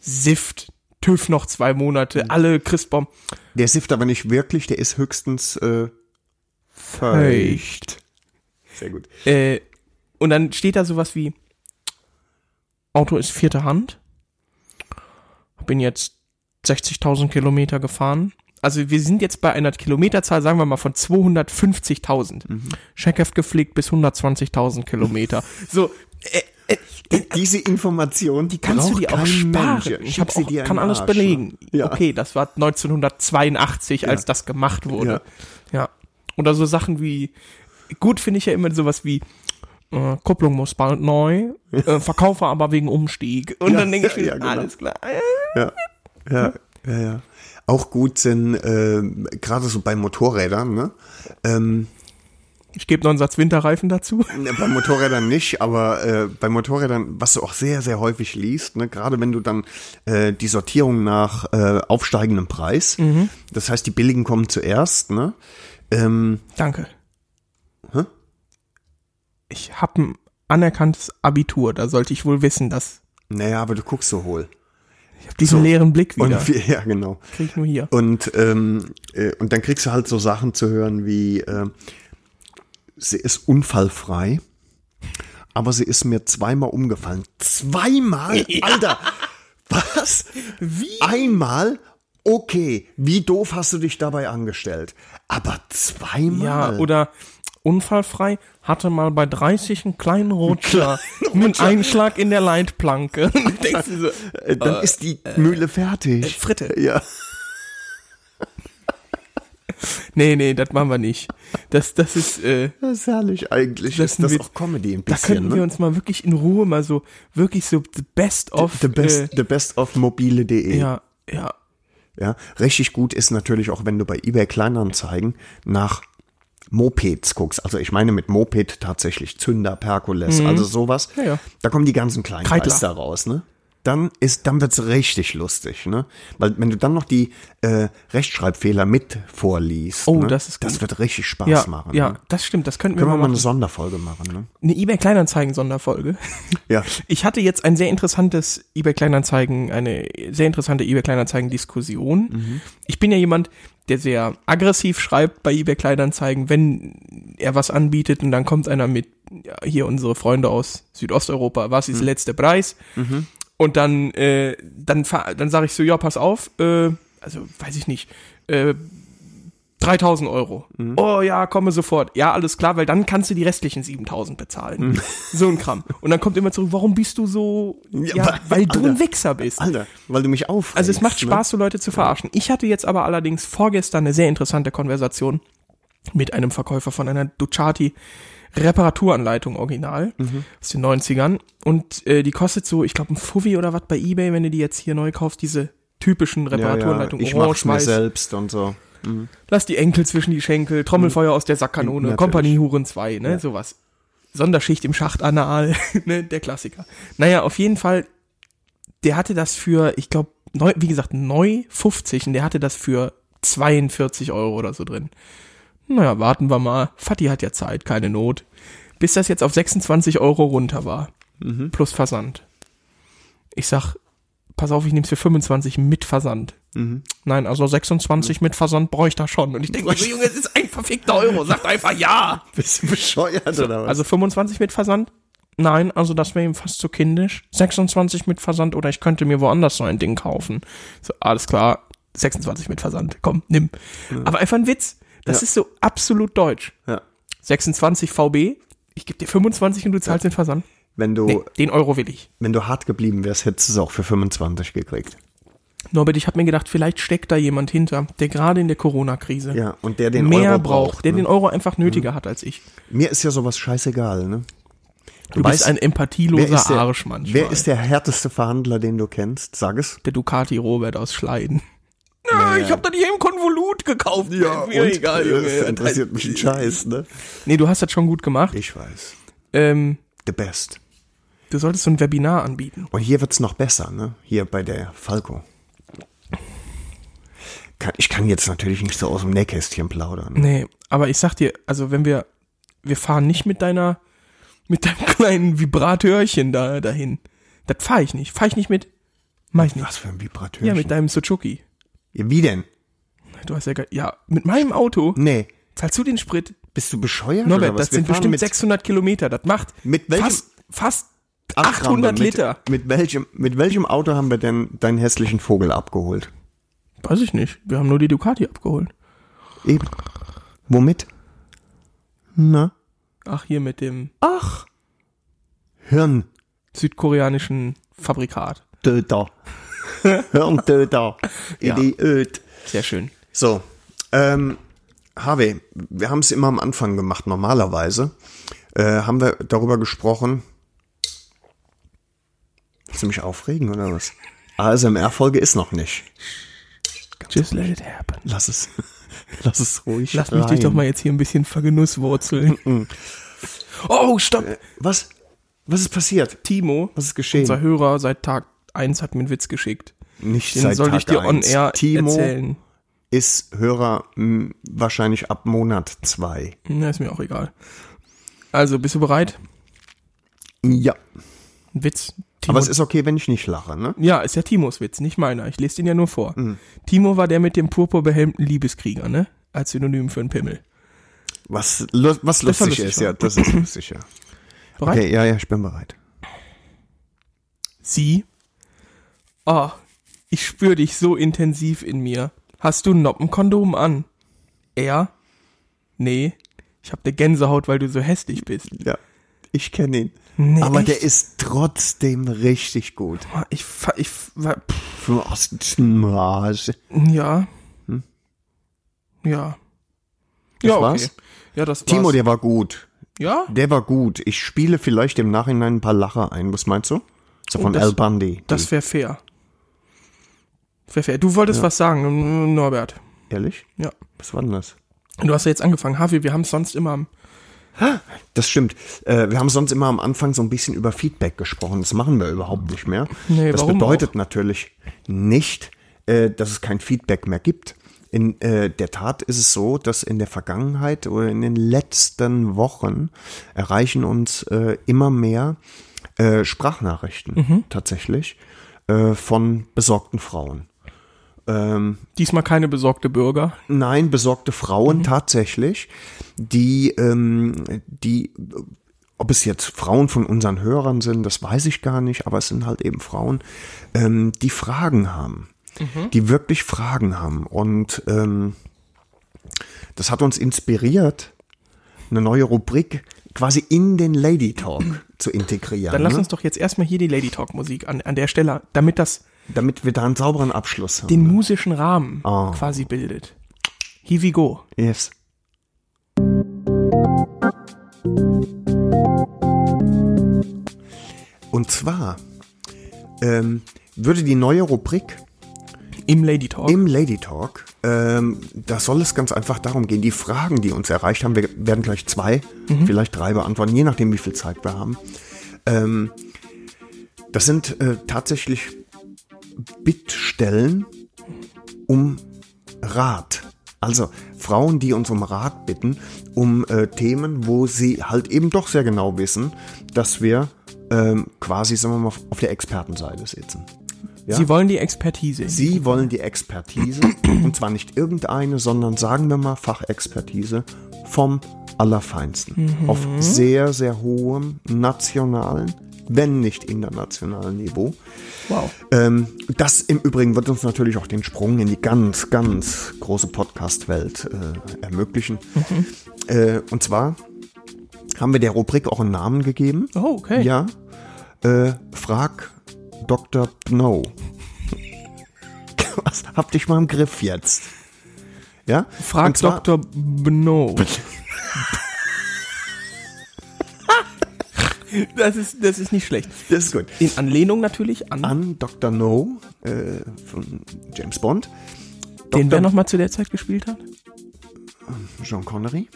Speaker 2: Sift, TÜV noch zwei Monate, alle Christbaum.
Speaker 3: Der sift aber nicht wirklich, der ist höchstens äh, feucht. Sehr gut.
Speaker 2: Äh, und dann steht da sowas wie, Auto ist vierte Hand. Bin jetzt 60.000 Kilometer gefahren. Also wir sind jetzt bei einer Kilometerzahl, sagen wir mal, von 250.000. Scheckheft gepflegt bis 120.000 Kilometer. So, äh, äh,
Speaker 3: Diese Information, die
Speaker 2: kannst du
Speaker 3: braucht
Speaker 2: dir auch
Speaker 3: kein
Speaker 2: sparen.
Speaker 3: Mensch.
Speaker 2: Ich
Speaker 3: Schieb
Speaker 2: hab
Speaker 3: sie
Speaker 2: auch,
Speaker 3: dir in
Speaker 2: kann
Speaker 3: den
Speaker 2: alles
Speaker 3: Arsch, ne?
Speaker 2: belegen.
Speaker 3: Ja.
Speaker 2: Okay, das war 1982, als das gemacht wurde. Ja. Oder so Sachen wie, gut finde ich ja immer sowas wie, äh, Kupplung muss bald neu, äh, verkaufe aber wegen Umstieg. Und
Speaker 3: Ja,
Speaker 2: dann denke ich,
Speaker 3: ja,
Speaker 2: mir,
Speaker 3: ja, genau.
Speaker 2: alles klar.
Speaker 3: Ja, ja, ja, ja. Auch gut sind, äh, gerade so bei Motorrädern, ne? Ähm,
Speaker 2: Ich gebe noch einen Satz Winterreifen dazu.
Speaker 3: ne, bei Motorrädern nicht, aber äh, bei Motorrädern, was du auch sehr, sehr häufig liest, ne? gerade wenn du dann äh, die Sortierung nach äh, aufsteigendem Preis,
Speaker 2: Mhm.
Speaker 3: das heißt, die billigen kommen zuerst, ne? Ähm,
Speaker 2: Danke. Ich habe ein anerkanntes Abitur, da sollte ich wohl wissen, dass
Speaker 3: naja, aber du guckst so hohl.
Speaker 2: ich hab diesen leeren Blick
Speaker 3: Und,
Speaker 2: wieder.
Speaker 3: ja, genau.
Speaker 2: Krieg ich nur hier.
Speaker 3: Und, ähm, äh, und dann kriegst du halt so Sachen zu hören wie, äh, sie ist unfallfrei, aber sie ist mir zweimal umgefallen. Zweimal? Alter, was? Wie? Einmal? Okay, wie doof hast du dich dabei angestellt? Aber zweimal?
Speaker 2: Ja, oder unfallfrei hatte mal bei 30 einen kleinen Rutscher mit Einschlag in der Leitplanke. Und denkst du so,
Speaker 3: Äh, Dann ist die Mühle fertig.
Speaker 2: äh, Fritte.
Speaker 3: Ja.
Speaker 2: nee, nee, das machen wir nicht. Das, das ist, äh,
Speaker 3: Das ist herrlich eigentlich.
Speaker 2: Das
Speaker 3: ist das
Speaker 2: sind wir-
Speaker 3: auch Comedy ein
Speaker 2: da
Speaker 3: bisschen,
Speaker 2: könnten wir
Speaker 3: ne?
Speaker 2: uns mal wirklich in Ruhe mal so, wirklich so the best of.
Speaker 3: The best, the best of mobile.de.
Speaker 2: Äh, ja, ja.
Speaker 3: Ja, richtig gut ist natürlich auch, wenn du bei eBay Kleinanzeigen nach Mopeds guckst. Also ich meine mit Moped tatsächlich Zünder, Perkules, also sowas.
Speaker 2: Mhm. Ja, ja.
Speaker 3: Da kommen die ganzen kleinen
Speaker 2: Kreidler.
Speaker 3: Geister raus, ne? Dann ist, dann wird's richtig lustig, ne? Weil wenn du dann noch die äh, Rechtschreibfehler mit vorliest,
Speaker 2: Oh,
Speaker 3: ne?
Speaker 2: das ist
Speaker 3: das
Speaker 2: gut.
Speaker 3: wird richtig Spaß
Speaker 2: Ja,
Speaker 3: machen.
Speaker 2: ja,
Speaker 3: ne?
Speaker 2: das stimmt, das könnten wir
Speaker 3: können
Speaker 2: mal
Speaker 3: wir mal eine
Speaker 2: machen.
Speaker 3: Sonderfolge machen, ne?
Speaker 2: Eine eBay Kleinanzeigen Sonderfolge.
Speaker 3: Ja,
Speaker 2: Ich hatte jetzt ein sehr interessantes eBay Kleinanzeigen, eine sehr interessante eBay Kleinanzeigen Diskussion. Ich bin ja jemand, der sehr aggressiv schreibt bei eBay Kleinanzeigen, wenn er was anbietet und dann kommt einer mit ja, hier unsere Freunde aus Südosteuropa, was ist der letzte Preis? Und dann äh, dann fa- dann sage ich so, ja, pass auf, äh, also weiß ich nicht. Äh, 3000 Euro.
Speaker 3: Mhm.
Speaker 2: Oh ja, komme sofort. Ja, alles klar, weil dann kannst du die restlichen 7000 bezahlen.
Speaker 3: Mhm.
Speaker 2: So ein Kram. Und dann kommt immer zurück, warum bist du so. Ja,
Speaker 3: weil-
Speaker 2: weil du ein
Speaker 3: Alter.
Speaker 2: Wichser bist.
Speaker 3: Alter, weil du mich aufregst.
Speaker 2: Also es macht
Speaker 3: ne?
Speaker 2: Spaß, so Leute zu verarschen. Ich hatte jetzt aber allerdings vorgestern eine sehr interessante Konversation mit einem Verkäufer von einer Ducati Reparaturanleitung Original
Speaker 3: Mhm.
Speaker 2: aus den 90ern. Und äh, die kostet so, ich glaube, ein Fuffi oder was bei Ebay, wenn du die jetzt hier neu kaufst, diese typischen
Speaker 3: Ja, ja.
Speaker 2: Reparaturanleitungen.
Speaker 3: Ich mach's mir selbst und so.
Speaker 2: Lass die Enkel zwischen die Schenkel, Trommelfeuer aus der Sackkanone,
Speaker 3: Natürlich.
Speaker 2: Kompanie Huren 2, ne, sowas. Sonderschicht im Schacht anal, ne, der Klassiker. Naja, auf jeden Fall, der hatte das für, ich glaube, neu, wie gesagt, neu 50 und der hatte das für 42 Euro oder so drin. Naja, warten wir mal. Fatih hat ja Zeit, keine Not. Bis das jetzt auf 26 Euro runter war. Plus Versand. Ich sag, pass auf, ich nehm's für 25 mit Versand. Nein, also 26 mit Versand bräuchte er schon. Und ich denke mir so, Junge, es ist ein verfickter Euro. Sagt einfach ja.
Speaker 3: Bist du bescheuert oder was?
Speaker 2: Also 25 mit Versand? Nein, also das wäre ihm fast zu kindisch. 26 mit Versand oder ich könnte mir woanders so ein Ding kaufen. So, alles klar, 26 mit Versand. Komm, nimm. Aber einfach ein Witz. Das
Speaker 3: Ja.
Speaker 2: ist so absolut deutsch.
Speaker 3: ja.
Speaker 2: 26 VB, ich gebe dir 25 und du zahlst den Versand.
Speaker 3: Wenn du,
Speaker 2: Nee, den Euro will ich.
Speaker 3: wenn du hart geblieben wärst, hättest du es auch für 25 gekriegt.
Speaker 2: Norbert, ich habe mir gedacht, vielleicht steckt da jemand hinter, der gerade in der Corona-Krise
Speaker 3: Ja, und der den
Speaker 2: mehr
Speaker 3: Euro
Speaker 2: braucht,
Speaker 3: braucht.
Speaker 2: der
Speaker 3: ne?
Speaker 2: den Euro einfach nötiger hat als ich.
Speaker 3: Mir ist ja sowas scheißegal, ne?
Speaker 2: Du bist ein
Speaker 3: wer
Speaker 2: empathieloser
Speaker 3: ist, der,
Speaker 2: Arsch manchmal.
Speaker 3: wer ist der härteste Verhandler, den du kennst? Sag es.
Speaker 2: der Ducati Robert aus Schleiden. Ja, ich habe das hier im Konvolut gekauft. Ja, mir egal, Junge.
Speaker 3: Das interessiert mich ein Scheiß, ne?
Speaker 2: Nee, du hast das schon gut gemacht.
Speaker 3: Ich weiß.
Speaker 2: Ähm,
Speaker 3: The best.
Speaker 2: du solltest so ein Webinar anbieten.
Speaker 3: Und hier wird's noch besser, ne? Hier bei der Falco. Kann, ich kann jetzt natürlich nicht so aus dem Nähkästchen plaudern. ne?
Speaker 2: Nee, aber ich sag dir, also wenn wir, wir fahren nicht mit deiner, mit deinem kleinen Vibratörchen da, dahin. Das fahr ich nicht. Fahr ich nicht mit. Mach ich nicht.
Speaker 3: Was für ein Vibrateur.
Speaker 2: Ja, mit deinem Suzuki.
Speaker 3: Wie denn?
Speaker 2: Du hast ja, ge- ja, mit meinem Auto
Speaker 3: Nee.
Speaker 2: zahlst du den Sprit.
Speaker 3: Bist du bescheuert?
Speaker 2: Norbert,
Speaker 3: oder was?
Speaker 2: das sind
Speaker 3: Wir fahren
Speaker 2: bestimmt
Speaker 3: mit
Speaker 2: 600 Kilometer. Das macht
Speaker 3: Mit welchem-
Speaker 2: fast, fast
Speaker 3: Ach,
Speaker 2: 800
Speaker 3: Rambo, mit,
Speaker 2: Liter.
Speaker 3: Mit welchem, mit welchem Auto haben wir denn deinen hässlichen Vogel abgeholt?
Speaker 2: Weiß ich nicht. Wir haben nur die Ducati abgeholt.
Speaker 3: Eben. Womit? Na?
Speaker 2: Ach, hier mit dem
Speaker 3: Ach. Hirn.
Speaker 2: südkoreanischen Fabrikat.
Speaker 3: Döder. Hirndöder. Idiot.
Speaker 2: Sehr schön.
Speaker 3: So, ähm, Harvey, wir haben es immer am Anfang gemacht, normalerweise. Äh, haben wir darüber gesprochen. Willst du mich aufregen oder was? ASMR-Folge ist noch nicht.
Speaker 2: Just let it happen.
Speaker 3: Lass es. Lass es ruhig.
Speaker 2: Lass mich dich
Speaker 3: rein.
Speaker 2: doch mal jetzt hier ein bisschen vergenusswurzeln.
Speaker 3: Mm,
Speaker 2: oh, stopp!
Speaker 3: Was? Was ist passiert?
Speaker 2: Timo,
Speaker 3: Äh, Was ist geschehen?
Speaker 2: unser Hörer seit Tag 1 hat mir einen Witz geschickt.
Speaker 3: Nicht
Speaker 2: Den
Speaker 3: seit
Speaker 2: soll
Speaker 3: Tag
Speaker 2: ich dir on
Speaker 3: eins.
Speaker 2: air
Speaker 3: Timo
Speaker 2: erzählen.
Speaker 3: ist Hörer mh, wahrscheinlich ab Monat zwei.
Speaker 2: Na, ist mir auch egal. Also, bist du bereit?
Speaker 3: Ja.
Speaker 2: Ein Witz. Timo,
Speaker 3: Aber es ist okay, wenn ich nicht lache, ne?
Speaker 2: ja, ist ja Timos Witz, nicht meiner. Ich lese ihn ja nur vor.
Speaker 3: Mhm.
Speaker 2: Timo war der mit dem purpurbehelmten Liebeskrieger, ne? Als Synonym für einen Pimmel.
Speaker 3: Was, lu- was lustig,
Speaker 2: lustig,
Speaker 3: ist,
Speaker 2: ja.
Speaker 3: ja. Das ist lustig, ja.
Speaker 2: Bereit?
Speaker 3: Okay, ja, ja, ich bin bereit.
Speaker 2: Sie. Oh, ich spür dich so intensiv in mir. Hast du ein Noppenkondom an? Er. Nee, ich hab ne Gänsehaut, weil du so hässlich bist.
Speaker 3: Ja, ich kenne ihn.
Speaker 2: Nee,
Speaker 3: Aber der
Speaker 2: echt?
Speaker 3: ist trotzdem richtig gut.
Speaker 2: Boah, Ah, Ich, fa- ich, wa- pff,
Speaker 3: Für Osten Marsch.
Speaker 2: ja.
Speaker 3: Hm.
Speaker 2: Ja. ja, okay.
Speaker 3: war's?
Speaker 2: Ja, das war's.
Speaker 3: Timo, der war gut.
Speaker 2: ja,
Speaker 3: Der war gut. Ich spiele vielleicht im Nachhinein ein paar Lacher ein. Was meinst du? So von
Speaker 2: Oh, das-
Speaker 3: Al Bundy.
Speaker 2: das wäre fair. Wär fair. Du wolltest was sagen, Norbert.
Speaker 3: Ehrlich?
Speaker 2: Ja.
Speaker 3: Was war denn das?
Speaker 2: Du hast ja jetzt angefangen. Harvey, wir haben sonst immer am
Speaker 3: Das stimmt. Äh, wir haben sonst immer am Anfang so ein bisschen über Feedback gesprochen. Das machen wir überhaupt nicht mehr.
Speaker 2: Nee,
Speaker 3: das
Speaker 2: warum
Speaker 3: bedeutet natürlich nicht, äh, dass es kein Feedback mehr gibt. In äh, der Tat ist es so, dass in der Vergangenheit oder in den letzten Wochen erreichen uns äh, immer mehr äh, Sprachnachrichten
Speaker 2: Mhm.
Speaker 3: tatsächlich äh, von besorgten Frauen. Ähm,
Speaker 2: diesmal keine besorgte Bürger.
Speaker 3: Nein, besorgte
Speaker 2: Mhm.
Speaker 3: Frauen tatsächlich, die, ähm, die, ob es jetzt Frauen von unseren Hörern sind, das weiß ich gar nicht, aber es sind halt eben Frauen, ähm, die Fragen haben,
Speaker 2: Mhm.
Speaker 3: die wirklich Fragen haben. Und ähm, das hat uns inspiriert, eine neue Rubrik quasi in den Lady Talk zu integrieren,
Speaker 2: Dann lass
Speaker 3: ne?
Speaker 2: uns doch jetzt erstmal hier die Lady Talk Musik an, an der Stelle, damit das
Speaker 3: damit wir da einen sauberen Abschluss haben.
Speaker 2: den musischen Rahmen
Speaker 3: Oh.
Speaker 2: quasi bildet. Here we go.
Speaker 3: Yes. Und zwar ähm, würde die neue Rubrik
Speaker 2: Im Lady Talk.
Speaker 3: im Lady Talk Ähm, da soll es ganz einfach darum gehen. Die Fragen, die uns erreicht haben, wir werden gleich zwei, vielleicht drei beantworten, je nachdem, wie viel Zeit wir haben. Ähm, das sind äh, tatsächlich Bittstellen um Rat. Also Frauen, die uns um Rat bitten, um äh, Themen, wo sie halt eben doch sehr genau wissen, dass wir ähm, quasi, sagen wir mal, auf der Expertenseite sitzen. Ja.
Speaker 2: Sie wollen die Expertise.
Speaker 3: Sie wollen die Expertise, und zwar nicht irgendeine, sondern sagen wir mal Fachexpertise vom Allerfeinsten. Auf sehr, sehr hohem nationalen, wenn nicht internationalen Niveau.
Speaker 2: wow.
Speaker 3: Ähm, das im Übrigen wird uns natürlich auch den Sprung in die ganz, ganz große Podcast-Welt äh, ermöglichen. Äh, und zwar haben wir der Rubrik auch einen Namen gegeben.
Speaker 2: Oh, okay.
Speaker 3: Ja. Äh, frag Dr. Pno. Was hab dich mal im Griff jetzt? Ja? Und
Speaker 2: Frag
Speaker 3: zwar-
Speaker 2: Dr. Bno. das, ist, das ist nicht schlecht.
Speaker 3: Das ist gut.
Speaker 2: In Anlehnung natürlich an,
Speaker 3: An Dr. No äh, von James Bond.
Speaker 2: den wer
Speaker 3: Dr.
Speaker 2: nochmal zu der Zeit gespielt hat.
Speaker 3: Sean Connery.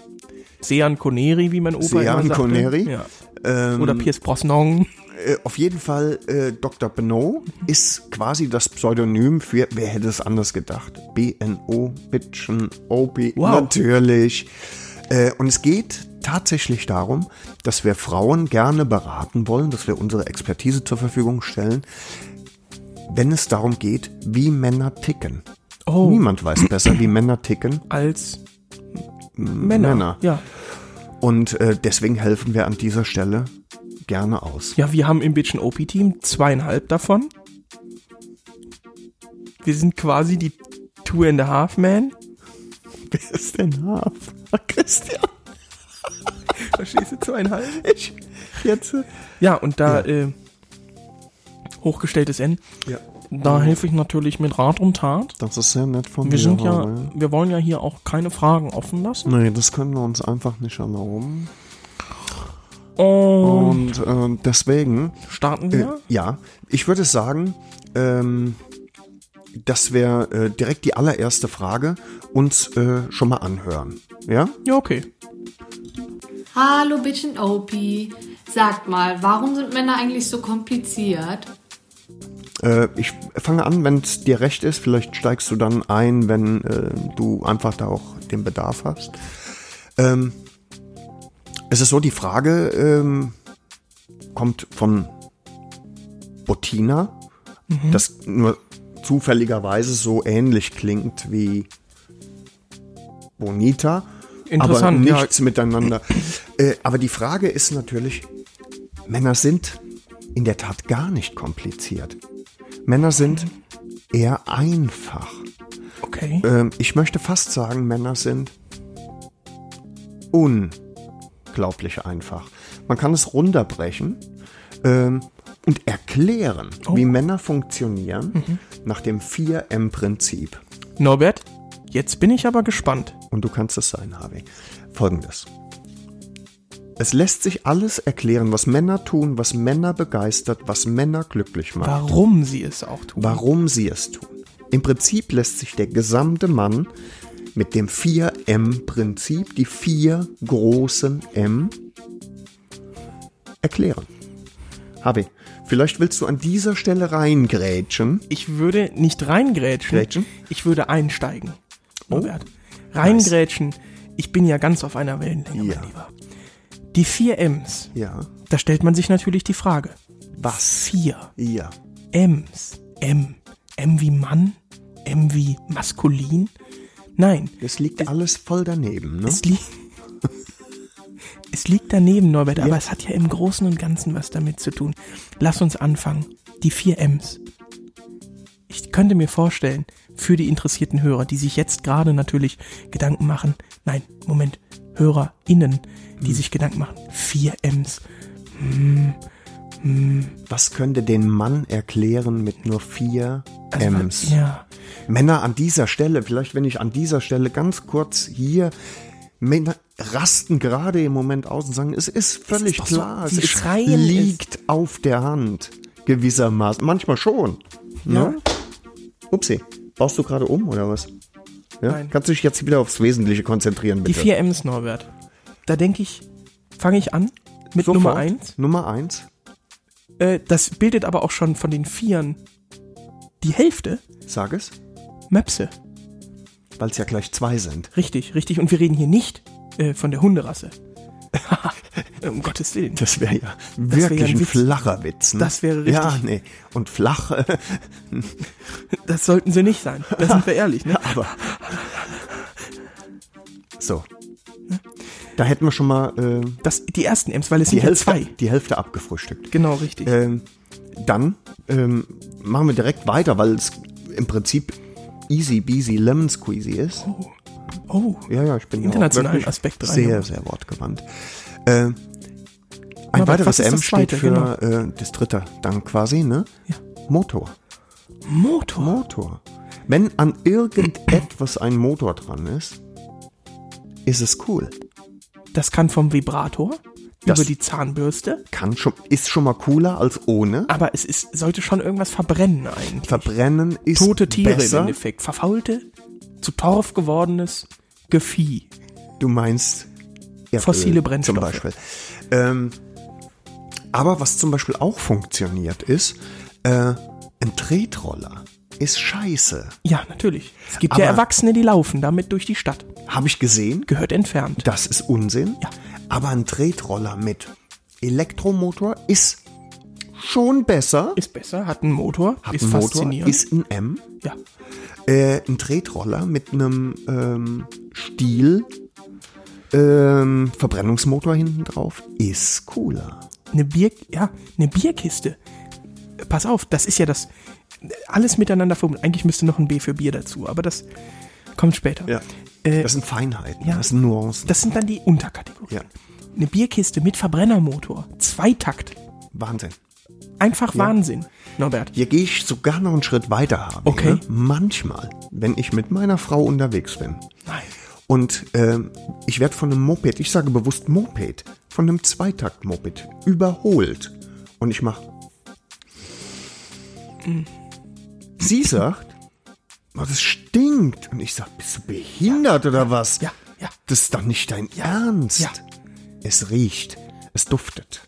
Speaker 2: Sean Connery, wie mein Opa immer
Speaker 3: Sean
Speaker 2: sagte.
Speaker 3: Connery.
Speaker 2: Ja.
Speaker 3: Ähm,
Speaker 2: Oder Pierce Brosnan.
Speaker 3: äh, auf jeden Fall äh, Dr. Bno ist quasi das Pseudonym für wer hätte es anders gedacht? BNO, Bitchen, OP,
Speaker 2: Wow.
Speaker 3: natürlich. Äh, und es geht tatsächlich darum, dass wir Frauen gerne beraten wollen, dass wir unsere Expertise zur Verfügung stellen, wenn es darum geht, wie Männer ticken.
Speaker 2: Oh.
Speaker 3: Niemand weiß besser, wie Männer ticken.
Speaker 2: Als Männer.
Speaker 3: Männer.
Speaker 2: Ja.
Speaker 3: Und äh, deswegen helfen wir an dieser Stelle gerne aus.
Speaker 2: ja, wir haben im Bitchen OP-Team zweieinhalb davon. Wir sind quasi die Two and a Half Man.
Speaker 3: Wer ist denn Haf? Christian,
Speaker 2: Verstehst du? Zweieinhalb?
Speaker 3: ich jetzt.
Speaker 2: Ja, und da Äh, hochgestelltes N.
Speaker 3: Ja. Mhm.
Speaker 2: Da helfe ich natürlich mit Rat und Tat.
Speaker 3: Das ist sehr nett von
Speaker 2: Wir sind ja,
Speaker 3: Raul.
Speaker 2: wir wollen ja hier auch keine Fragen offen lassen.
Speaker 3: Nee, das können wir uns einfach nicht erlauben.
Speaker 2: Und
Speaker 3: Und ähm, deswegen,
Speaker 2: starten
Speaker 3: äh,
Speaker 2: wir.
Speaker 3: ja, ich würde sagen, ähm, dass wir äh, direkt die allererste Frage uns äh, schon mal anhören. Ja?
Speaker 2: Ja, okay.
Speaker 4: Hallo Bitchin' Opie. Sagt mal, warum sind Männer eigentlich so kompliziert?
Speaker 3: Äh, ich fange an, wenn es dir recht ist. Vielleicht steigst du dann ein, wenn äh, du einfach da auch den Bedarf hast. Ähm, es ist so, die Frage ähm, kommt von Bottina,
Speaker 2: Mhm.
Speaker 3: das nur zufälligerweise so ähnlich klingt wie Bonita. aber
Speaker 2: Interessant, ja.
Speaker 3: nichts miteinander. Äh, aber die Frage ist natürlich, Männer sind in der Tat gar nicht kompliziert. Männer sind
Speaker 2: Mhm.
Speaker 3: eher einfach.
Speaker 2: Okay.
Speaker 3: Ähm, ich möchte fast sagen, Männer sind unglaublich einfach. Man kann es runterbrechen ähm, und erklären, wie Männer funktionieren nach dem 4M-Prinzip.
Speaker 2: Norbert, jetzt bin ich aber gespannt.
Speaker 3: Und du kannst es sein, Harvey. Folgendes. Es lässt sich alles erklären, was Männer tun, was Männer begeistert, was Männer glücklich macht.
Speaker 2: Warum sie es auch tun.
Speaker 3: warum sie es tun. Im Prinzip lässt sich der gesamte Mann mit dem 4M-Prinzip, die vier großen M, erklären. Harvey, vielleicht willst du an dieser Stelle reingrätschen.
Speaker 2: Ich würde nicht reingrätschen.
Speaker 3: Grätschen?
Speaker 2: Ich würde einsteigen. Norbert. Reingrätschen. Ich bin ja ganz auf einer Wellenlänge,
Speaker 3: Ja.
Speaker 2: mein Lieber. Die vier M's.
Speaker 3: Ja.
Speaker 2: Da stellt man sich natürlich die Frage.
Speaker 3: Was?
Speaker 2: Vier
Speaker 3: Ja.
Speaker 2: M's. M. M wie Mann? M wie maskulin? Nein.
Speaker 3: Das liegt alles voll daneben, ne?
Speaker 2: Es, li es liegt daneben, Norbert, aber es hat ja im Großen und Ganzen was damit zu tun. Lass uns anfangen. Die vier M's. Ich könnte mir vorstellen, für die interessierten Hörer, die sich jetzt gerade natürlich Gedanken machen, nein, Moment, HörerInnen, die sich Gedanken machen, vier M's.
Speaker 3: Was könnte den Mann erklären mit nur vier
Speaker 2: Also,
Speaker 3: M's?
Speaker 2: Ja,
Speaker 3: Männer an dieser Stelle, vielleicht wenn ich an dieser Stelle ganz kurz hier, Männer rasten gerade im Moment aus und sagen, es ist völlig
Speaker 2: doch so,
Speaker 3: klar,
Speaker 2: sie
Speaker 3: es ist-
Speaker 2: schreien es.
Speaker 3: liegt auf der Hand gewissermaßen. Manchmal schon. Ne? Upsi, baust du gerade um oder was? Ja?
Speaker 2: Nein.
Speaker 3: Kannst du dich jetzt wieder aufs Wesentliche konzentrieren,
Speaker 2: Die
Speaker 3: bitte?
Speaker 2: vier M's, Norbert. Da denke ich, fange ich an mit
Speaker 3: Sofort.
Speaker 2: Nummer eins.
Speaker 3: Nummer eins.
Speaker 2: Äh, das bildet aber auch schon von den Vieren die Hälfte.
Speaker 3: Sag es,
Speaker 2: Möpse.
Speaker 3: weil es ja gleich zwei sind.
Speaker 2: Richtig, richtig. Und wir reden hier nicht äh, von der Hunderasse. um Gottes Willen.
Speaker 3: Das wäre ja
Speaker 2: wär
Speaker 3: wirklich
Speaker 2: ja ein
Speaker 3: ein,
Speaker 2: Witz.
Speaker 3: flacher Witz. Ne?
Speaker 2: Das wäre richtig.
Speaker 3: Ja, nee. Und flach, äh,
Speaker 2: Das sollten sie nicht sein. Da sind wir ehrlich, ne?
Speaker 3: aber. So. Da hätten wir schon mal äh,
Speaker 2: Das, die ersten M's, weil es
Speaker 3: die,
Speaker 2: sind ja
Speaker 3: Hälfte,
Speaker 2: zwei.
Speaker 3: die Hälfte abgefrühstückt.
Speaker 2: Genau, richtig.
Speaker 3: Ähm, dann ähm, machen wir direkt weiter, weil es im Prinzip easy, beasy, lemon squeezy ist.
Speaker 2: oh,
Speaker 3: Ja, ja, ich bin ja auch
Speaker 2: Internationalen
Speaker 3: wirklich
Speaker 2: Aspekt rein,
Speaker 3: Sehr,
Speaker 2: ja.
Speaker 3: sehr wortgewandt. Äh, ein
Speaker 2: Aber
Speaker 3: weiteres
Speaker 2: was ist
Speaker 3: M
Speaker 2: das
Speaker 3: steht
Speaker 2: zweite?
Speaker 3: für
Speaker 2: Genau.
Speaker 3: äh, das dritte dann quasi, ne?
Speaker 2: Ja.
Speaker 3: Motor.
Speaker 2: Motor.
Speaker 3: Motor. Wenn an irgendetwas ein Motor dran ist, ist es cool.
Speaker 2: Das kann vom Vibrator
Speaker 3: Das-
Speaker 2: über die Zahnbürste,
Speaker 3: Kann schon, ist schon mal cooler als ohne.
Speaker 2: aber es ist, sollte schon irgendwas verbrennen eigentlich.
Speaker 3: Verbrennen ist
Speaker 2: Tote Tiere im
Speaker 3: besser.
Speaker 2: Endeffekt. Verfaulte, zu Torf gewordenes Gefieh.
Speaker 3: Du meinst Erdöl
Speaker 2: Fossile Brennstoffe.
Speaker 3: Zum Beispiel. Ähm, aber was zum Beispiel auch funktioniert ist, äh, ein Tretroller ist scheiße.
Speaker 2: Ja, natürlich. Es gibt ja
Speaker 3: Aber-
Speaker 2: Erwachsene, die laufen damit durch die Stadt.
Speaker 3: Habe ich gesehen,
Speaker 2: Gehört entfernt.
Speaker 3: das ist Unsinn.
Speaker 2: Ja.
Speaker 3: Aber ein Tretroller mit Elektromotor ist schon besser.
Speaker 2: Ist besser, hat einen Motor,
Speaker 3: Hat
Speaker 2: ist
Speaker 3: einen Motor,
Speaker 2: faszinierend.
Speaker 3: ist ein M.
Speaker 2: ja.
Speaker 3: Äh, ein Tretroller mit einem ähm, Stiel. Ähm, Verbrennungsmotor hinten drauf ist cooler.
Speaker 2: Eine Bier, ja, eine Bierkiste. Pass auf, das ist ja das. Alles miteinander verbunden. Eigentlich müsste noch ein B für Bier dazu, aber das kommt später. Äh,
Speaker 3: das sind Feinheiten, ne?
Speaker 2: ja.
Speaker 3: das sind Nuancen.
Speaker 2: Das sind dann die Unterkategorien.
Speaker 3: Ja.
Speaker 2: Eine Bierkiste mit Verbrennermotor, Zweitakt.
Speaker 3: Wahnsinn.
Speaker 2: Einfach Wahnsinn, Norbert.
Speaker 3: Hier gehe ich sogar noch einen Schritt weiter haben.
Speaker 2: Okay.
Speaker 3: Manchmal, wenn ich mit meiner Frau unterwegs bin
Speaker 2: Nein.
Speaker 3: und ähm, ich werde von einem Moped, ich sage bewusst Moped, von einem Zweitakt-Moped überholt und ich mache. Sie sagt, oh, das stinkt. Und ich sage, bist du behindert oder was?
Speaker 2: Ja, ja.
Speaker 3: Das ist doch nicht dein Ernst.
Speaker 2: Ja.
Speaker 3: Es riecht, es duftet.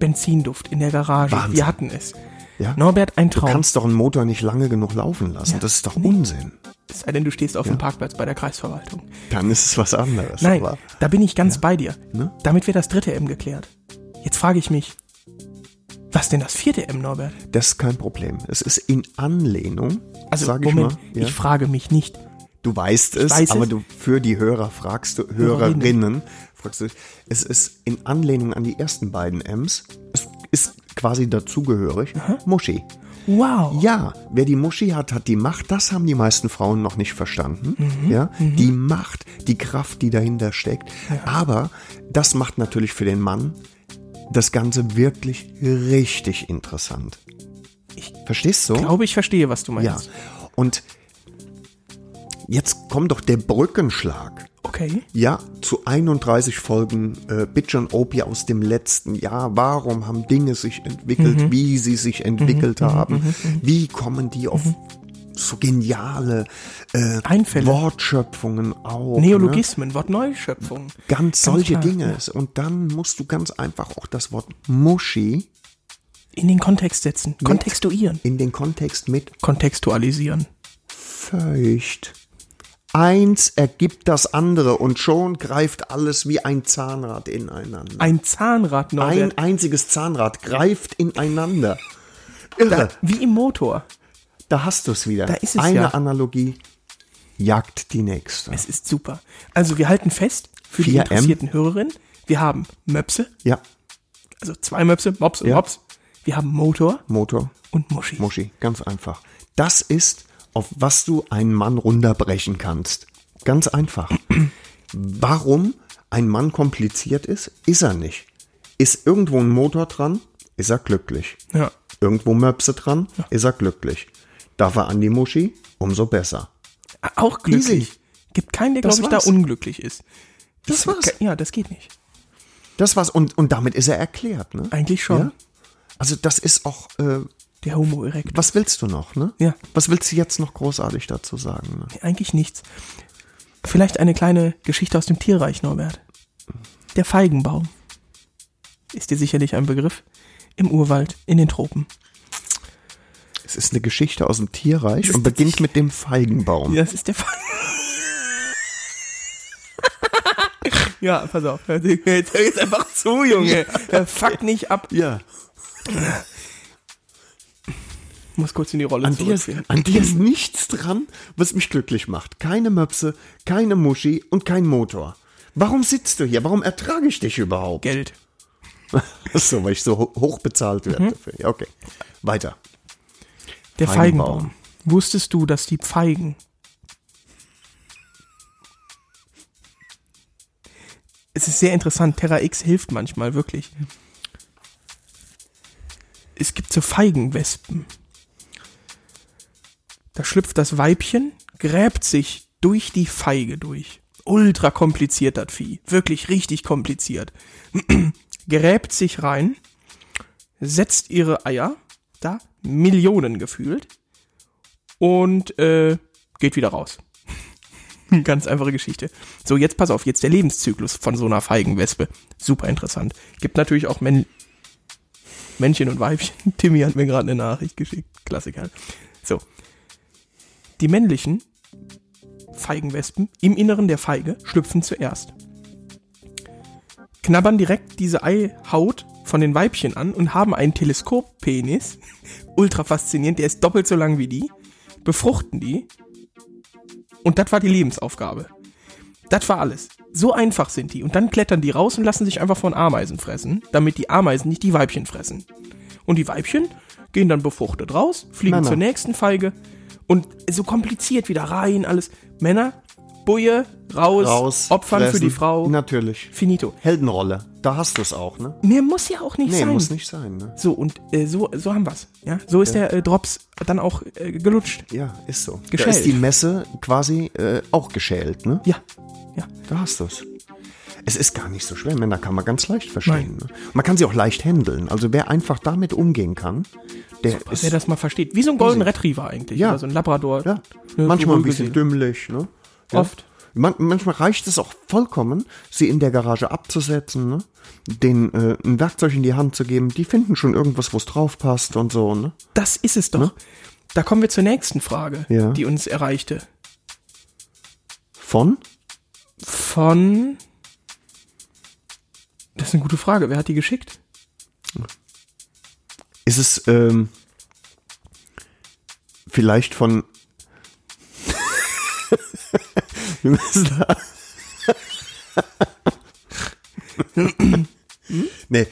Speaker 2: Benzinduft in der Garage.
Speaker 3: Wahnsinn.
Speaker 2: Wir hatten es.
Speaker 3: Ja?
Speaker 2: Norbert, ein
Speaker 3: Du
Speaker 2: Traum.
Speaker 3: kannst doch einen Motor nicht lange genug laufen lassen.
Speaker 2: Ja.
Speaker 3: Das ist doch Unsinn.
Speaker 2: es sei denn, du stehst auf dem Parkplatz bei der Kreisverwaltung.
Speaker 3: Dann ist es was anderes.
Speaker 2: Nein,
Speaker 3: aber-
Speaker 2: da bin ich ganz bei dir.
Speaker 3: Ne?
Speaker 2: Damit wird das dritte M geklärt. Jetzt frage ich mich, was denn das vierte M, Norbert?
Speaker 3: das ist kein Problem. Es ist in Anlehnung,
Speaker 2: Also,
Speaker 3: sag ich
Speaker 2: Moment,
Speaker 3: mal. Ja.
Speaker 2: ich frage mich nicht.
Speaker 3: du weißt es,
Speaker 2: weiß
Speaker 3: aber
Speaker 2: es.
Speaker 3: du für die Hörer fragst du,
Speaker 2: Hörerinnen.
Speaker 3: Hörerinnen, fragst du, es ist in Anlehnung an die ersten beiden M's. Es ist quasi dazugehörig. Muschi.
Speaker 2: Wow.
Speaker 3: Ja, wer die Muschi hat, hat die Macht. Das haben die meisten Frauen noch nicht verstanden.
Speaker 2: Mhm,
Speaker 3: Ja, die Macht, die Kraft, die dahinter steckt. Aber das macht natürlich für den Mann das Ganze wirklich richtig interessant.
Speaker 2: Ich
Speaker 3: Verstehst du?
Speaker 2: Ich glaube, ich verstehe, was du
Speaker 3: ja.
Speaker 2: meinst.
Speaker 3: Und jetzt kommt doch der Brückenschlag.
Speaker 2: Okay.
Speaker 3: Ja, zu 31 Folgen äh, Bitch und Opie aus dem letzten Jahr. Warum haben Dinge sich entwickelt, wie sie sich entwickelt haben? Wie kommen die auf so geniale äh, ne?
Speaker 2: Einfälle.
Speaker 3: Wortschöpfungen auf?
Speaker 2: Neologismen, Wortneuschöpfung.
Speaker 3: Ne? Ganz solche
Speaker 2: klar,
Speaker 3: Dinge. Und dann musst du ganz einfach auch das Wort Muschi
Speaker 2: In den Kontext setzen. Kontextuieren.
Speaker 3: in den Kontext mit
Speaker 2: Kontextualisieren.
Speaker 3: feucht. Eins ergibt das andere und schon greift alles wie ein Zahnrad ineinander.
Speaker 2: Ein Zahnrad, Norbert.
Speaker 3: Ein einziges Zahnrad greift ineinander. Irre, da,
Speaker 2: Wie im Motor.
Speaker 3: hast du es wieder.
Speaker 2: Da ist es
Speaker 3: Eine
Speaker 2: ja.
Speaker 3: Analogie jagt die nächste.
Speaker 2: Es ist super. Also wir halten fest, für die
Speaker 3: 4M.
Speaker 2: interessierten Hörerinnen, wir haben Möpse,
Speaker 3: ja,
Speaker 2: also zwei Möpse, Mops und
Speaker 3: Ja.
Speaker 2: Mops. Wir haben Motor
Speaker 3: Motor,
Speaker 2: und Muschi.
Speaker 3: Muschi, ganz einfach. Das ist, auf was du einen Mann runterbrechen kannst. Ganz einfach. Warum ein Mann kompliziert ist, ist er nicht. Ist irgendwo ein Motor dran, ist er glücklich.
Speaker 2: Ja.
Speaker 3: Irgendwo Möpse dran, ist er glücklich. Darf er an die Muschi, umso besser.
Speaker 2: Auch glücklich.
Speaker 3: Easy.
Speaker 2: Gibt keinen, der,
Speaker 3: Das
Speaker 2: glaube ich, da
Speaker 3: war's.
Speaker 2: unglücklich ist.
Speaker 3: Das war's.
Speaker 2: Ja, das geht nicht.
Speaker 3: Das war's. Und, und damit ist er erklärt, ne?
Speaker 2: Eigentlich schon.
Speaker 3: Ja? Also das ist auch äh,
Speaker 2: Der Homo erectus.
Speaker 3: Was willst du noch, ne?
Speaker 2: Ja.
Speaker 3: Was willst du jetzt noch großartig dazu sagen? Ne?
Speaker 2: Eigentlich nichts. Vielleicht eine kleine Geschichte aus dem Tierreich, Norbert. Der Feigenbaum. Ist dir sicherlich ein Begriff? Im Urwald, in den Tropen.
Speaker 3: Es ist eine Geschichte aus dem Tierreich und beginnt mit dem Feigenbaum.
Speaker 2: Das ist der Fall. ja, pass auf. Hör dir- hör jetzt hör jetzt einfach zu, Junge. Äh, Fuck nicht ab.
Speaker 3: Ja.
Speaker 2: Muss kurz in die Rolle
Speaker 3: An dir, ist,
Speaker 2: zurückgehen.
Speaker 3: an dir ist nichts dran, was mich glücklich macht. Keine Möpse, keine Muschi und kein Motor. Warum sitzt du hier? Warum ertrage ich dich überhaupt?
Speaker 2: Geld.
Speaker 3: So, weil ich so ho- hoch bezahlt werde.
Speaker 2: Mhm.
Speaker 3: dafür. Ja, okay. Weiter.
Speaker 2: Der
Speaker 3: Feigenbaum.
Speaker 2: Feigenbaum. Wusstest du, dass die Feigen Es ist sehr interessant, Terra X hilft manchmal wirklich. Es gibt so Feigenwespen. Da schlüpft das Weibchen, gräbt sich durch die Feige durch. Ultra kompliziert das Vieh, wirklich richtig kompliziert. gräbt sich rein, setzt ihre Eier da, Millionen gefühlt, und äh, geht wieder raus. Ganz einfache Geschichte. So, jetzt pass auf, jetzt der Lebenszyklus von so einer Feigenwespe. Super interessant. Gibt natürlich auch Männ Männchen und Weibchen. Timmy hat mir gerade eine Nachricht geschickt. Klassiker. So. Die männlichen Feigenwespen im Inneren der Feige schlüpfen zuerst. Knabbern direkt diese Eihaut von den Weibchen an und haben einen Teleskoppenis. Ultra faszinierend, der ist doppelt so lang wie die. Befruchten die und das war die Lebensaufgabe. Das war alles. So einfach sind die. Und dann klettern die raus und lassen sich einfach von Ameisen fressen, damit die Ameisen nicht die Weibchen fressen. Und die Weibchen gehen dann befruchtet raus, fliegen
Speaker 3: Männer.
Speaker 2: zur nächsten Feige und so kompliziert wieder rein, alles. Männer, Buje, raus,
Speaker 3: Raus.
Speaker 2: Opfern für
Speaker 3: fressen.
Speaker 2: die Frau.
Speaker 3: Natürlich.
Speaker 2: Finito.
Speaker 3: Heldenrolle. Da hast du es auch, ne?
Speaker 2: Mehr muss ja auch nicht
Speaker 3: Nee,
Speaker 2: sein.
Speaker 3: muss nicht sein, ne?
Speaker 2: So, und äh, so, so haben wir's. Ja? So ist der äh, Drops dann auch äh, gelutscht.
Speaker 3: Ja, ist so.
Speaker 2: Geschält.
Speaker 3: Da ist die Messe quasi äh, auch geschält, ne?
Speaker 2: Ja. Ja.
Speaker 3: Da hast du es. Es ist gar nicht so schwer, Männer kann man ganz leicht verstehen. Ne? Man kann sie auch leicht handeln. Also wer einfach damit umgehen kann, der ist
Speaker 2: Wer das mal versteht. Wie so ein Golden Retriever eigentlich.
Speaker 3: Ja.
Speaker 2: Oder so ein Labrador.
Speaker 3: ja,
Speaker 2: Ne,
Speaker 3: manchmal
Speaker 2: so
Speaker 3: ein bisschen
Speaker 2: gesehen.
Speaker 3: dümmlich. Ne? Ja.
Speaker 2: Oft.
Speaker 3: Man, manchmal reicht es auch vollkommen, sie in der Garage abzusetzen, ne? denen äh, ein Werkzeug in die Hand zu geben. Die finden schon irgendwas, wo es drauf passt und so. Ne?
Speaker 2: Das ist es doch. Da kommen wir zur nächsten Frage,
Speaker 3: Ja.
Speaker 2: die uns erreichte.
Speaker 3: Von?
Speaker 2: Von. Das ist eine gute Frage. Wer hat die geschickt?
Speaker 3: Ist es ähm, vielleicht von. Wir müssen da. nee,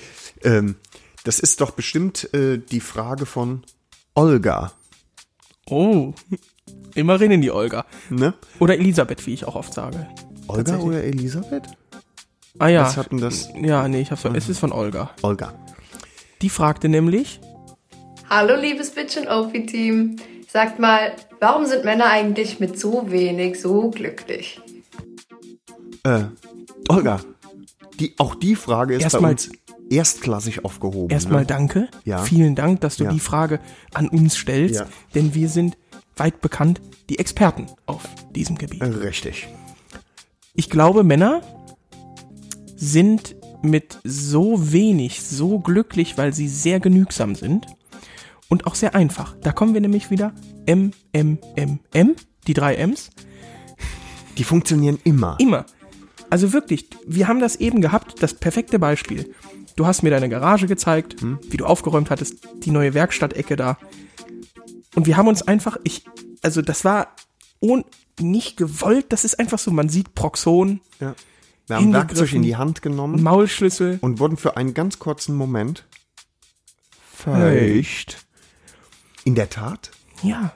Speaker 3: ähm, das ist doch bestimmt äh, die Frage von Olga,
Speaker 2: Oh. Immerhin in die Olga.
Speaker 3: ne?
Speaker 2: Oder Elisabeth, wie ich auch oft sage.
Speaker 3: Olga oder Elisabeth?
Speaker 2: Ah ja.
Speaker 3: Was hat denn das? Mhm.
Speaker 2: Ja, nee, ich hab's. Es ist von Olga.
Speaker 3: Olga.
Speaker 2: Die fragte nämlich.
Speaker 5: Hallo liebes Bitch und OP-Team. Sagt mal, warum sind Männer eigentlich mit so wenig so glücklich?
Speaker 3: Äh, Olga. Die, auch die Frage ist bei
Speaker 2: Erstmal-
Speaker 3: uns erstklassig aufgehoben.
Speaker 2: Erstmal
Speaker 3: ne?
Speaker 2: danke.
Speaker 3: Ja.
Speaker 2: Vielen Dank, dass du
Speaker 3: Ja.
Speaker 2: die Frage an uns stellst,
Speaker 3: Ja.
Speaker 2: denn wir sind weit bekannt die Experten auf diesem Gebiet.
Speaker 3: Äh, Richtig.
Speaker 2: Ich glaube, Männer sind mit so wenig so glücklich, weil sie sehr genügsam sind und auch sehr einfach. Da kommen wir nämlich wieder M, M, M, M, die drei Ms,
Speaker 3: Die funktionieren immer.
Speaker 2: immer. Also wirklich, wir haben das eben gehabt, das perfekte Beispiel. Du hast mir deine Garage gezeigt, wie du aufgeräumt hattest, die neue Werkstattecke da. Und wir haben uns einfach, ich, also das war ohn, nicht gewollt, das ist einfach so, man sieht Proxon,
Speaker 3: Ja. Wir haben Werkzeug
Speaker 2: hingegriffen.
Speaker 3: in die Hand genommen
Speaker 2: Maulschlüssel,
Speaker 3: und wurden für einen ganz kurzen Moment feucht. In der Tat.
Speaker 2: ja.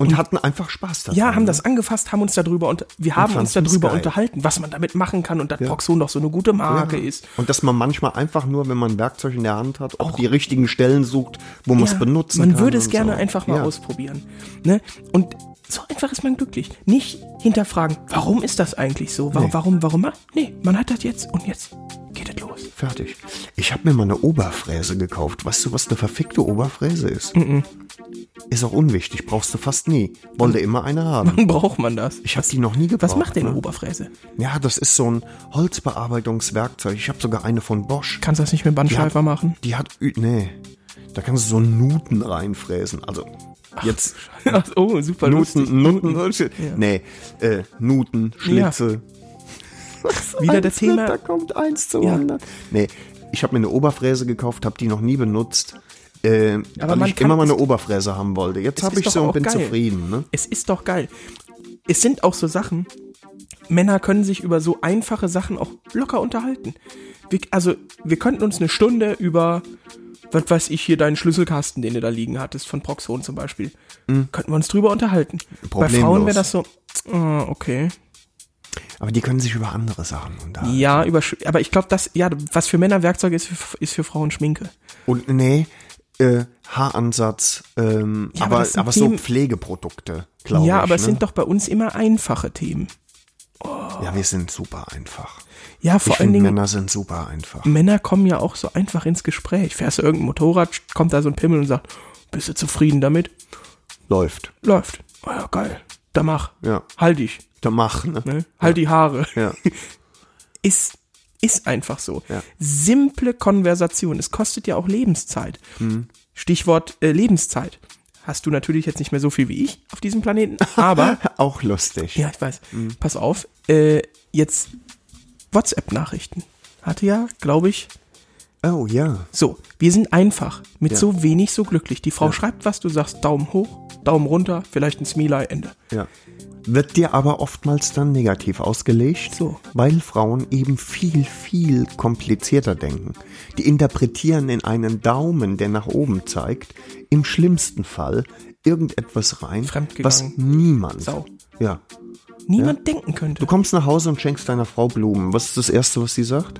Speaker 3: Und hatten einfach Spaß daran.
Speaker 2: Ja, haben das angefasst, haben uns darüber und wir haben uns
Speaker 3: fanden es
Speaker 2: darüber
Speaker 3: geil.
Speaker 2: unterhalten, was man damit machen kann und dass Proxon doch so eine gute Marke ist.
Speaker 3: Und dass man manchmal einfach nur, wenn man ein Werkzeug in der Hand hat, auch, die richtigen Stellen sucht, wo man es
Speaker 2: Ja,
Speaker 3: benutzen
Speaker 2: man
Speaker 3: kann.
Speaker 2: würde es
Speaker 3: und
Speaker 2: gerne
Speaker 3: so.
Speaker 2: einfach mal
Speaker 3: ja.
Speaker 2: ausprobieren. Ne? Und so einfach ist man glücklich. Nicht hinterfragen, warum ist das eigentlich so? Warum,
Speaker 3: Nee.
Speaker 2: warum, warum? ma- Nee, man hat das jetzt und jetzt geht es los.
Speaker 3: Fertig. Ich habe mir mal eine Oberfräse gekauft. Weißt du, was eine verfickte Oberfräse ist? Ist auch unwichtig. Brauchst du fast nie. Wollte immer eine haben.
Speaker 2: Wann braucht man das?
Speaker 3: Ich habe die noch nie gebraucht.
Speaker 2: Hm. Was macht denn
Speaker 3: ne?
Speaker 2: eine Oberfräse?
Speaker 3: Ja, das ist so ein Holzbearbeitungswerkzeug. Ich habe sogar eine von Bosch.
Speaker 2: Kannst du das nicht mit Bandschleifer
Speaker 3: hat,
Speaker 2: machen?
Speaker 3: Die hat. Ü- Nee. Da kannst du so Nuten reinfräsen. Also. Jetzt
Speaker 2: Ach, oh, super lustig.
Speaker 3: Nuten, Nuten, nee, äh, Nuten, Schlitze.
Speaker 2: Wieder das
Speaker 3: Eins wird, Da
Speaker 2: Thema.
Speaker 3: kommt eins zu
Speaker 2: Ja.
Speaker 3: anderen. Nee, ich habe mir eine Oberfräse gekauft, habe die noch nie benutzt, äh, weil
Speaker 2: man
Speaker 3: ich
Speaker 2: kann-
Speaker 3: immer mal eine
Speaker 2: es-
Speaker 3: Oberfräse haben wollte. Jetzt
Speaker 2: es
Speaker 3: habe
Speaker 2: ist
Speaker 3: ich
Speaker 2: doch
Speaker 3: sie und
Speaker 2: auch
Speaker 3: bin
Speaker 2: geil.
Speaker 3: zufrieden. Ne?
Speaker 2: Es ist doch geil. Es sind auch so Sachen, Männer können sich über so einfache Sachen auch locker unterhalten. Wir, also, wir könnten uns eine Stunde über, was weiß ich, hier deinen Schlüsselkasten, den du da liegen hattest, von Proxon zum Beispiel, könnten wir uns drüber unterhalten. Bei
Speaker 3: Mhm. Problemlos.
Speaker 2: Frauen wäre das so, ah, okay.
Speaker 3: Aber die können sich über andere Sachen unterhalten.
Speaker 2: Ja, über, Sch- aber ich glaube, das, ja, was für Männer Werkzeug ist, für- ist für Frauen Schminke.
Speaker 3: Und nee, äh, Haaransatz, ähm,
Speaker 2: Ja, aber
Speaker 3: aber,
Speaker 2: das sind
Speaker 3: aber, so
Speaker 2: Themen-
Speaker 3: Pflegeprodukte, glaube ich.
Speaker 2: ja, aber es
Speaker 3: ne?
Speaker 2: sind doch bei uns immer einfache Themen.
Speaker 3: Ja, wir sind super einfach.
Speaker 2: Ja, vor
Speaker 3: ich
Speaker 2: allen
Speaker 3: finde,
Speaker 2: Dingen.
Speaker 3: Männer sind super einfach.
Speaker 2: Männer kommen ja auch so einfach ins Gespräch. Fährst du irgendein Motorrad, kommt da so ein Pimmel und sagt, bist du zufrieden damit?
Speaker 3: Läuft.
Speaker 2: Läuft. Oh ja, geil. Da mach.
Speaker 3: Ja.
Speaker 2: Halt dich.
Speaker 3: Da mach, ne?
Speaker 2: Ne? Halt die Haare.
Speaker 3: Ja.
Speaker 2: Ist, ist einfach so.
Speaker 3: Ja.
Speaker 2: Simple Konversation. Es kostet ja auch Lebenszeit.
Speaker 3: Mhm.
Speaker 2: Stichwort äh, Lebenszeit. Hast du natürlich jetzt nicht mehr so viel wie ich auf diesem Planeten, aber
Speaker 3: Auch lustig.
Speaker 2: ja, ich weiß.
Speaker 3: Mhm.
Speaker 2: Pass auf. Äh, jetzt WhatsApp-Nachrichten. Hatte ja, glaube ich,
Speaker 3: Oh ja.
Speaker 2: So, wir sind einfach, mit
Speaker 3: Ja.
Speaker 2: so wenig so glücklich. Die Frau schreibt was, du sagst Daumen hoch, Daumen runter, vielleicht ein Smiley, Ende.
Speaker 3: Ja. Wird dir aber oftmals dann negativ ausgelegt,
Speaker 2: So.
Speaker 3: weil Frauen eben viel, viel komplizierter denken. Die interpretieren in einen Daumen, der nach oben zeigt, im schlimmsten Fall irgendetwas rein,
Speaker 2: Fremdgegangen.
Speaker 3: was niemand.
Speaker 2: Sau.
Speaker 3: Ja.
Speaker 2: Niemand denken könnte.
Speaker 3: Du kommst nach Hause und schenkst deiner Frau Blumen. Was ist das Erste, was sie sagt?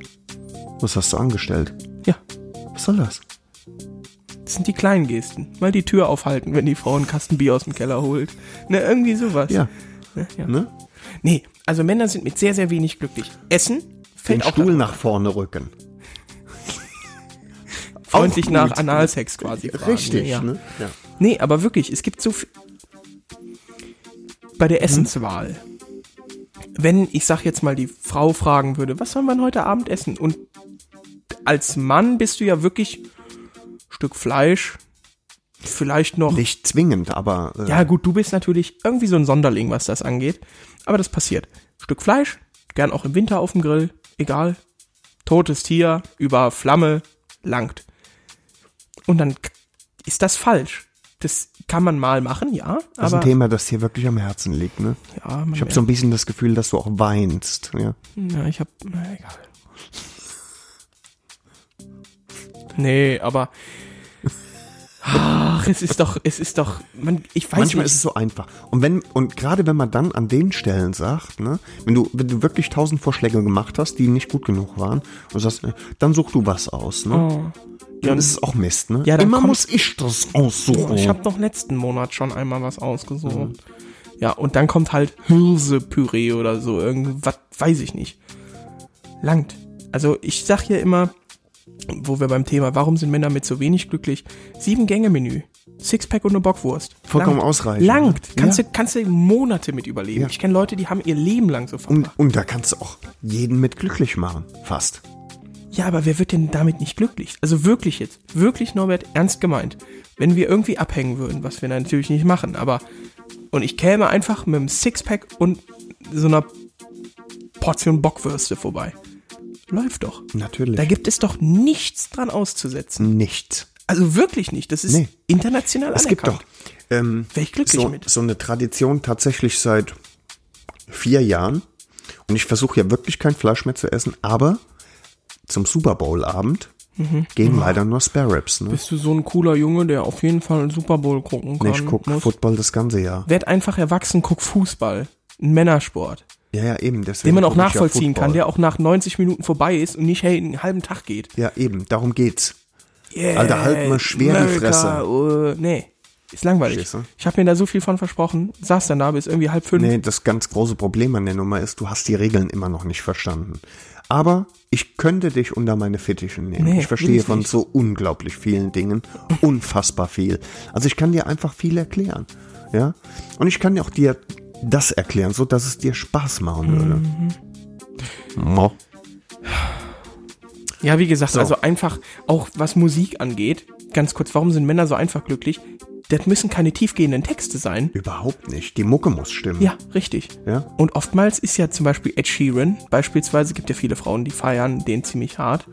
Speaker 3: Was hast du angestellt?
Speaker 2: Ja,
Speaker 3: Was soll das?
Speaker 2: das sind die kleinen Gesten. Mal die Tür aufhalten, wenn die Frau einen Kasten Bier aus dem Keller holt. Ne, irgendwie sowas.
Speaker 3: Ja.
Speaker 2: Ne, ja.
Speaker 3: Ne?
Speaker 2: Nee, also Männer sind mit sehr, sehr wenig glücklich. Essen
Speaker 3: Den
Speaker 2: fällt auch
Speaker 3: Stuhl nach vorne rücken.
Speaker 2: freundlich
Speaker 3: Auch
Speaker 2: nach
Speaker 3: gut.
Speaker 2: Analsex quasi. fragen,
Speaker 3: Richtig,
Speaker 2: Ja.
Speaker 3: ne? Ja.
Speaker 2: Nee, aber wirklich, es gibt so viel. Bei der Essenswahl. Wenn, ich sag jetzt mal, die Frau fragen würde, was sollen wir denn heute Abend essen? Und als Mann bist du ja wirklich Stück Fleisch, vielleicht noch.
Speaker 3: Nicht zwingend, aber äh,
Speaker 2: Ja, gut, du bist natürlich irgendwie so ein Sonderling, was das angeht. Aber das passiert. Stück Fleisch, gern auch im Winter auf dem Grill, egal. Totes Tier über Flamme langt. Und dann k- ist das falsch. Das kann man mal machen, ja.
Speaker 3: das ist
Speaker 2: Aber
Speaker 3: ein Thema, das dir wirklich am Herzen liegt. Ne?
Speaker 2: ja, man
Speaker 3: Ich habe so ein bisschen das Gefühl, dass du auch weinst. Ja?
Speaker 2: Ja, ich hab. Na, egal. Nee, aber. Ach, es ist doch, es ist doch, man, ich weiß
Speaker 3: Manchmal
Speaker 2: nicht.
Speaker 3: ist es so einfach. Und wenn und gerade wenn man dann an den Stellen sagt, ne, wenn du wenn du wirklich tausend Vorschläge gemacht hast, die nicht gut genug waren, und sagst, äh, dann such du was aus, ne? Dann ist es auch Mist, ne?
Speaker 2: Oh. Ja, dann
Speaker 3: Immer
Speaker 2: kommt-
Speaker 3: muss ich das aussuchen.
Speaker 2: Ich habe noch letzten Monat schon einmal was ausgesucht. Ja, und dann kommt halt Hirsepüree oder so, irgendwas, weiß ich nicht. Langt. Also ich sag ja immer, wo wir beim Thema, warum sind Männer mit so wenig glücklich? Sieben Gänge Menü, Sixpack und eine Bockwurst.
Speaker 3: Vollkommen ausreichend.
Speaker 2: Langt. Kannst,
Speaker 3: Ja.
Speaker 2: du, kannst du Monate mit überleben.
Speaker 3: Ja.
Speaker 2: Ich kenne Leute, die haben ihr Leben lang so verbracht.
Speaker 3: und, und da kannst du auch jeden mit glücklich machen, fast.
Speaker 2: Ja, aber wer wird denn damit nicht glücklich? Also wirklich jetzt, wirklich Norbert, ernst gemeint. Wenn wir irgendwie abhängen würden, was wir natürlich nicht machen, aber und ich käme einfach mit einem Sixpack und so einer Portion Bockwürste vorbei. Läuft doch.
Speaker 3: Natürlich.
Speaker 2: Da gibt es doch nichts dran auszusetzen.
Speaker 3: nichts.
Speaker 2: Also wirklich nicht. Das ist
Speaker 3: Nee.
Speaker 2: international
Speaker 3: Es gibt doch
Speaker 2: anerkannt. Wäre ich glücklich
Speaker 3: so,
Speaker 2: mit.
Speaker 3: so eine Tradition tatsächlich seit vier Jahren. Und ich versuche ja wirklich kein Fleisch mehr zu essen, aber zum Super Bowl-Abend
Speaker 2: Mhm.
Speaker 3: gehen leider nur Spare Ribs. Ne?
Speaker 2: Bist du so ein cooler Junge, der auf jeden Fall einen Super Bowl gucken
Speaker 3: Nee,
Speaker 2: kann?
Speaker 3: ich gucke
Speaker 2: muss?
Speaker 3: Football das ganze Jahr.
Speaker 2: Werd einfach erwachsen, guck Fußball. Ein Männersport.
Speaker 3: Ja, ja, eben. Deswegen
Speaker 2: den man auch
Speaker 3: guck ich ja
Speaker 2: nachvollziehen kann,
Speaker 3: Football.
Speaker 2: der auch nach 90 Minuten vorbei ist und nicht hey, einen halben Tag geht.
Speaker 3: Ja, eben. Darum geht's. Alter, halt mal schwer die Fresse.
Speaker 2: Uh, nee, Ist langweilig.
Speaker 3: Verstehst du?
Speaker 2: Ich habe mir da so viel von versprochen. Saß dann da bis irgendwie halb fünf.
Speaker 3: Nee, das ganz große Problem an der Nummer ist, du hast die Regeln immer noch nicht verstanden. Aber ich könnte dich unter meine Fittiche nehmen.
Speaker 2: Nee,
Speaker 3: ich
Speaker 2: will
Speaker 3: verstehe
Speaker 2: ich
Speaker 3: von
Speaker 2: nicht.
Speaker 3: so unglaublich vielen Dingen unfassbar viel. Also ich kann dir einfach viel erklären. Ja? Und ich kann dir auch dir das erklären, so dass es dir Spaß machen würde.
Speaker 2: Mhm.
Speaker 3: Mo.
Speaker 2: Ja, wie gesagt,
Speaker 3: So.
Speaker 2: also einfach auch was Musik angeht. Ganz kurz, warum sind Männer so einfach glücklich? Das müssen keine tiefgehenden Texte sein.
Speaker 3: Überhaupt nicht. Die Mucke muss stimmen.
Speaker 2: Ja, richtig.
Speaker 3: Ja?
Speaker 2: Und oftmals ist ja zum Beispiel Ed Sheeran, beispielsweise gibt ja viele Frauen, die feiern den ziemlich hart.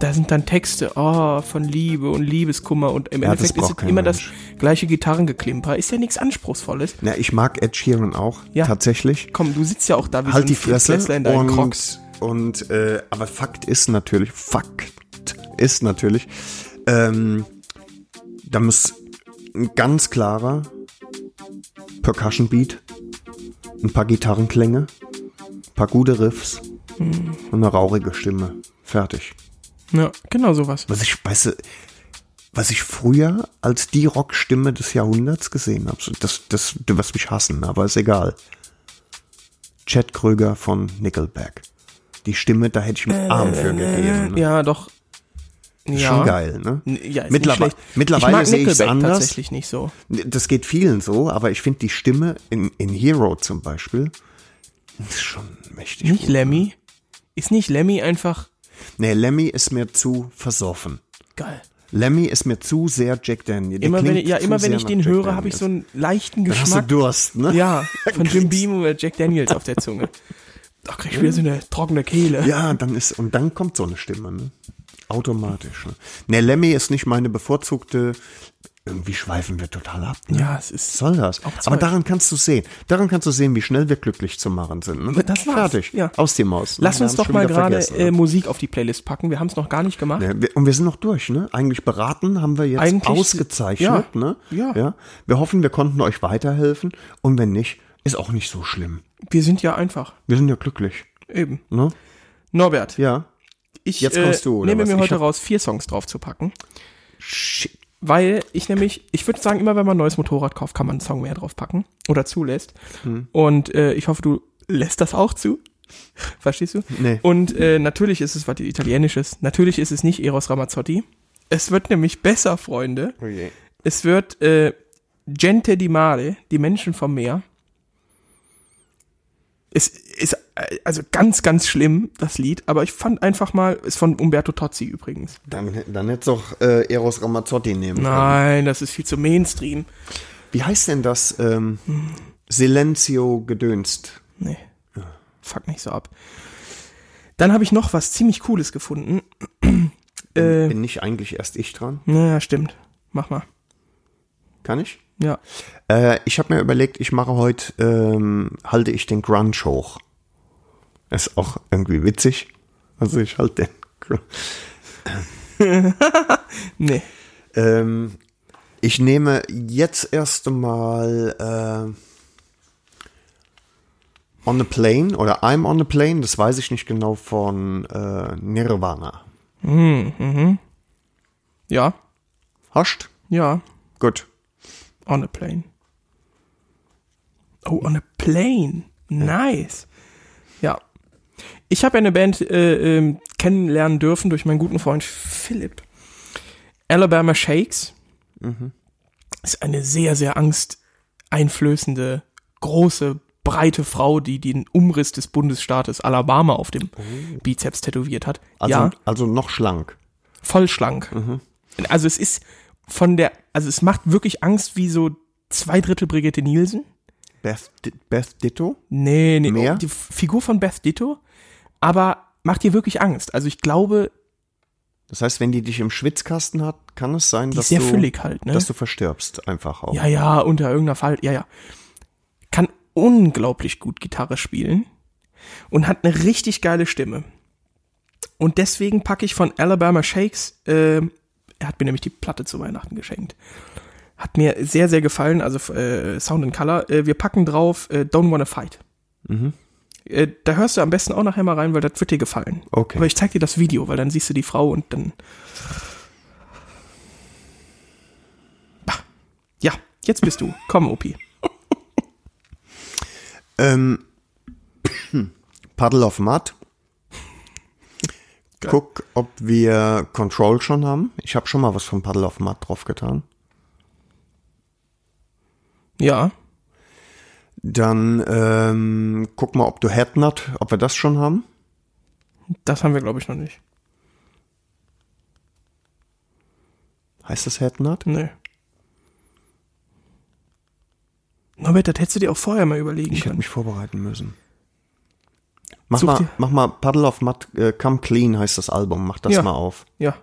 Speaker 2: Da sind dann Texte oh, von Liebe und Liebeskummer und im
Speaker 3: Ja, das
Speaker 2: Endeffekt ist
Speaker 3: braucht
Speaker 2: es
Speaker 3: kein
Speaker 2: immer
Speaker 3: Mensch.
Speaker 2: das gleiche Gitarrengeklimper. Ist ja nichts Anspruchsvolles.
Speaker 3: Na, ich mag Ed Sheeran auch,
Speaker 2: Ja.
Speaker 3: tatsächlich.
Speaker 2: Komm, du sitzt ja auch da wie so
Speaker 3: halt
Speaker 2: ein
Speaker 3: die Fresse
Speaker 2: Viertklässler in deinen Crocs.
Speaker 3: und, und äh, aber Fakt ist natürlich, Fakt ist natürlich, ähm, da muss ein ganz klarer Percussion Beat, ein paar Gitarrenklänge, ein paar gute Riffs
Speaker 2: Hm.
Speaker 3: und eine raurige Stimme. Fertig.
Speaker 2: Ja, genau sowas.
Speaker 3: Was ich weißt du, was ich früher als die Rockstimme des Jahrhunderts gesehen habe, so, das, das, du wirst mich hassen, aber ist egal. Chad Kröger von Nickelback. Die Stimme, da hätte ich mir Arm für gegeben. Ne?
Speaker 2: Äh, Ja, doch. Ja.
Speaker 3: Ist Schon geil, ne?
Speaker 2: N- Ja, ist
Speaker 3: Mittlerwe-
Speaker 2: nicht schlecht. ich
Speaker 3: mittlerweile
Speaker 2: mag
Speaker 3: sehe ich es
Speaker 2: Nickelback
Speaker 3: anders.
Speaker 2: tatsächlich nicht so.
Speaker 3: Das geht vielen so, aber ich finde die Stimme in, in Hero zum Beispiel ist schon mächtig.
Speaker 2: Nicht Lemmy. Ist nicht Lemmy einfach
Speaker 3: Nee, Lemmy ist mir zu versoffen.
Speaker 2: geil?
Speaker 3: Lemmy ist mir zu sehr Jack Daniel. Der
Speaker 2: Immer wenn, ich-
Speaker 3: klingt
Speaker 2: ja,
Speaker 3: zu
Speaker 2: immer wenn
Speaker 3: sehr
Speaker 2: ich
Speaker 3: nach
Speaker 2: den
Speaker 3: Jack
Speaker 2: höre, habe ich
Speaker 3: Daniels.
Speaker 2: so einen leichten
Speaker 3: Dann hast du
Speaker 2: Geschmack.
Speaker 3: Durst, ne?
Speaker 2: Ja, von Jim Beam oder Jack Daniels auf der Zunge. Da krieg ich wieder so eine trockene Kehle.
Speaker 3: Ja, dann ist, und dann kommt so eine Stimme, ne? Automatisch. Ne? Ne, Lemmy ist nicht meine bevorzugte. Irgendwie schweifen wir total ab. Ne?
Speaker 2: Ja, es ist-
Speaker 3: Was soll das?
Speaker 2: auch Zeug.
Speaker 3: Aber daran kannst du sehen. Daran kannst du sehen, wie schnell wir glücklich zu machen sind. Ne?
Speaker 2: Das war's.
Speaker 3: Fertig.
Speaker 2: Ja.
Speaker 3: Aus dem Haus. ne?
Speaker 2: Lass
Speaker 3: Wir
Speaker 2: uns
Speaker 3: haben's
Speaker 2: doch
Speaker 3: schon
Speaker 2: mal
Speaker 3: wieder
Speaker 2: gerade
Speaker 3: vergessen,
Speaker 2: äh,
Speaker 3: ne?
Speaker 2: Musik auf die Playlist packen. Wir haben es noch gar nicht gemacht.
Speaker 3: Ne, wir- Und wir sind noch durch, ne? Eigentlich beraten haben wir jetzt
Speaker 2: Eigentlich-
Speaker 3: ausgezeichnet,
Speaker 2: ja.
Speaker 3: ne?
Speaker 2: Ja.
Speaker 3: ja. Wir hoffen, wir konnten euch weiterhelfen. Und wenn nicht, ist auch nicht so schlimm.
Speaker 2: Wir sind ja einfach.
Speaker 3: Wir sind ja glücklich,
Speaker 2: Eben.
Speaker 3: ne?
Speaker 2: Norbert,
Speaker 3: Ja.
Speaker 2: ich
Speaker 3: jetzt kommst du,
Speaker 2: äh,
Speaker 3: oder
Speaker 2: nehme
Speaker 3: was?
Speaker 2: mir
Speaker 3: Ich
Speaker 2: heute
Speaker 3: hab-
Speaker 2: raus, vier Songs drauf zu packen. Weil ich nämlich, ich würde sagen, immer wenn man ein neues Motorrad kauft, kann man einen Song mehr draufpacken oder zulässt.
Speaker 3: Hm.
Speaker 2: Und äh, ich hoffe, du lässt das auch zu. Verstehst du?
Speaker 3: Nee.
Speaker 2: Und äh, natürlich ist es was Italienisches. Natürlich ist es nicht Eros Ramazzotti. Es wird nämlich besser, Freunde. Es wird äh, Gente di Mare, die Menschen vom Meer. Es ist äh, also ganz, ganz schlimm, das Lied. Aber ich fand einfach mal, ist von Umberto Tozzi übrigens.
Speaker 3: Dann, dann hättest du doch äh, Eros Ramazzotti nehmen können.
Speaker 2: Nein, das ist viel zu Mainstream.
Speaker 3: Wie heißt denn das? Ähm, Silencio gedönst.
Speaker 2: Nee. Fuck mich so ab. Dann habe ich noch was ziemlich Cooles gefunden.
Speaker 3: Bin, bin nicht eigentlich erst ich dran?
Speaker 2: Naja, stimmt. Mach mal.
Speaker 3: Kann ich?
Speaker 2: Ja.
Speaker 3: Äh, ich habe mir überlegt, ich mache heute, ähm, halte ich den Grunge hoch. Ist auch irgendwie witzig. Also ich halte den Grunge.
Speaker 2: Nee.
Speaker 3: Ähm, ich nehme jetzt erst einmal äh, On a Plane oder I'm on a Plane, das weiß ich nicht genau, von äh, Nirvana.
Speaker 2: Ja.
Speaker 3: Hast?
Speaker 2: Ja.
Speaker 3: Gut.
Speaker 2: On a plane. Oh, on a plane. Nice. Ja. Ich habe eine Band äh, ähm, kennenlernen dürfen durch meinen guten Freund Philipp. Alabama Shakes ist eine sehr, sehr angsteinflößende, große, breite Frau, die den Umriss des Bundesstaates Alabama auf dem Bizeps tätowiert hat.
Speaker 3: Also,
Speaker 2: ja,
Speaker 3: also noch schlank.
Speaker 2: voll schlank. Also es ist von der, also es macht wirklich Angst wie so zwei Drittel Brigitte Nielsen.
Speaker 3: Beth, Di- Beth Ditto?
Speaker 2: Nee, nee,
Speaker 3: Mehr?
Speaker 2: die F- Figur von Beth Ditto, aber macht dir wirklich Angst. Also ich glaube,
Speaker 3: Das heißt, wenn die dich im Schwitzkasten hat, kann es sein,
Speaker 2: die
Speaker 3: dass
Speaker 2: ist sehr
Speaker 3: du,
Speaker 2: füllig halt, ne?
Speaker 3: dass du verstirbst einfach auch.
Speaker 2: Ja, ja, unter irgendeiner Fall, ja, ja. Kann unglaublich gut Gitarre spielen und hat eine richtig geile Stimme. Und deswegen packe ich von Alabama Shakes, ähm, er hat mir nämlich die Platte zu Weihnachten geschenkt. Hat mir sehr, sehr gefallen, also äh, Sound and Color. Äh, wir packen drauf äh, Don't Wanna Fight. Äh, da hörst du am besten auch nachher mal rein, weil das wird dir gefallen.
Speaker 3: Okay.
Speaker 2: Aber ich zeig dir das Video, weil dann siehst du die Frau und dann. Bah. Jetzt bist du. Komm, Opi.
Speaker 3: Ähm, Puddle of Mud. Guck, ob wir Control schon haben. Ich habe schon mal was von Puddle of Mud draufgetan.
Speaker 2: Ja.
Speaker 3: Dann ähm, guck mal, ob du Head Nut, ob wir das schon haben.
Speaker 2: Das haben wir, glaube ich, noch nicht.
Speaker 3: Heißt das Head Nut?
Speaker 2: Nee. Norbert, das hättest du dir auch vorher mal überlegen
Speaker 3: Ich hätte
Speaker 2: können.
Speaker 3: mich vorbereiten müssen. Mach
Speaker 2: Such
Speaker 3: mal,
Speaker 2: dir-
Speaker 3: mach mal Puddle of Mud, äh, Come Clean heißt das Album. Mach das
Speaker 2: Ja.
Speaker 3: mal auf.
Speaker 2: Ja.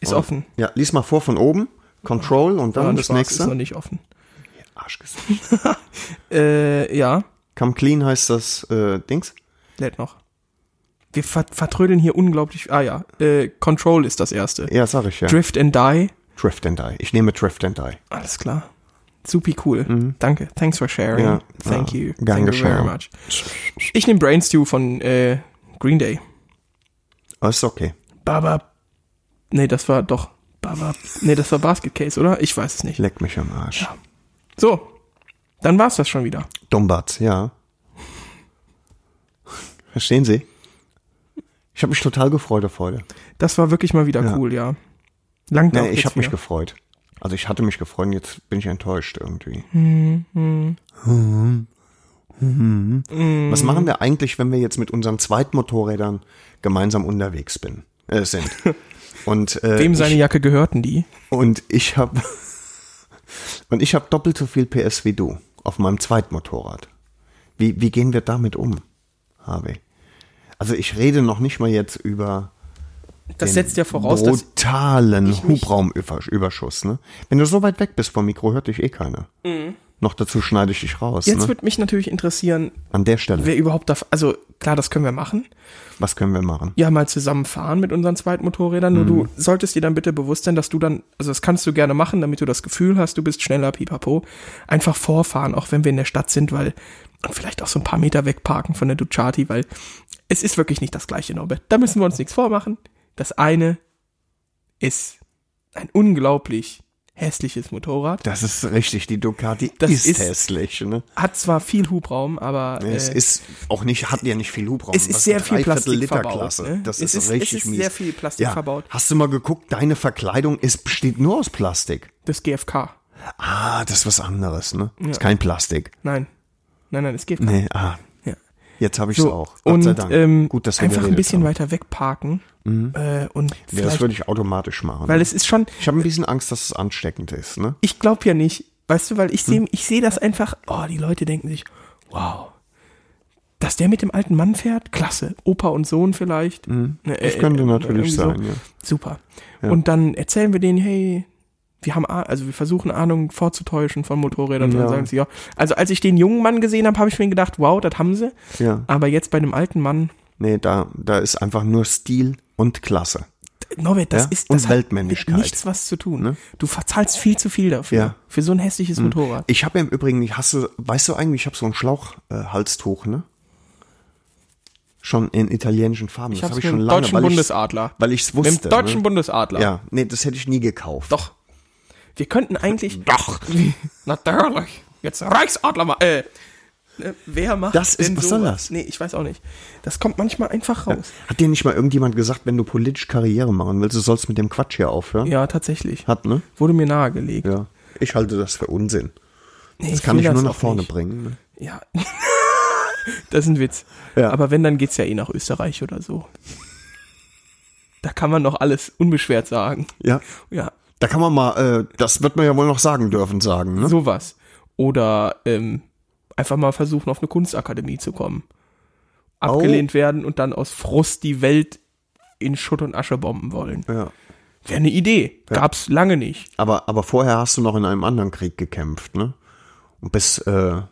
Speaker 2: Ist offen.
Speaker 3: Ja, lies mal vor von oben. Control und dann
Speaker 2: Ja,
Speaker 3: das,
Speaker 2: war's, ist noch
Speaker 3: nächste.
Speaker 2: nicht offen.
Speaker 3: Arschgesicht.
Speaker 2: Äh, ja.
Speaker 3: Come Clean heißt das äh, Dings.
Speaker 2: Lädt noch. Wir ver vertrödeln hier unglaublich. Ah ja. Äh, Control ist das erste.
Speaker 3: Ja, sag ich ja.
Speaker 2: Drift and Die.
Speaker 3: Drift and Die. Ich nehme Drift and Die.
Speaker 2: Alles klar. Supi cool. Danke. Thanks for sharing.
Speaker 3: Mhm. Ja.
Speaker 2: Thank
Speaker 3: Ja.
Speaker 2: you.
Speaker 3: Gern
Speaker 2: Thank you
Speaker 3: geschehen.
Speaker 2: very much. Ich nehme Brain Stew von äh, Green Day.
Speaker 3: Oh, ist okay.
Speaker 2: Baba. Nee, das war doch. Baba. Nee, das war Basket Case, oder? Ich weiß es nicht.
Speaker 3: Leck mich am Arsch.
Speaker 2: So. Dann war's das schon wieder.
Speaker 3: Dumbatz, ja. Verstehen Sie? Ich habe mich total gefreut auf heute.
Speaker 2: Das war wirklich mal wieder
Speaker 3: Ja.
Speaker 2: cool, ja. Lang
Speaker 3: Nee, ich habe mich
Speaker 2: gefreut.
Speaker 3: gefreut. Also ich hatte mich gefreut, und jetzt bin ich enttäuscht irgendwie. Was machen wir eigentlich, wenn wir jetzt mit unseren Zweitmotorrädern gemeinsam unterwegs bin, äh, sind? Und, äh,
Speaker 2: Wem
Speaker 3: ich-
Speaker 2: seine Jacke gehörten die?
Speaker 3: Und ich habe und ich habe doppelt so viel PS wie du auf meinem Zweitmotorrad. Wie wie gehen wir damit um, Harvey? Also ich rede noch nicht mal jetzt über
Speaker 2: Das setzt ja voraus,
Speaker 3: ne?
Speaker 2: dass.
Speaker 3: brutalen Hubraumüberschuss. Ne? Wenn du so weit weg bist vom Mikro, hört dich eh keiner. Noch dazu schneide ich dich raus.
Speaker 2: Mhm. Jetzt
Speaker 3: Ne?
Speaker 2: würde mich natürlich interessieren,
Speaker 3: An der Stelle,
Speaker 2: wer überhaupt da. Also, klar, das können wir machen.
Speaker 3: was können wir machen?
Speaker 2: ja mal zusammen fahren mit unseren Zweitmotorrädern. Nur
Speaker 3: Mhm.
Speaker 2: du solltest dir dann bitte bewusst sein, dass du dann, also das kannst du gerne machen, damit du das Gefühl hast, du bist schneller, pipapo. Einfach vorfahren, auch wenn wir in der Stadt sind, weil, und vielleicht auch so ein paar Meter wegparken von der Ducati, weil es ist wirklich nicht das gleiche, Norbert. Da müssen wir uns nichts vormachen. Das eine ist ein unglaublich hässliches Motorrad.
Speaker 3: Das ist richtig, die Ducati
Speaker 2: Das
Speaker 3: ist,
Speaker 2: ist-
Speaker 3: hässlich. Ne?
Speaker 2: Hat zwar viel Hubraum, aber
Speaker 3: Es
Speaker 2: äh,
Speaker 3: ist auch nicht, hat ja nicht viel Hubraum.
Speaker 2: Es ist
Speaker 3: Was,
Speaker 2: sehr viel
Speaker 3: Dreiviertel
Speaker 2: Plastik
Speaker 3: Liter
Speaker 2: verbaut,
Speaker 3: Klasse.
Speaker 2: ne?
Speaker 3: Das
Speaker 2: Es
Speaker 3: ist,
Speaker 2: ist-
Speaker 3: richtig
Speaker 2: es ist
Speaker 3: mies.
Speaker 2: sehr viel Plastik
Speaker 3: ja.
Speaker 2: verbaut.
Speaker 3: Hast du mal geguckt, deine Verkleidung ist, besteht nur aus Plastik.
Speaker 2: das GFK.
Speaker 3: Ah, das ist was anderes, ne? Ist kein Plastik.
Speaker 2: Nein. Nein, nein, es GFK.
Speaker 3: Nee, ah,
Speaker 2: Ja.
Speaker 3: jetzt habe ich es
Speaker 2: So,
Speaker 3: auch. Gott
Speaker 2: und
Speaker 3: sei Dank.
Speaker 2: Ähm,
Speaker 3: Gut, dass wir
Speaker 2: einfach ein
Speaker 3: geredet
Speaker 2: bisschen
Speaker 3: haben. Mhm.
Speaker 2: weiter wegparken. Äh, und
Speaker 3: Ja, das
Speaker 2: vielleicht-
Speaker 3: würde ich automatisch machen.
Speaker 2: weil es ist schon,
Speaker 3: ich habe ein bisschen Angst, dass es ansteckend ist, ne?
Speaker 2: ich glaube ja nicht, weißt du, weil ich
Speaker 3: Hm?
Speaker 2: sehe ich seh das einfach, oh, die Leute denken sich, wow, dass der mit dem alten Mann fährt, klasse, Opa und Sohn vielleicht. Ne,
Speaker 3: Das Mhm. könnte natürlich
Speaker 2: irgendwie
Speaker 3: sein, ja.
Speaker 2: Super. Und dann erzählen wir denen, hey, wir haben, Ah- also wir versuchen Ahnung vorzutäuschen von Motorrädern und
Speaker 3: Ja.
Speaker 2: dann sagen sie, ja. Also als ich den jungen Mann gesehen habe, habe ich mir gedacht, wow, das haben sie.
Speaker 3: Ja.
Speaker 2: Aber jetzt bei dem alten Mann,
Speaker 3: Nee, da, da ist einfach nur Stil und Klasse.
Speaker 2: Norbert, das
Speaker 3: Ja,
Speaker 2: ist
Speaker 3: und
Speaker 2: das hat mit
Speaker 3: Weltmännlichkeit. Ne?
Speaker 2: nichts was zu tun. Du verzahlst viel zu viel dafür.
Speaker 3: Ja. Hm.
Speaker 2: Für so ein hässliches Motorrad.
Speaker 3: Ich habe im Übrigen, ich hasse, weißt du eigentlich, ich habe so ein Schlauchhalstuch, ne? Schon in italienischen Farben.
Speaker 2: Ich hab's
Speaker 3: das habe ich
Speaker 2: mit
Speaker 3: schon
Speaker 2: dem
Speaker 3: lange.
Speaker 2: deutschen
Speaker 3: weil ich's-
Speaker 2: Bundesadler.
Speaker 3: Weil ich es
Speaker 2: Mit
Speaker 3: wusste.
Speaker 2: dem deutschen
Speaker 3: ne?
Speaker 2: Bundesadler.
Speaker 3: Ja, nee, das hätte ich nie gekauft.
Speaker 2: Doch. Wir könnten eigentlich. Doch. Natürlich. Jetzt Reichsadler mal. Äh, ne, wer macht
Speaker 3: Das ist-
Speaker 2: denn
Speaker 3: was soll
Speaker 2: sowas?
Speaker 3: das?
Speaker 2: Nee, ich weiß auch nicht. Das kommt manchmal einfach raus.
Speaker 3: Hat dir nicht mal irgendjemand gesagt, wenn du politisch Karriere machen willst, du sollst mit dem Quatsch hier aufhören?
Speaker 2: Ja, tatsächlich.
Speaker 3: Hat, ne?
Speaker 2: Wurde mir nahegelegt.
Speaker 3: Ja. Ich halte das für Unsinn.
Speaker 2: Nee,
Speaker 3: Das kann
Speaker 2: will
Speaker 3: ich nur nach
Speaker 2: auch
Speaker 3: vorne
Speaker 2: nicht.
Speaker 3: bringen. Ne?
Speaker 2: Ja. das ist ein Witz.
Speaker 3: Ja.
Speaker 2: Aber wenn, dann geht's ja eh nach Österreich oder so. Da kann man noch alles unbeschwert sagen.
Speaker 3: Ja.
Speaker 2: Ja,
Speaker 3: Da kann man mal, äh, das wird man ja wohl noch sagen dürfen, sagen, ne?
Speaker 2: sowas. Oder ähm, einfach mal versuchen, auf eine Kunstakademie zu kommen. Abgelehnt werden und dann aus Frust die Welt in Schutt und Asche bomben wollen.
Speaker 3: Ja.
Speaker 2: Wäre eine Idee. Gab's lange nicht.
Speaker 3: Aber, aber vorher hast du noch in einem anderen Krieg gekämpft, ne? Und bis, äh,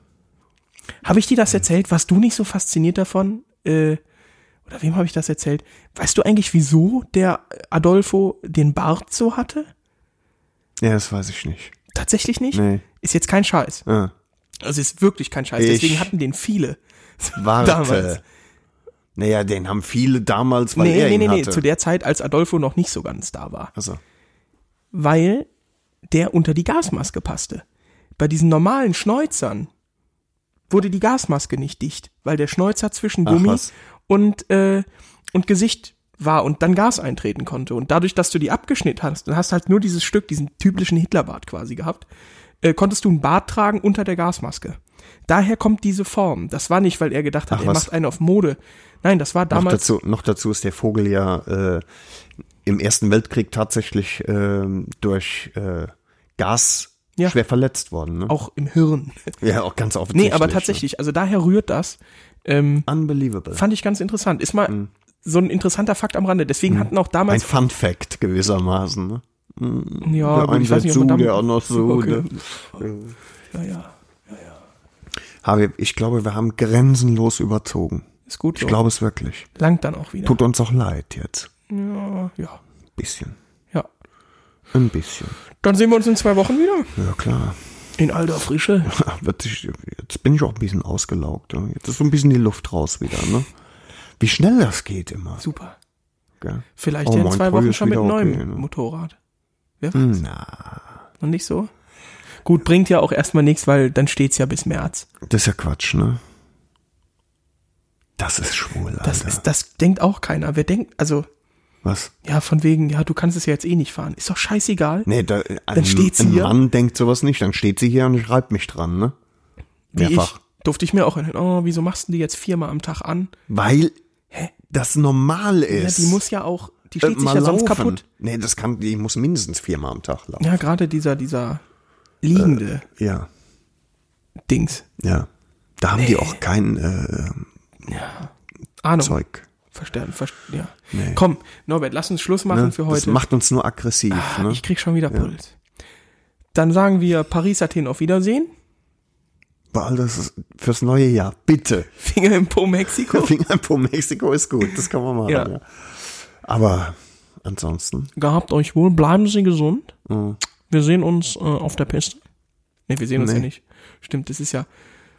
Speaker 2: Habe ich dir das erzählt? Warst du nicht so fasziniert davon? Äh, oder wem habe ich das erzählt? Weißt du eigentlich, wieso der Adolfo den Bart so hatte?
Speaker 3: ja, das weiß ich nicht.
Speaker 2: Tatsächlich nicht?
Speaker 3: Nee.
Speaker 2: Ist jetzt kein Scheiß.
Speaker 3: Äh,
Speaker 2: Also ist wirklich kein Scheiß.
Speaker 3: Ich-
Speaker 2: Deswegen hatten den viele.
Speaker 3: warte.
Speaker 2: Damals.
Speaker 3: Naja, den haben viele damals, weil er
Speaker 2: nee,
Speaker 3: ihn
Speaker 2: nee, nee,
Speaker 3: hatte.
Speaker 2: zu der Zeit, als Adolfo noch nicht so ganz da war.
Speaker 3: also,
Speaker 2: Weil der unter die Gasmaske passte. bei diesen normalen Schneuzern wurde die Gasmaske nicht dicht, weil der Schneuzer zwischen
Speaker 3: Ach,
Speaker 2: Gummi
Speaker 3: was.
Speaker 2: und, äh, und Gesicht war und dann Gas eintreten konnte. Und dadurch, dass du die abgeschnitten hast, dann hast halt nur dieses Stück, diesen typischen Hitlerbart quasi gehabt, äh, konntest du einen Bart tragen unter der Gasmaske. Daher kommt diese Form. Das war nicht, weil er gedacht hat,
Speaker 3: Ach,
Speaker 2: er
Speaker 3: was.
Speaker 2: macht einen auf Mode. Nein, das war
Speaker 3: Noch
Speaker 2: damals.
Speaker 3: dazu, noch dazu ist der Vogel ja äh, im Ersten Weltkrieg tatsächlich ähm, durch äh, Gas
Speaker 2: Ja.
Speaker 3: schwer verletzt worden. Ne?
Speaker 2: auch im Hirn.
Speaker 3: ja, auch ganz
Speaker 2: Nee,
Speaker 3: offensichtlich.
Speaker 2: aber
Speaker 3: ne?
Speaker 2: tatsächlich, also daher rührt das. Ähm,
Speaker 3: Unbelievable.
Speaker 2: fand ich ganz interessant. Ist mal
Speaker 3: Mhm.
Speaker 2: so ein interessanter Fakt am Rande. Deswegen hatten auch
Speaker 3: Ein
Speaker 2: damals.
Speaker 3: Fun Fact gewissermaßen. Ne?
Speaker 2: ja,
Speaker 3: der
Speaker 2: gut,
Speaker 3: eine
Speaker 2: Ähm, ich weiß nicht, ob man
Speaker 3: so,
Speaker 2: damit-
Speaker 3: der andere so.
Speaker 2: Okay.
Speaker 3: Ne?
Speaker 2: Ja, ja.
Speaker 3: Habe, ich glaube, wir haben grenzenlos überzogen.
Speaker 2: Ist gut.
Speaker 3: Ich
Speaker 2: So.
Speaker 3: glaube es wirklich.
Speaker 2: Langt dann auch wieder.
Speaker 3: Tut uns auch leid jetzt.
Speaker 2: ja, ja,
Speaker 3: Bisschen.
Speaker 2: ja.
Speaker 3: Ein bisschen.
Speaker 2: Dann sehen wir uns in zwei Wochen wieder.
Speaker 3: Ja, klar.
Speaker 2: In alter Frische.
Speaker 3: Wird sich- Jetzt bin ich auch ein bisschen ausgelaugt. ne? Jetzt ist so ein bisschen die Luft raus wieder. Ne? Wie schnell das geht immer.
Speaker 2: Super.
Speaker 3: Gell?
Speaker 2: Vielleicht
Speaker 3: Oh,
Speaker 2: ja in
Speaker 3: mein
Speaker 2: zwei
Speaker 3: Pulli
Speaker 2: Wochen
Speaker 3: ist
Speaker 2: schon mit
Speaker 3: wieder
Speaker 2: einem neuen
Speaker 3: okay, ne? Hm,
Speaker 2: Motorrad.
Speaker 3: Na,
Speaker 2: Noch nicht so? Gut, bringt ja auch erstmal nichts, weil dann steht's ja bis März.
Speaker 3: das ist ja Quatsch, ne? Das ist schwul, Alter.
Speaker 2: Das ist, das denkt auch keiner. Wer denkt, also,
Speaker 3: Was?
Speaker 2: ja, von wegen, ja, du kannst es ja jetzt eh nicht fahren. Ist doch scheißegal.
Speaker 3: Nee, da, ein,
Speaker 2: steht sie
Speaker 3: ein
Speaker 2: hier.
Speaker 3: Mann denkt sowas nicht. Dann steht sie hier und schreibt mich dran, ne?
Speaker 2: Wie
Speaker 3: Mehrfach.
Speaker 2: ich, durfte ich mir auch erinnern, oh, wieso machst du die jetzt viermal am Tag an?
Speaker 3: Weil das normal
Speaker 2: Ja,
Speaker 3: ist.
Speaker 2: die muss ja auch, die
Speaker 3: äh,
Speaker 2: steht sich
Speaker 3: mal
Speaker 2: ja sonst
Speaker 3: laufen.
Speaker 2: kaputt.
Speaker 3: Nee, das kann, die muss mindestens viermal am Tag laufen.
Speaker 2: Ja, gerade dieser, dieser liegende
Speaker 3: Ja, Äh,
Speaker 2: Dings.
Speaker 3: ja. Da haben die auch kein äh,
Speaker 2: Ahnung.
Speaker 3: Zeug.
Speaker 2: Verstanden, ver ja. Komm, Norbert, lass uns Schluss machen
Speaker 3: Ne?
Speaker 2: für
Speaker 3: Das
Speaker 2: heute. Ah,
Speaker 3: macht uns nur aggressiv. ne?
Speaker 2: Ich krieg schon wieder Puls. Dann sagen wir Paris, Athen, auf Wiedersehen.
Speaker 3: Weil das ist fürs neue Jahr. Bitte.
Speaker 2: Finger im Po, Mexiko.
Speaker 3: Finger pro Mexiko ist gut. Das kann man machen.
Speaker 2: Ja.
Speaker 3: Ja. Aber ansonsten.
Speaker 2: Gehabt euch wohl, bleiben Sie gesund. Wir sehen uns äh, auf der Piste. Ne, wir sehen uns
Speaker 3: Nee.
Speaker 2: ja nicht. Stimmt, das ist ja.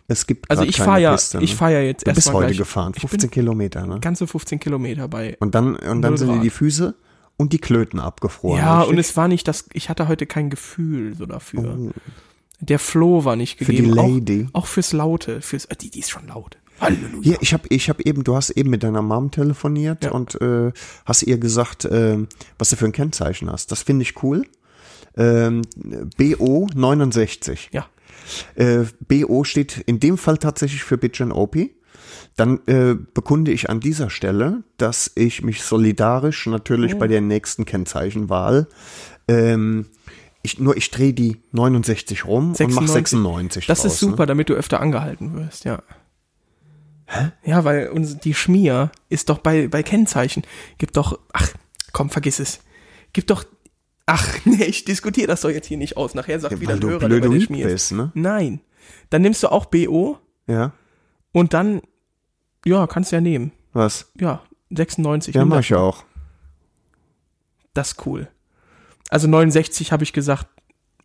Speaker 3: Es gibt
Speaker 2: Also
Speaker 3: grad
Speaker 2: ich
Speaker 3: keine
Speaker 2: fahre ja,
Speaker 3: Piste, ne?
Speaker 2: ich fahre ja jetzt
Speaker 3: Du bist
Speaker 2: erstmal
Speaker 3: heute
Speaker 2: gleich-
Speaker 3: gefahren.
Speaker 2: ich
Speaker 3: 15
Speaker 2: bin
Speaker 3: Kilometer, ne?
Speaker 2: ganze 15 Kilometer bei
Speaker 3: Und dann, und dann
Speaker 2: Null
Speaker 3: sind dir
Speaker 2: Grad.
Speaker 3: die Füße und die Klöten abgefroren.
Speaker 2: Ja,
Speaker 3: richtig?
Speaker 2: und es war nicht das, ich hatte heute kein Gefühl so dafür. Der Flow war nicht
Speaker 3: Oh. die
Speaker 2: gegeben.
Speaker 3: Lady.
Speaker 2: Auch, auch fürs Laute, fürs, äh, die, die ist schon laut. Halleluja.
Speaker 3: Hier, ich habe ich hab eben, du hast eben mit deiner Mom telefoniert
Speaker 2: Ja.
Speaker 3: und äh, hast ihr gesagt, ähm, was du für ein Kennzeichen hast. Das finde ich cool. Ähm, BO 69.
Speaker 2: Ja.
Speaker 3: Äh, BO steht in dem Fall tatsächlich für Bitch and OP. Dann äh, bekunde ich an dieser Stelle, dass ich mich solidarisch natürlich
Speaker 2: Oh.
Speaker 3: bei der nächsten Kennzeichenwahl, ähm, ich, nur ich drehe die 69 rum und mache 96
Speaker 2: Das
Speaker 3: draus,
Speaker 2: ist super,
Speaker 3: Ne?
Speaker 2: damit du öfter angehalten wirst, ja. Hä? Ja, weil uns, die Schmier ist doch bei, bei Kennzeichen. Gibt doch, ach, komm, vergiss es. Gibt doch, ach, nee, ich diskutiere das doch jetzt hier nicht aus. Nachher sagt
Speaker 3: Ja,
Speaker 2: wieder
Speaker 3: weil
Speaker 2: ein
Speaker 3: du
Speaker 2: Hörer, der bei der
Speaker 3: blöde
Speaker 2: Schmier ist.
Speaker 3: bist, ne?
Speaker 2: Nein. Dann nimmst du auch BO
Speaker 3: Ja,
Speaker 2: und dann, ja, kannst du ja nehmen.
Speaker 3: was?
Speaker 2: Ja, 96.
Speaker 3: Ja,
Speaker 2: nimm
Speaker 3: mach
Speaker 2: das,
Speaker 3: ich ja auch.
Speaker 2: das ist cool. Also 69 habe ich gesagt,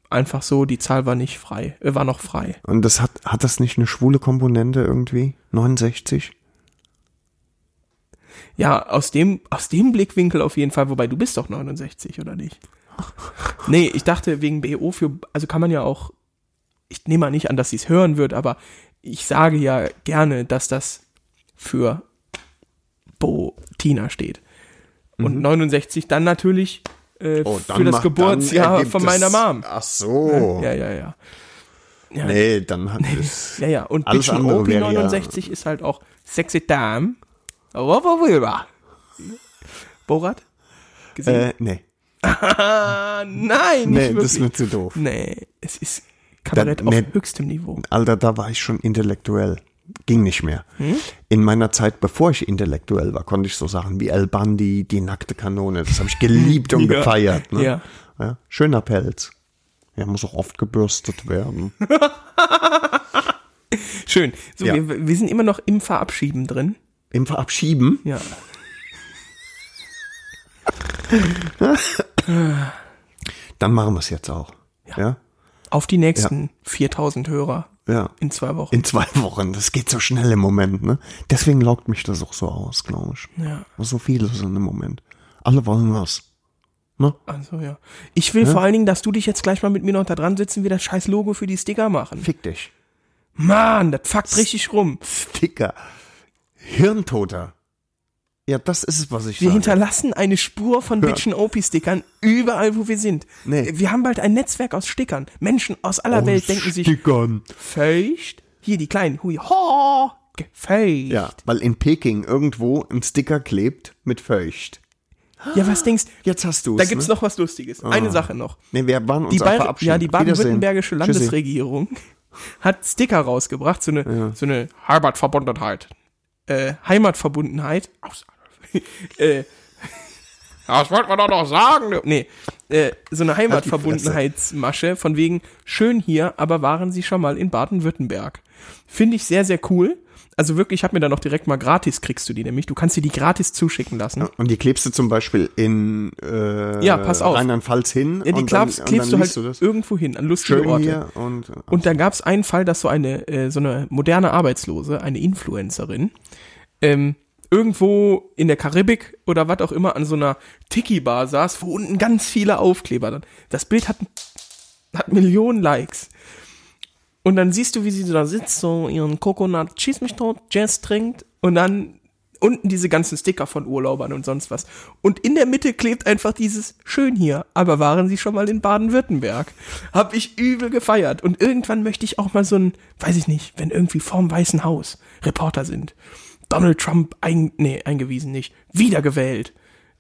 Speaker 2: einfach so, die Zahl war nicht frei, äh, war noch frei.
Speaker 3: Und das hat, hat das nicht eine schwule Komponente irgendwie? 69?
Speaker 2: Ja, aus dem, aus dem Blickwinkel auf jeden Fall, wobei du bist doch 69, oder nicht? Nee, ich dachte wegen BO für, also kann man ja auch, ich nehme mal nicht an, dass sie es hören wird, aber ich sage ja gerne, dass das für Bo Tina steht. Und
Speaker 3: Mhm.
Speaker 2: 69 dann natürlich äh,
Speaker 3: Oh,
Speaker 2: für das
Speaker 3: macht-
Speaker 2: Geburtsjahr
Speaker 3: ergibt
Speaker 2: von
Speaker 3: es- Oh.
Speaker 2: meiner Mom.
Speaker 3: Ach so.
Speaker 2: Ja, ja, ja. Ja,
Speaker 3: Nee, dann hat es.
Speaker 2: ja, ja. Und
Speaker 3: Alles
Speaker 2: Bitch and
Speaker 3: andere
Speaker 2: OP
Speaker 3: wäre ja-
Speaker 2: 69 ist halt auch sexy Dame. Wo, wo, wo, wo? Borat? Gesehen?
Speaker 3: Äh, nee,
Speaker 2: ah, nein,
Speaker 3: nee
Speaker 2: nicht
Speaker 3: das ist mir
Speaker 2: wirklich.
Speaker 3: zu doof.
Speaker 2: nee, es ist Kabarett
Speaker 3: Dann- nee.
Speaker 2: auf höchstem Niveau.
Speaker 3: Alter, da war ich schon intellektuell. Ging nicht mehr.
Speaker 2: Hm?
Speaker 3: In meiner Zeit, bevor ich intellektuell war, konnte ich so Sachen wie El Bandi, die nackte Kanone. Das habe ich geliebt und
Speaker 2: Ja.
Speaker 3: gefeiert. Ne?
Speaker 2: Ja.
Speaker 3: Ja, Schöner Pelz. Er muss auch oft gebürstet werden.
Speaker 2: Schön. So,
Speaker 3: Ja.
Speaker 2: wir, wir sind immer noch im Verabschieden drin.
Speaker 3: Im Verabschieben
Speaker 2: Ja.
Speaker 3: Dann machen wir es jetzt auch.
Speaker 2: Ja.
Speaker 3: Ja. ja.
Speaker 2: Auf die nächsten 4000 Hörer in zwei Wochen.
Speaker 3: In zwei Wochen. Das geht so schnell im Moment, ne? Deswegen laugt mich das auch so aus, glaube ich.
Speaker 2: ja.
Speaker 3: So viele sind im Moment. Alle wollen was. Ne?
Speaker 2: Also ja. Ich will vor allen Dingen, dass du dich jetzt gleich mal mit mir noch da dran sitzen, wir das scheiß Logo für die Sticker machen.
Speaker 3: Fick dich.
Speaker 2: Mann, das fuckt richtig rum.
Speaker 3: Sticker. Hirntoter. Ja, das ist es, was ich
Speaker 2: Wir
Speaker 3: sage.
Speaker 2: hinterlassen eine Spur von bitchen OP-Stickern überall, wo wir sind.
Speaker 3: Nee. Oh,
Speaker 2: Wir haben bald ein Netzwerk aus Stickern. Menschen aus aller Welt denken sich,
Speaker 3: Stickern.
Speaker 2: feucht. Hier die kleinen, hui, ho, gefeucht.
Speaker 3: Ja, weil in Peking irgendwo ein Sticker klebt mit feucht.
Speaker 2: Ja, was denkst
Speaker 3: Jetzt hast du
Speaker 2: Da
Speaker 3: es.
Speaker 2: gibt's
Speaker 3: ne?
Speaker 2: noch was Lustiges. Eine Sache noch.
Speaker 3: Nee, wir waren uns
Speaker 2: Die,
Speaker 3: am
Speaker 2: Bayer
Speaker 3: Verabschieden.
Speaker 2: ja, die baden-württembergische
Speaker 3: Wiedersehen. Tschüssi.
Speaker 2: Landesregierung hat Sticker rausgebracht, so eine, so eine Heimatverbundenheit. Äh, Heimatverbundenheit. Aus äh, das wollten wir doch noch sagen. du- Nee,
Speaker 3: Halt
Speaker 2: äh, so eine Heimatverbundenheitsmasche von wegen schön hier, aber waren Sie schon mal in Baden-Württemberg? Finde ich sehr, sehr cool. Also wirklich, ich habe mir da noch direkt mal gratis, kriegst du die nämlich. Du kannst dir die gratis zuschicken lassen.
Speaker 3: Und die klebst du zum Beispiel in äh,
Speaker 2: Ja, pass auf.
Speaker 3: Rheinland-Pfalz hin.
Speaker 2: Ja, die
Speaker 3: und dann,
Speaker 2: klebst,
Speaker 3: und dann
Speaker 2: klebst du halt
Speaker 3: liest das.
Speaker 2: irgendwo hin, an lustige
Speaker 3: Schön
Speaker 2: Orte.
Speaker 3: hier und,
Speaker 2: Und da gab es einen Fall, dass so eine, äh, so eine moderne Arbeitslose, eine Influencerin, ähm, irgendwo in der Karibik oder was auch immer an so einer Tiki-Bar saß, wo unten ganz viele Aufkleber. dann- Das Bild hat, hat Millionen Likes. Und dann siehst du, wie sie da sitzt, so ihren Coconut Schieß mich tot, Jazz trinkt und dann unten diese ganzen Sticker von Urlaubern und sonst was. Und in der Mitte klebt einfach dieses Schön hier, aber waren sie schon mal in Baden-Württemberg? Hab ich übel gefeiert. Und irgendwann möchte ich auch mal so ein, weiß ich nicht, wenn irgendwie vorm Weißen Haus Reporter sind. Donald Trump ein, nee, eingewiesen nicht, wiedergewählt.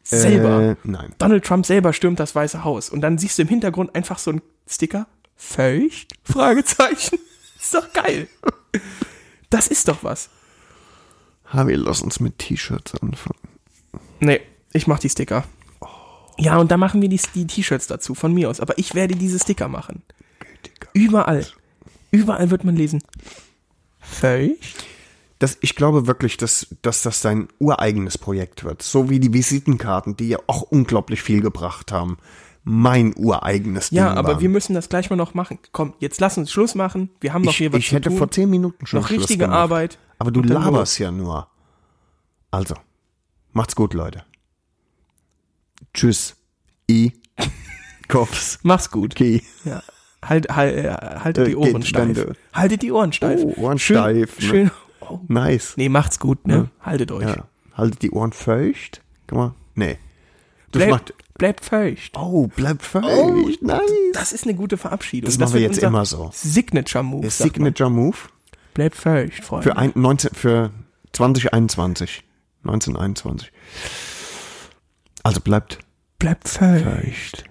Speaker 2: Selber.
Speaker 3: Äh, nein.
Speaker 2: Donald Trump selber stürmt das Weiße Haus und dann siehst du im Hintergrund einfach so einen Sticker feucht? Fragezeichen. Ist doch geil. Das ist doch was.
Speaker 3: Harvey, lass uns mit T-Shirts anfangen.
Speaker 2: Nee, ich mach die Sticker. Ja, und da machen wir die, die T-Shirts dazu, von mir aus. Aber ich werde diese Sticker machen. Überall. Überall wird man lesen. Feucht?
Speaker 3: Das, ich glaube wirklich, dass, dass das dein ureigenes Projekt wird. So wie die Visitenkarten, die ja auch unglaublich viel gebracht haben. Mein ureigenes
Speaker 2: Ja,
Speaker 3: Ding
Speaker 2: aber
Speaker 3: waren.
Speaker 2: wir müssen das gleich mal noch machen. Komm, jetzt lass uns Schluss machen. Wir haben noch
Speaker 3: ich,
Speaker 2: hier was
Speaker 3: ich
Speaker 2: zu
Speaker 3: hätte
Speaker 2: tun.
Speaker 3: vor zehn Minuten schon
Speaker 2: Noch
Speaker 3: Schluss
Speaker 2: richtige
Speaker 3: gemacht.
Speaker 2: Arbeit.
Speaker 3: Aber du
Speaker 2: Und dann
Speaker 3: laberst ja nur. Also, macht's gut, Leute. Tschüss. I. Kopfs.
Speaker 2: Mach's gut.
Speaker 3: Ki.
Speaker 2: Ja. Halt, halt, äh, haltet
Speaker 3: Äh,
Speaker 2: die Ohren
Speaker 3: geht,
Speaker 2: steif.
Speaker 3: wenn du-
Speaker 2: Haltet die Ohren steif.
Speaker 3: Oh, Ohren
Speaker 2: schön,
Speaker 3: steif, ne?
Speaker 2: Schön. Oh.
Speaker 3: Nice.
Speaker 2: Nee, macht's gut, ne? Haltet euch.
Speaker 3: Ja. Haltet die Ohren feucht. Guck mal. Nee. Das
Speaker 2: Bleibt,
Speaker 3: macht.
Speaker 2: bleibt feucht.
Speaker 3: Oh, bleibt feucht. nice.
Speaker 2: Das ist eine gute Verabschiedung.
Speaker 3: Das machen wir
Speaker 2: wird
Speaker 3: jetzt
Speaker 2: unser
Speaker 3: immer so.
Speaker 2: Signature-Move.
Speaker 3: Der
Speaker 2: sagt man.
Speaker 3: Signature Move
Speaker 2: Bleibt feucht, Freunde.
Speaker 3: für, ein, 19, für 2021. 1921. Also bleibt
Speaker 2: bleibt feucht.
Speaker 3: Äh. feucht.